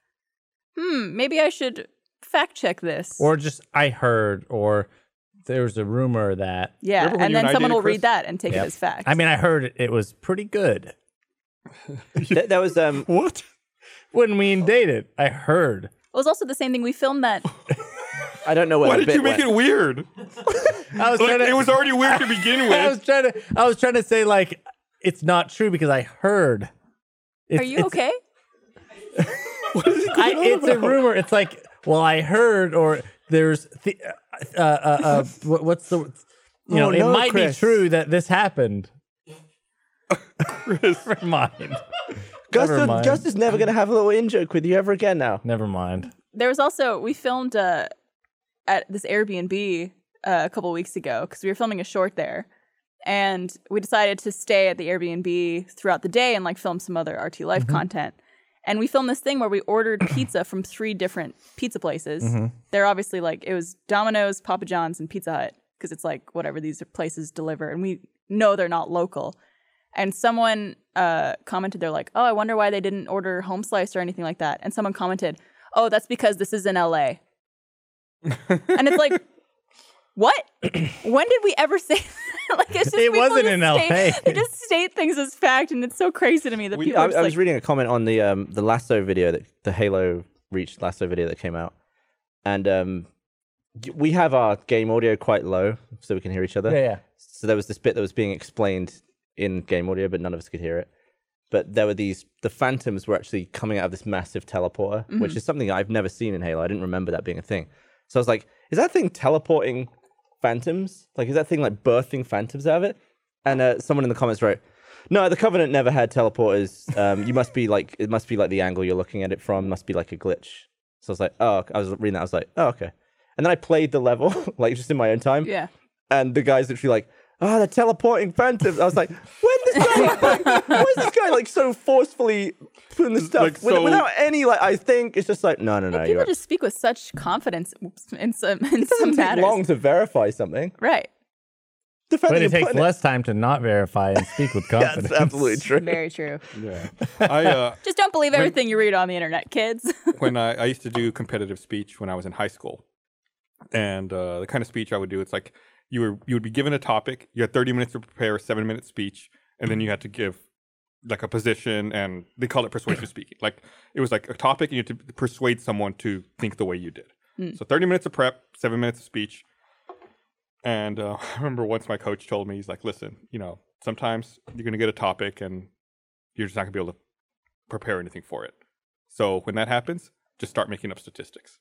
Speaker 3: hmm, maybe I should fact check this.
Speaker 5: Or just I heard, or there was a rumor that.
Speaker 3: yeah,
Speaker 2: Remember when
Speaker 3: and
Speaker 2: you
Speaker 3: then
Speaker 2: and I
Speaker 3: someone
Speaker 2: dated
Speaker 3: will
Speaker 2: Chris?
Speaker 3: read that and take
Speaker 5: Yep.
Speaker 3: it as fact.
Speaker 5: I mean, I heard it, it was pretty good.
Speaker 4: There, there was um.
Speaker 2: what?
Speaker 5: Wouldn't mean dated. I heard.
Speaker 3: it was also the same thing we filmed that
Speaker 4: I don't know where
Speaker 2: Why did
Speaker 4: the bit
Speaker 2: you make
Speaker 4: went.
Speaker 2: it weird?
Speaker 5: I
Speaker 2: Like,
Speaker 5: was trying to.
Speaker 2: it was already weird to begin
Speaker 5: I
Speaker 2: with.
Speaker 5: was trying to. I was trying to say like it's not true because I heard. It's,
Speaker 3: Are you okay?
Speaker 5: I, it's a rumor. It's like well, I heard, or there's the, uh, uh, uh, what, what's the. You know,
Speaker 4: Oh,
Speaker 5: it
Speaker 4: no,
Speaker 5: might
Speaker 4: Chris.
Speaker 5: be true that this happened. Never mind.
Speaker 4: Gus,
Speaker 5: Never mind.
Speaker 4: Gus is never gonna have a little in joke with you ever again now.
Speaker 5: Never mind.
Speaker 3: There was also we filmed uh, at this Airbnb uh, a couple weeks ago because we were filming a short there, and we decided to stay at the Airbnb throughout the day and like film some other RT Life content. and we filmed this thing where we ordered pizza from three different pizza places.
Speaker 4: Mm-hmm.
Speaker 3: They're obviously like it was Domino's, Papa John's, and Pizza Hut because it's like whatever these places deliver, and we know they're not local. And someone uh, commented, they're like, "Oh, I wonder why they didn't order home slice or anything like that." And someone commented, "Oh, that's because this is in LA." and it's like, what? when did we ever say? that? like it's just
Speaker 5: It
Speaker 3: people
Speaker 5: wasn't
Speaker 3: just
Speaker 5: in
Speaker 3: state-
Speaker 5: LA.
Speaker 3: They just state things as fact, and it's so crazy to me that
Speaker 4: We,
Speaker 3: people
Speaker 4: I,
Speaker 3: are just
Speaker 4: I
Speaker 3: like,
Speaker 4: was reading a comment on the um, the lasso video that the Halo Reach lasso video that came out, and um, y- we have our game audio quite low so we can hear each other.
Speaker 5: Yeah, yeah.
Speaker 4: So there was this bit that was being explained in game audio, but none of us could hear it. But there were these the phantoms were actually coming out of this massive teleporter, which is something I've never seen in Halo. I didn't remember that being a thing. So I was like, is that thing teleporting phantoms? Like, is that thing like birthing phantoms out of it? And uh, someone in the comments wrote, "No, the Covenant never had teleporters. Um, you must be like, it must be like the angle you're looking at it from must be like a glitch." So I was like, "Oh," I was reading that. I was like, "Oh, okay." And then I played the level like just in my own time
Speaker 3: yeah.
Speaker 4: and the guy's literally like, "Ah, they're teleporting phantoms." I was like, "When this guy, like, when is this guy like so forcefully putting this stuff
Speaker 2: Like,
Speaker 4: with-
Speaker 2: so-
Speaker 4: without any like?" I think it's just like, no, no, no.
Speaker 3: People
Speaker 4: you're
Speaker 3: just speak with such confidence oops, in some in
Speaker 4: it
Speaker 3: some
Speaker 4: doesn't take
Speaker 3: matters.
Speaker 4: long to verify something.
Speaker 3: Right.
Speaker 4: The fact
Speaker 5: But
Speaker 4: that
Speaker 5: it
Speaker 4: you're
Speaker 5: takes
Speaker 4: putting
Speaker 5: less time to not verify and speak with confidence.
Speaker 4: That's absolutely true.
Speaker 3: Very true.
Speaker 2: I uh,
Speaker 3: Just don't believe everything you read on the internet, kids.
Speaker 2: when I, I used to do competitive speech when I was in high school, and uh, the kind of speech I would do, it's like you were you would be given a topic, you had thirty minutes to prepare a seven minute speech, and then you had to give like a position, and they call it persuasive speaking. Like it was like a topic, and you had to persuade someone to think the way you did.
Speaker 3: Hmm.
Speaker 2: So thirty minutes of prep, seven minutes of speech, and uh, I remember once my coach told me, he's like, "Listen, you know, sometimes you're gonna get a topic, and you're just not gonna be able to prepare anything for it." So when that happens, just start making up statistics.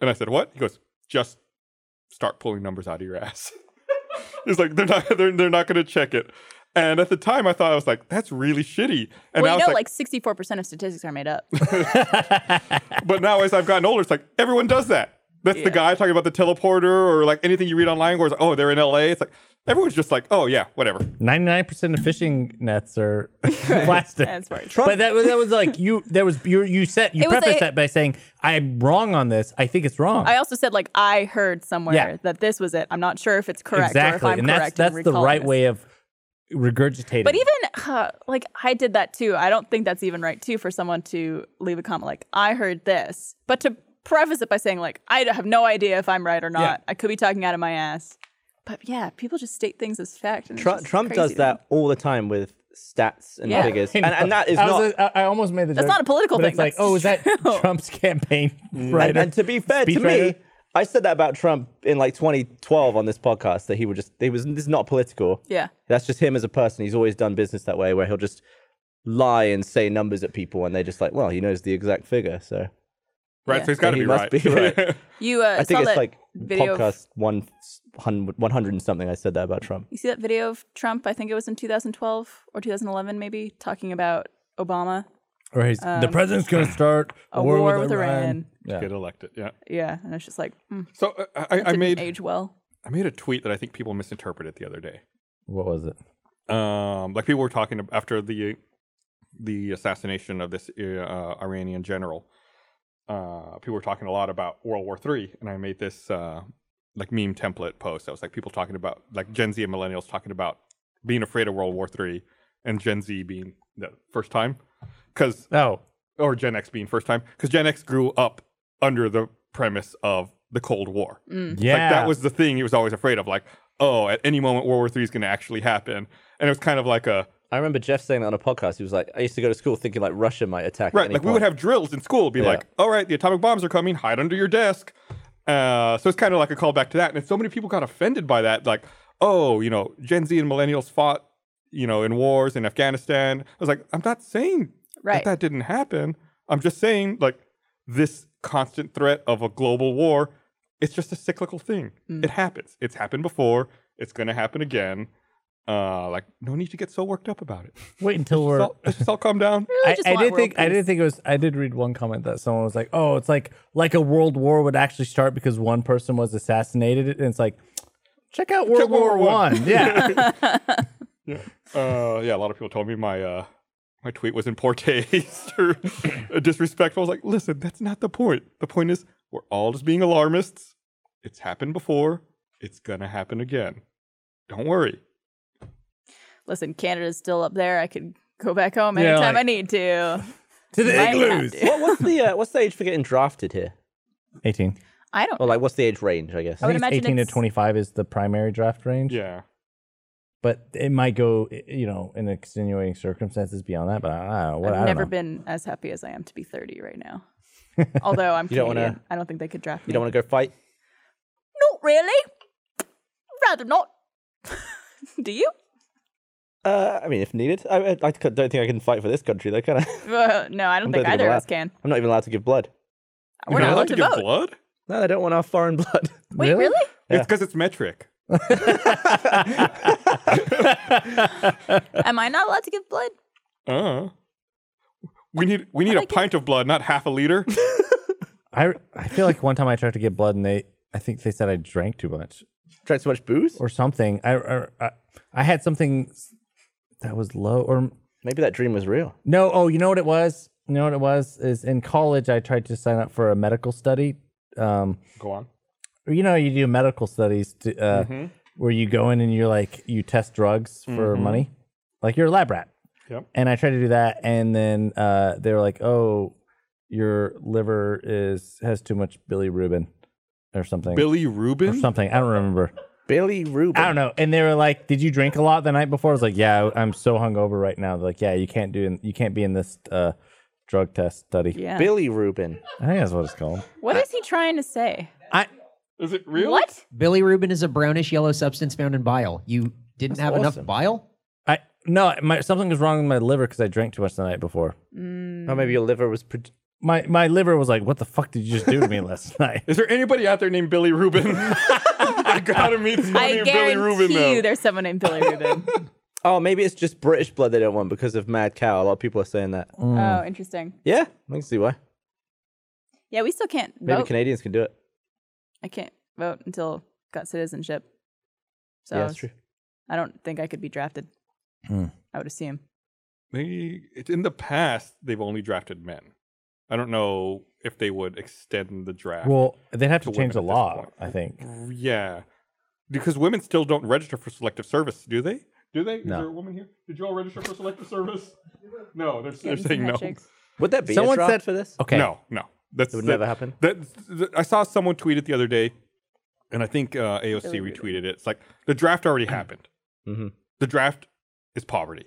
Speaker 2: And I said, What? He goes, Just start pulling numbers out of your ass. it's like they're not they're, they're not gonna check it. And at the time I thought I was like, that's really shitty. And I
Speaker 3: well, you
Speaker 2: was
Speaker 3: know, like sixty four percent of statistics are made up.
Speaker 2: but now as I've gotten older, it's like everyone does that. That's the guy talking about the teleporter or like anything you read online where it's like, oh, they're in LA. It's like everyone's just like, oh yeah, whatever.
Speaker 5: Ninety-nine percent of fishing nets are plastic.
Speaker 3: That's right.
Speaker 5: But that was that was like you. There was you. You said you
Speaker 3: It was
Speaker 5: prefaced
Speaker 3: a-
Speaker 5: that by saying I'm wrong on this. I think it's wrong.
Speaker 3: I also said like I heard somewhere
Speaker 5: Yeah.
Speaker 3: that this was it. I'm not sure if it's correct or if
Speaker 5: exactly,
Speaker 3: I'm
Speaker 5: and that's
Speaker 3: correct.
Speaker 5: that's
Speaker 3: in
Speaker 5: the
Speaker 3: recalling
Speaker 5: right
Speaker 3: this.
Speaker 5: way of regurgitating.
Speaker 3: But even uh, like I did that too. I don't think that's even right too for someone to leave a comment like I heard this, but to preface it by saying like I have no idea if I'm right or not. I could be talking out of my ass. But yeah, people just state things as fact. And it's
Speaker 4: Trump,
Speaker 3: just
Speaker 4: Trump
Speaker 3: crazy
Speaker 4: does
Speaker 3: to me.
Speaker 4: that all the time with stats and
Speaker 3: Yeah.
Speaker 4: figures,
Speaker 5: I
Speaker 4: and, and that is
Speaker 5: I
Speaker 4: not.
Speaker 5: was, I- I almost made the joke.
Speaker 3: That's not a political
Speaker 5: but
Speaker 3: thing,
Speaker 5: It's like,
Speaker 3: that's
Speaker 5: oh, is that
Speaker 3: true.
Speaker 5: Trump's campaign
Speaker 4: and,
Speaker 5: writer?
Speaker 4: and to be fair to me,
Speaker 5: Speechwriter?
Speaker 4: I said that about Trump in like 2012 on this podcast that he would just he was this is not political.
Speaker 3: Yeah.
Speaker 4: That's just him as a person. He's always done business that way, where he'll just lie and say numbers at people, and they're just like, well, he knows the exact figure, so
Speaker 2: Right.
Speaker 3: Yeah.
Speaker 2: So he's gotta
Speaker 4: He
Speaker 2: be,
Speaker 4: must
Speaker 2: right.
Speaker 4: be right.
Speaker 3: You uh,
Speaker 4: I think
Speaker 3: saw
Speaker 4: it's
Speaker 3: that
Speaker 4: like
Speaker 3: video. Of,
Speaker 4: podcast one hundred one hundred and something. I said that about Trump.
Speaker 3: you see that video of Trump? I think it was in 2012 or 2011, maybe talking about Obama,
Speaker 5: or he's, the president's going to start
Speaker 3: Um, a war, with, Iran.
Speaker 2: Get elected. Yeah.
Speaker 3: Yeah, and it's just like hmm,
Speaker 2: So uh, I, I
Speaker 3: didn't
Speaker 2: made
Speaker 3: age well.
Speaker 2: I made a tweet that I think people misinterpreted the other day.
Speaker 5: What was it?
Speaker 2: um, like people were talking ab- after the the assassination of this uh, Iranian general. Uh, people were talking a lot about World War Three, and I made this uh, like meme template post. I was like people talking about like Gen Z and millennials talking about being afraid of World War Three, and Gen Z being the first time because
Speaker 5: Oh,
Speaker 2: or Gen X being first time because Gen X grew up under the premise of the Cold War.
Speaker 3: Mm.
Speaker 5: yeah.
Speaker 2: Like that was the thing he was always afraid of. Like, oh, at any moment World War Three is going to actually happen, and it was kind of like a
Speaker 4: I remember Jeff saying that on a podcast. He was like, I used to go to school thinking like Russia might attack. at
Speaker 2: right.
Speaker 4: any
Speaker 2: Like we would
Speaker 4: point.
Speaker 2: have drills in school, be like, all right, the atomic bombs are coming, hide under your desk. Uh, so it's kind of like a callback to that, and so many people got offended by that. Like, oh, you know, Gen Z and millennials fought, you know, in wars in Afghanistan. I was like, I'm not saying
Speaker 3: Right.
Speaker 2: that that didn't happen. I'm just saying like this constant threat of a global war. It's just a cyclical thing. It happens. It's happened before. It's going to happen again. Uh, like, no need to get so worked up about it.
Speaker 5: wait until
Speaker 2: Let's
Speaker 5: we're.
Speaker 2: all- let's just all calm down.
Speaker 3: Really
Speaker 5: I,
Speaker 3: just
Speaker 5: I
Speaker 3: want
Speaker 5: did
Speaker 3: world
Speaker 5: think I
Speaker 3: peace.
Speaker 5: did think it was I did read one comment that someone was like, "Oh, it's like like a world war would actually start because one person was assassinated." And it's like, check out World
Speaker 2: World War
Speaker 5: War
Speaker 2: One.
Speaker 5: One. Yeah,
Speaker 2: Uh, yeah, a lot of people told me my uh, my tweet was in poor taste or uh, disrespectful. I was like, listen, that's not the point. The point is, we're all just being alarmists. It's happened before. It's gonna happen again. Don't worry.
Speaker 3: Listen, Canada's still up there. I could go back home
Speaker 5: Yeah,
Speaker 3: anytime I
Speaker 5: like-
Speaker 3: need to.
Speaker 5: to the
Speaker 3: Might have
Speaker 5: igloos.
Speaker 3: to.
Speaker 4: What, what's the uh, what's the age for getting drafted here?
Speaker 5: 18.
Speaker 3: I don't.
Speaker 4: Or like, what's the age range? I guess.
Speaker 5: I
Speaker 3: would
Speaker 5: think it's
Speaker 3: imagine
Speaker 5: 18 to
Speaker 3: it's-
Speaker 5: 25 is the primary draft range.
Speaker 2: Yeah.
Speaker 5: But it might go, i- you know, in extenuating circumstances beyond that. But I don't know. What, I
Speaker 3: I've
Speaker 5: don't
Speaker 3: never
Speaker 5: know.
Speaker 3: been as happy as I am to be 30 right now. Although I'm
Speaker 4: You don't
Speaker 3: Canadian,
Speaker 4: wanna-
Speaker 3: I don't think they could draft me.
Speaker 4: You don't want to go fight.
Speaker 3: Not really. Rather not. Do you?
Speaker 4: Uh, I mean, if needed. I, I, I don't think I can fight for this country though, can I?
Speaker 3: Uh, no, I don't
Speaker 4: I'm
Speaker 3: think
Speaker 4: not even
Speaker 3: either of
Speaker 4: allowed-
Speaker 3: us can.
Speaker 4: I'm not even allowed to give blood.
Speaker 3: We're
Speaker 2: You're
Speaker 3: not
Speaker 2: allowed
Speaker 3: allowed to
Speaker 2: give
Speaker 3: vote.
Speaker 2: blood?
Speaker 4: No, they don't want our foreign blood.
Speaker 3: Wait, really?
Speaker 4: Yeah.
Speaker 2: It's because it's metric.
Speaker 3: Am I not allowed to give blood?
Speaker 2: Uh. We need we need a pint of blood, not half a liter.
Speaker 5: I, I feel like one time I tried to get blood and they, I think they said I drank too much
Speaker 4: Drank so much booze.
Speaker 5: or something. I, I, I, I had something that was low or
Speaker 4: Maybe that dream was real.
Speaker 5: No, oh, you know what it was? You know what it was? Is in college I tried to sign up for a medical study. Um,
Speaker 2: Go on.
Speaker 5: you know, you do medical studies to, uh, where you go in and you're like you test drugs for money, like you're a lab rat.
Speaker 2: Yep.
Speaker 5: And I tried to do that, and then uh, they were like, "Oh, your liver is has too much bilirubin or something,
Speaker 2: Billy
Speaker 5: or
Speaker 2: Rubin?
Speaker 5: something. I don't remember.
Speaker 4: Billy Rubin.
Speaker 5: I don't know." And they were like, "Did you drink a lot the night before?" I was like, "Yeah, I'm so hungover right now." They're like, "Yeah, you can't do you can't be in this uh, drug test study."
Speaker 3: Yeah.
Speaker 4: Billy Rubin.
Speaker 5: I think that's what it's called.
Speaker 3: What
Speaker 4: uh,
Speaker 3: is he trying to say?
Speaker 5: I
Speaker 2: Is it real?
Speaker 3: What?
Speaker 6: Billy Rubin is a brownish yellow substance found in bile. You didn't have enough bile?
Speaker 5: I no, my, something was wrong with my liver because I drank too much the night before.
Speaker 4: Or Oh, maybe your liver was. Pro-
Speaker 5: My my liver was like, "What the fuck did you just do to me last night?"
Speaker 2: Is there anybody out there named Billy Rubin? I gotta meet somebody
Speaker 3: I
Speaker 2: named Billy Rubin
Speaker 3: guarantee
Speaker 2: though.
Speaker 3: you there's someone named Billy Rubin.
Speaker 4: oh, maybe it's just British blood they don't want because of mad cow. A lot of people are saying that.
Speaker 5: Mm.
Speaker 3: oh, interesting.
Speaker 4: Yeah, I can see why.
Speaker 3: Yeah, we still can't
Speaker 4: Maybe
Speaker 3: vote.
Speaker 4: Canadians can do it.
Speaker 3: I can't vote until I got citizenship. So
Speaker 4: Yeah,
Speaker 3: I
Speaker 4: that's
Speaker 3: was-
Speaker 4: true.
Speaker 3: I don't think I could be drafted.
Speaker 5: Hmm.
Speaker 3: I would assume.
Speaker 2: They it's in the past they've only drafted men. I don't know if they would extend the draft.
Speaker 5: Well, they'd have to
Speaker 2: To
Speaker 5: change the
Speaker 2: women at this
Speaker 5: law,
Speaker 2: point.
Speaker 5: I think.
Speaker 2: yeah, because women still don't register for selective service, do they? Do they?
Speaker 5: No.
Speaker 2: Is there a woman here? Did you all register for selective service? No, they're, they're
Speaker 3: Getting some
Speaker 2: saying
Speaker 3: head
Speaker 2: no.
Speaker 3: shakes.
Speaker 4: Would that be
Speaker 5: Someone
Speaker 4: a draft
Speaker 5: said- Oh,
Speaker 4: for this?
Speaker 5: Okay,
Speaker 2: No, no, that's
Speaker 4: It would
Speaker 2: that-
Speaker 4: never happen.
Speaker 2: That, th- I saw someone tweet it the other day, and I think uh, AOC retweeted it. It's like the draft already happened.
Speaker 4: Mhm.
Speaker 2: The draft is poverty.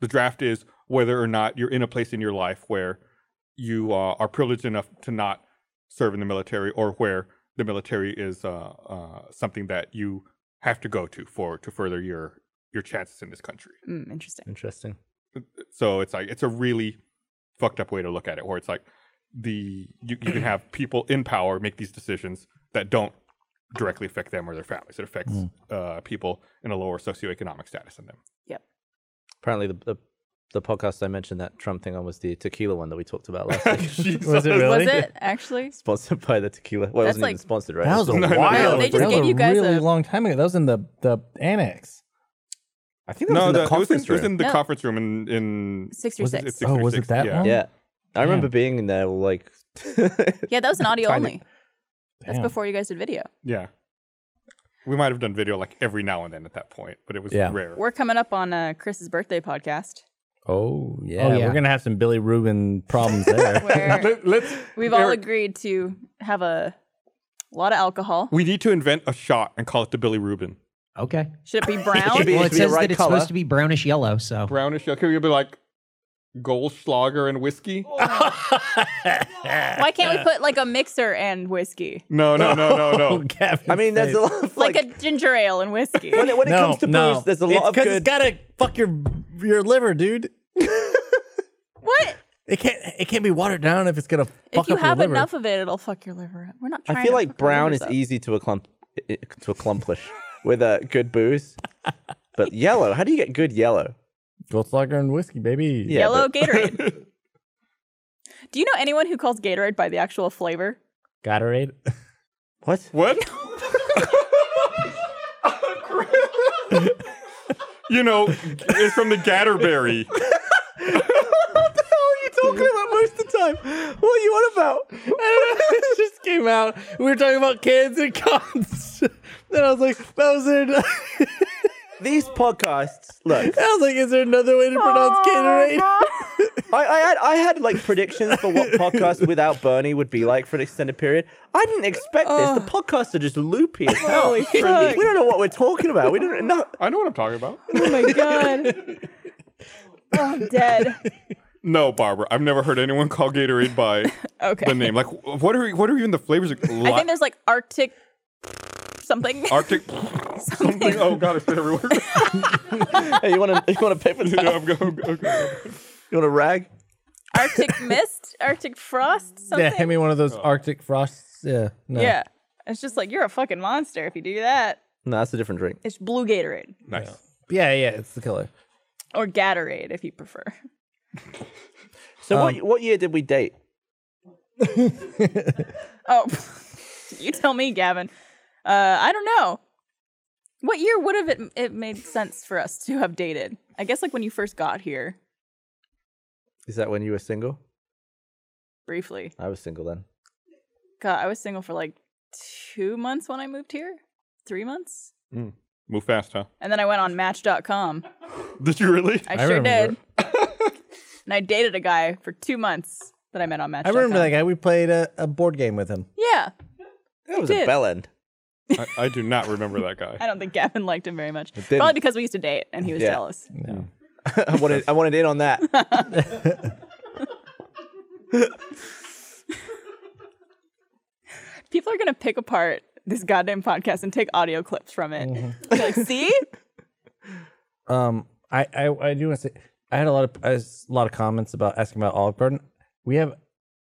Speaker 2: The draft is whether or not you're in a place in your life where you uh, are privileged enough to not serve in the military, or where the military is uh, uh, something that you have to go to for to further your your chances in this country.
Speaker 3: Mm, interesting.
Speaker 4: Interesting.
Speaker 2: So it's like it's a really fucked up way to look at it, where it's like the you, you can have people in power make these decisions that don't directly affect them or their families. It affects uh, people in a lower socioeconomic status than them.
Speaker 4: Apparently, the, the the podcast I mentioned that Trump thing on was the tequila one that we talked about last week.
Speaker 2: Jesus.
Speaker 5: Was it really?
Speaker 3: Was it actually?
Speaker 4: sponsored by the tequila. Well, it wasn't
Speaker 3: That's
Speaker 4: even
Speaker 3: like-
Speaker 4: sponsored, right?
Speaker 5: That
Speaker 4: It
Speaker 5: was a
Speaker 4: was-
Speaker 2: no, no,
Speaker 5: while.
Speaker 2: no,
Speaker 5: ago.
Speaker 2: they just
Speaker 5: that was
Speaker 3: gave
Speaker 5: a
Speaker 3: you guys
Speaker 5: really
Speaker 3: a-
Speaker 5: long time ago. That was in the the annex.
Speaker 4: I think that was
Speaker 2: No,
Speaker 4: in
Speaker 2: the,
Speaker 4: the,
Speaker 2: it, was in,
Speaker 4: conference
Speaker 2: it was
Speaker 4: room.
Speaker 2: in the
Speaker 3: No.
Speaker 2: conference room in in
Speaker 3: Six or
Speaker 5: Was it-
Speaker 3: six.
Speaker 5: Oh, was it
Speaker 2: 636,
Speaker 5: that
Speaker 2: yeah.
Speaker 5: long?
Speaker 4: yeah, I remember
Speaker 5: Damn.
Speaker 4: being in there like.
Speaker 3: Yeah, that was an audio
Speaker 4: Tiny.
Speaker 3: only. That's
Speaker 5: Damn.
Speaker 3: before you guys did video.
Speaker 2: yeah. We might have done video like every now and then at that point, but it was
Speaker 5: Yeah.
Speaker 2: rare.
Speaker 3: We're coming up on uh, Chris's birthday podcast.
Speaker 5: Oh yeah.
Speaker 6: yeah.
Speaker 5: we're gonna have some Billy Rubin problems there.
Speaker 3: Where
Speaker 2: Let, us
Speaker 3: we've all
Speaker 2: Eric-
Speaker 3: agreed to have a lot of alcohol.
Speaker 2: we need to invent a shot and call it the Billy Rubin.
Speaker 6: Okay.
Speaker 3: Should it be
Speaker 4: It should be-
Speaker 3: brown?
Speaker 6: Well,
Speaker 4: needs
Speaker 6: it
Speaker 4: to be the
Speaker 6: says
Speaker 4: right
Speaker 6: that it's
Speaker 4: color.
Speaker 6: supposed to be brownish yellow, so.
Speaker 2: Brownish yellow. Could we be like Goldschlager and whiskey?
Speaker 3: Why can't we put like a mixer and whiskey?
Speaker 2: No, no, no, no, Oh, no.
Speaker 5: Gavin's
Speaker 4: I mean, there's
Speaker 5: face.
Speaker 4: a lot of
Speaker 3: Like,
Speaker 4: like.
Speaker 3: a ginger ale and whiskey.
Speaker 4: when it, when it
Speaker 5: no,
Speaker 4: comes to
Speaker 5: no.
Speaker 4: booze, there's a lot
Speaker 5: It's
Speaker 4: of
Speaker 5: 'cause
Speaker 4: good.
Speaker 5: It's gotta fuck your your liver, dude.
Speaker 3: what?
Speaker 5: It can't. It can't be watered down if it's gonna.
Speaker 3: If
Speaker 5: fuck
Speaker 3: you
Speaker 5: up your
Speaker 3: have
Speaker 5: liver.
Speaker 3: enough of it, it'll fuck your liver up. We're not trying
Speaker 4: I feel
Speaker 3: to
Speaker 4: like
Speaker 3: fuck our
Speaker 4: brown
Speaker 3: livers
Speaker 4: is
Speaker 3: up.
Speaker 4: easy to accomplish to accomplish with a good booze, but yellow. How do you get good yellow?
Speaker 5: Goldslager and whiskey, baby.
Speaker 4: Yeah,
Speaker 3: Yellow
Speaker 4: but-
Speaker 3: Gatorade. Do you know anyone who calls Gatorade by the actual flavor?
Speaker 5: Gatorade.
Speaker 4: What?
Speaker 2: What? you know, it's from the Gatterberry.
Speaker 4: time. What are you on about?
Speaker 5: it just came out. We were talking about kids and cons. Then I was like, that was there. an-
Speaker 4: These podcasts. Look,
Speaker 5: I was like, is there another way to pronounce
Speaker 3: Oh,
Speaker 5: Gatorade?
Speaker 4: I, I had I had like predictions for what podcasts without Bernie would be like for an extended period. I didn't expect this. The podcasts are just loopy as hell. we don't know what we're talking about. We don't know.
Speaker 2: I know what I'm talking about.
Speaker 3: Oh my god. Oh, I'm dead.
Speaker 2: No, Barbara, I've never heard anyone call Gatorade by
Speaker 3: Okay.
Speaker 2: the name. Like, wh- what are what are even the flavors? Like,
Speaker 3: I
Speaker 2: li-
Speaker 3: think there's like Arctic something.
Speaker 2: Arctic something. Oh God, I spit everywhere.
Speaker 4: Hey, you want to you want to paper
Speaker 2: Yeah,
Speaker 4: towel?
Speaker 2: I'm go- I'm go- I'm go-
Speaker 4: You want a rag?
Speaker 3: Arctic mist, Arctic frost, something.
Speaker 5: Yeah, hand me one of those
Speaker 2: Oh.
Speaker 5: Arctic frosts. Yeah. No.
Speaker 3: Yeah. It's just like you're a fucking monster if you do that.
Speaker 4: No, that's a different drink.
Speaker 3: It's blue Gatorade
Speaker 2: Nice.
Speaker 5: Yeah, yeah, it's the color.
Speaker 3: or Gatorade if you prefer.
Speaker 4: So what what year did we date?
Speaker 3: Oh, you tell me, Gavin. Uh, I don't know. What year would have it, it made sense for us to have dated? I guess like when you first got here,
Speaker 4: Is that when you were single?
Speaker 3: briefly.
Speaker 4: I was single then.
Speaker 3: God, I was single for like two months when I moved here, three months.
Speaker 2: Move fast, huh?
Speaker 3: And then I went on Match.com.
Speaker 2: Did you really?
Speaker 3: I,
Speaker 5: I
Speaker 3: sure
Speaker 5: remember.
Speaker 3: did. and I dated a guy for two months that I met on
Speaker 5: I
Speaker 3: Match.com.
Speaker 5: remember that guy. We played a, a board game with him.
Speaker 3: Yeah.
Speaker 4: That was
Speaker 3: did.
Speaker 4: a bell end.
Speaker 2: I, I do not remember that guy.
Speaker 3: I don't think Gavin liked him very much.
Speaker 4: didn't.
Speaker 3: Probably because we used to date and he was
Speaker 4: Yeah.
Speaker 3: jealous.
Speaker 4: I wanted I wanted in on that.
Speaker 3: People are going to pick apart this goddamn podcast and take audio clips from it.
Speaker 4: Mm-hmm.
Speaker 3: Be like, see?
Speaker 5: Um, I, I, I do want to say I had a lot of I was- a lot of comments about asking about Olive Garden. We have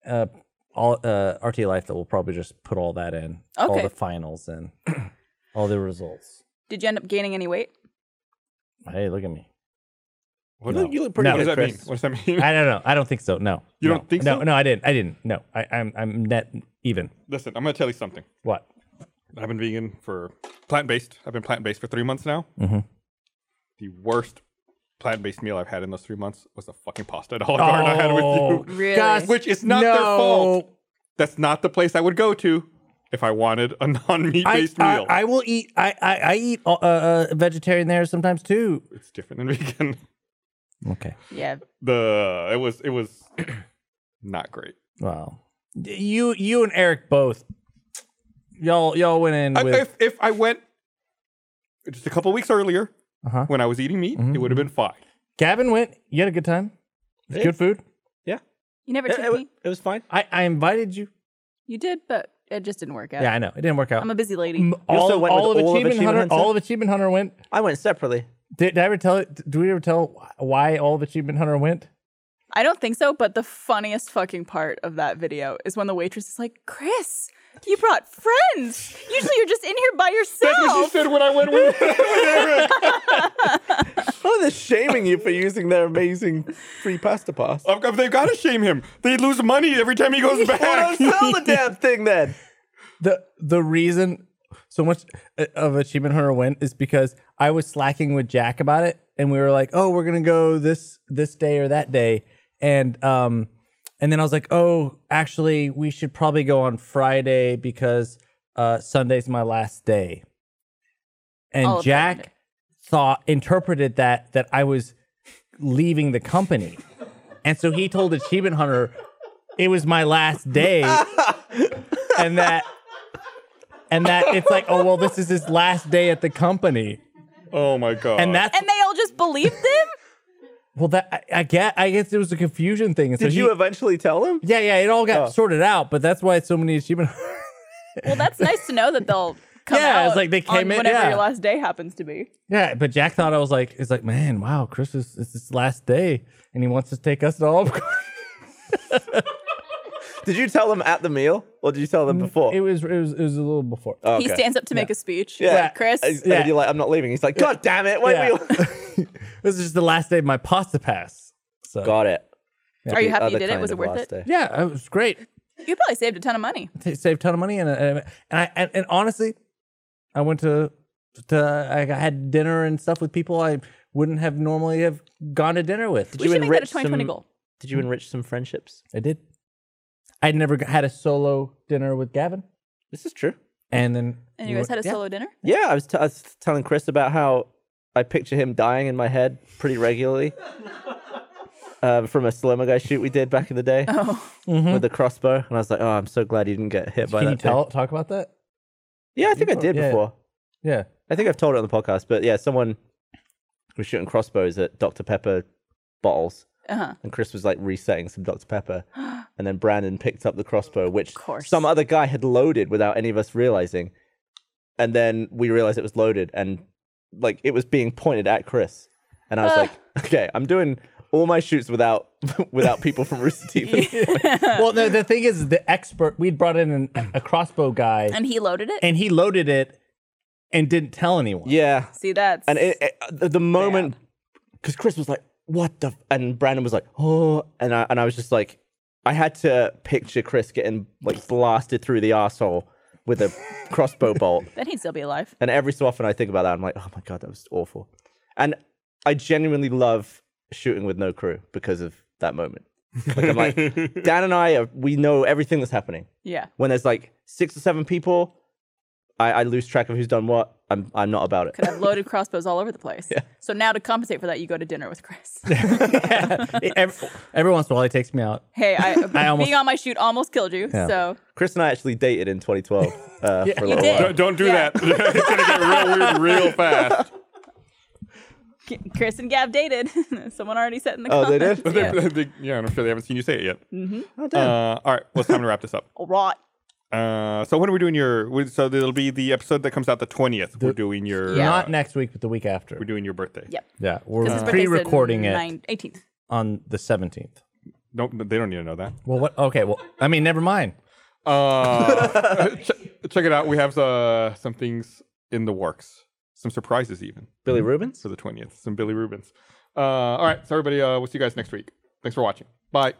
Speaker 5: uh all uh RT Life that will probably just put all that in, all
Speaker 3: Okay.
Speaker 5: the finals and all the results.
Speaker 3: Did you end up gaining any weight?
Speaker 5: Hey, look at me.
Speaker 2: What,
Speaker 4: You look- you look pretty
Speaker 2: what
Speaker 4: good,
Speaker 2: does that
Speaker 4: Chris.
Speaker 2: mean? What does that mean?
Speaker 5: I don't know. I don't think so. No.
Speaker 2: You
Speaker 5: No.
Speaker 2: don't think
Speaker 5: no,
Speaker 2: so?
Speaker 5: No, I didn't. I didn't. No. I, I'm I'm net even.
Speaker 2: Listen, I'm gonna tell you something.
Speaker 5: What?
Speaker 2: I've been vegan for plant based. I've been plant based for three months now.
Speaker 5: Mhm.
Speaker 2: The worst plant based meal I've had in those three months was the fucking pasta at Olive Garden I had with you.
Speaker 3: Really?
Speaker 2: Which is not their fault. That's not the place I would go to if I wanted a non meat
Speaker 5: I,
Speaker 2: based
Speaker 5: I,
Speaker 2: meal.
Speaker 5: I will eat. I I, I eat uh, uh, vegetarian there sometimes too.
Speaker 2: it's different than vegan.
Speaker 5: Okay.
Speaker 3: Yeah.
Speaker 2: The it was it was not great.
Speaker 5: Wow. You you and Eric both. Y'all y'all went in
Speaker 2: I,
Speaker 5: with
Speaker 2: if if I went just a couple weeks earlier
Speaker 5: Uh-huh.
Speaker 2: when I was eating meat, it would have been fine.
Speaker 5: Gavin went. You had a good time. It's good food.
Speaker 3: You never
Speaker 4: It,
Speaker 3: took
Speaker 4: it, wa-
Speaker 3: me.
Speaker 4: it was fine.
Speaker 5: I I invited you.
Speaker 3: You did, but it just didn't work out.
Speaker 5: Yeah, I know it didn't work out.
Speaker 3: I'm a busy lady.
Speaker 5: M- all,
Speaker 4: also went
Speaker 5: all
Speaker 4: with
Speaker 5: of
Speaker 4: all of
Speaker 5: achievement
Speaker 4: Achievement
Speaker 5: hunter.
Speaker 4: Hunter?
Speaker 5: All of achievement hunter went.
Speaker 4: I went separately.
Speaker 5: Did, did I ever tell? Do we ever tell why all of achievement hunter went?
Speaker 3: I don't think so, but the funniest fucking part of that video is when the waitress is like, Chris, you brought friends. Usually you're just in here by
Speaker 2: She
Speaker 3: yourself.
Speaker 2: said when I went with
Speaker 4: Oh, they're shaming you for using their amazing free pasta pass.
Speaker 2: Of- of- They've got to shame him. They lose money every time he goes back.
Speaker 4: sell the damn thing then.
Speaker 5: the the reason so much uh, of achievement hunter went is because i was slacking with jack about it and we were like oh we're gonna go this this day or that day and um and then i was like oh actually we should probably go on friday because uh sunday's my last day and
Speaker 3: All of
Speaker 5: jack
Speaker 3: Friday.
Speaker 5: thought interpreted that that i was leaving the company and so he told achievement hunter it was my last day and that and that it's like oh well this is his last day at the company
Speaker 2: Oh my god.
Speaker 4: Uh,
Speaker 5: and that's
Speaker 3: and they all just believed them?
Speaker 5: well that I, I get i guess it was a confusion thing and so
Speaker 4: Did
Speaker 5: he-
Speaker 4: you Oh. eventually tell them?
Speaker 5: yeah yeah it all got sorted out but that's why it's so many achievement
Speaker 3: Well, that's nice to know that they'll come
Speaker 5: Yeah,
Speaker 3: out.
Speaker 5: it's like they came
Speaker 3: on
Speaker 5: in-
Speaker 3: whenever
Speaker 5: yeah.
Speaker 3: your last day happens to be.
Speaker 5: yeah but jack thought i was like it's like man wow chris is it's his last day and he wants to take us to all
Speaker 4: Did you tell them at the meal or did you tell them before?
Speaker 5: it was it was it was a little before
Speaker 4: Oh,
Speaker 3: He
Speaker 4: okay.
Speaker 3: stands up to make a speech. He's
Speaker 4: Yeah.
Speaker 3: like, Chris,
Speaker 4: And- And
Speaker 5: yeah.
Speaker 4: you're like, I'm not leaving. He's like, God damn it. Why
Speaker 5: Yeah.
Speaker 4: yeah. we all...
Speaker 5: this is just the last day of my pasta pass so
Speaker 4: Got it.
Speaker 3: are you
Speaker 4: The
Speaker 3: happy
Speaker 4: other
Speaker 3: you did it?
Speaker 4: kind
Speaker 3: Was it
Speaker 4: of
Speaker 3: worth
Speaker 4: last
Speaker 3: it?
Speaker 4: day.
Speaker 5: yeah it was great
Speaker 3: You probably saved a ton of money.
Speaker 5: t- saved a ton of money and and, and I and, and honestly, I went to to I had dinner and stuff with people I wouldn't have normally have gone to dinner with.
Speaker 4: Did
Speaker 3: We
Speaker 4: you
Speaker 3: should make that a
Speaker 4: enrich
Speaker 3: 2020
Speaker 4: some-
Speaker 3: goal.
Speaker 4: Did you enrich some friendships?
Speaker 5: I did.
Speaker 7: I'd never g- had a solo dinner with Gavin,
Speaker 4: This is true.
Speaker 7: and then
Speaker 3: And
Speaker 7: we
Speaker 3: you guys
Speaker 7: went-
Speaker 3: had a solo dinner?
Speaker 4: Yeah, I was, t- I was telling Chris about how I picture him dying in my head pretty regularly um, from a Slimer Guy shoot we did back in the day
Speaker 3: Oh,
Speaker 4: with the crossbow. And I was like, oh, I'm so glad you didn't get hit
Speaker 7: Mm-hmm.
Speaker 4: by
Speaker 7: Can
Speaker 4: that.
Speaker 7: you
Speaker 4: thing."
Speaker 7: tell talk about that?
Speaker 4: Yeah, I think I did
Speaker 7: Yeah.
Speaker 4: before.
Speaker 7: Yeah.
Speaker 4: I think I've told it on the podcast, but yeah, someone was shooting crossbows at Dr. Pepper bottles.
Speaker 3: Uh-huh.
Speaker 4: And Chris was like resetting some Dr. Pepper. And then Brandon picked up the crossbow, which
Speaker 3: course.
Speaker 4: some other guy had loaded without any of us realizing. And then we realized it was loaded and like it was being pointed at Chris. And I was like, okay, I'm doing all my shoots without without people from Rooster Teeth. at this point.
Speaker 7: well, no, the thing is, the expert we'd brought in an, a crossbow guy,
Speaker 3: And he loaded it?
Speaker 7: and he loaded it and didn't tell anyone.
Speaker 4: Yeah.
Speaker 3: See, that's
Speaker 4: And it, it, the- the moment, because Chris was like, "What the?" F-? and Brandon was like, "Oh," and I and I was just like, I had to picture Chris getting like blasted through the asshole with a crossbow bolt.
Speaker 3: then he'd still be alive.
Speaker 4: And every so often, I think about that. I'm like, "Oh my god, that was awful." And I genuinely love shooting with no crew because of that moment. Like I'm like, Dan and I, are, we know everything that's happening
Speaker 3: Yeah.
Speaker 4: when there's like six or seven people. I, I lose track of who's done what. I'm I'm not about it.
Speaker 3: Could have loaded crossbows all over the place. So now to compensate for that, you go to dinner with Chris.
Speaker 7: every, every once in a while, he takes me out.
Speaker 3: hey, I,
Speaker 7: almost-
Speaker 3: being on my shoot almost killed you. So
Speaker 4: Chris and I actually dated in 2012 uh, for a little
Speaker 3: did.
Speaker 4: while.
Speaker 2: Don't, don't do
Speaker 3: Yeah.
Speaker 2: that. it's gonna get real weird real fast.
Speaker 3: K- Chris and Gav dated. Someone already said in the
Speaker 4: Oh, they
Speaker 3: comments.
Speaker 4: did?
Speaker 3: Yeah.
Speaker 2: They- they- yeah, I'm sure they haven't seen you say it yet. Uh, all right, well, it's time to wrap this up.
Speaker 3: Rot.
Speaker 2: Uh, so when are we doing your? we- So it'll be the episode that comes out the twentieth. We're doing your.
Speaker 3: Yeah.
Speaker 2: uh,
Speaker 7: Not next week, but the week after.
Speaker 2: We're doing your birthday.
Speaker 3: Yep.
Speaker 7: Yeah, we're
Speaker 3: Because his birthday's the
Speaker 7: pre-recording it
Speaker 3: 9 18th.
Speaker 7: on the seventeenth.
Speaker 2: Don't they don't need to know that.
Speaker 7: Well, what? Okay, well, I mean, never mind.
Speaker 2: Uh, ch- check it out. We have uh, some things in the works. Some surprises even
Speaker 4: Billy Rubens?
Speaker 2: for the twentieth. Some Billy Rubens. Uh, all right. So everybody, uh, we'll see you guys next week. Thanks for watching. Bye.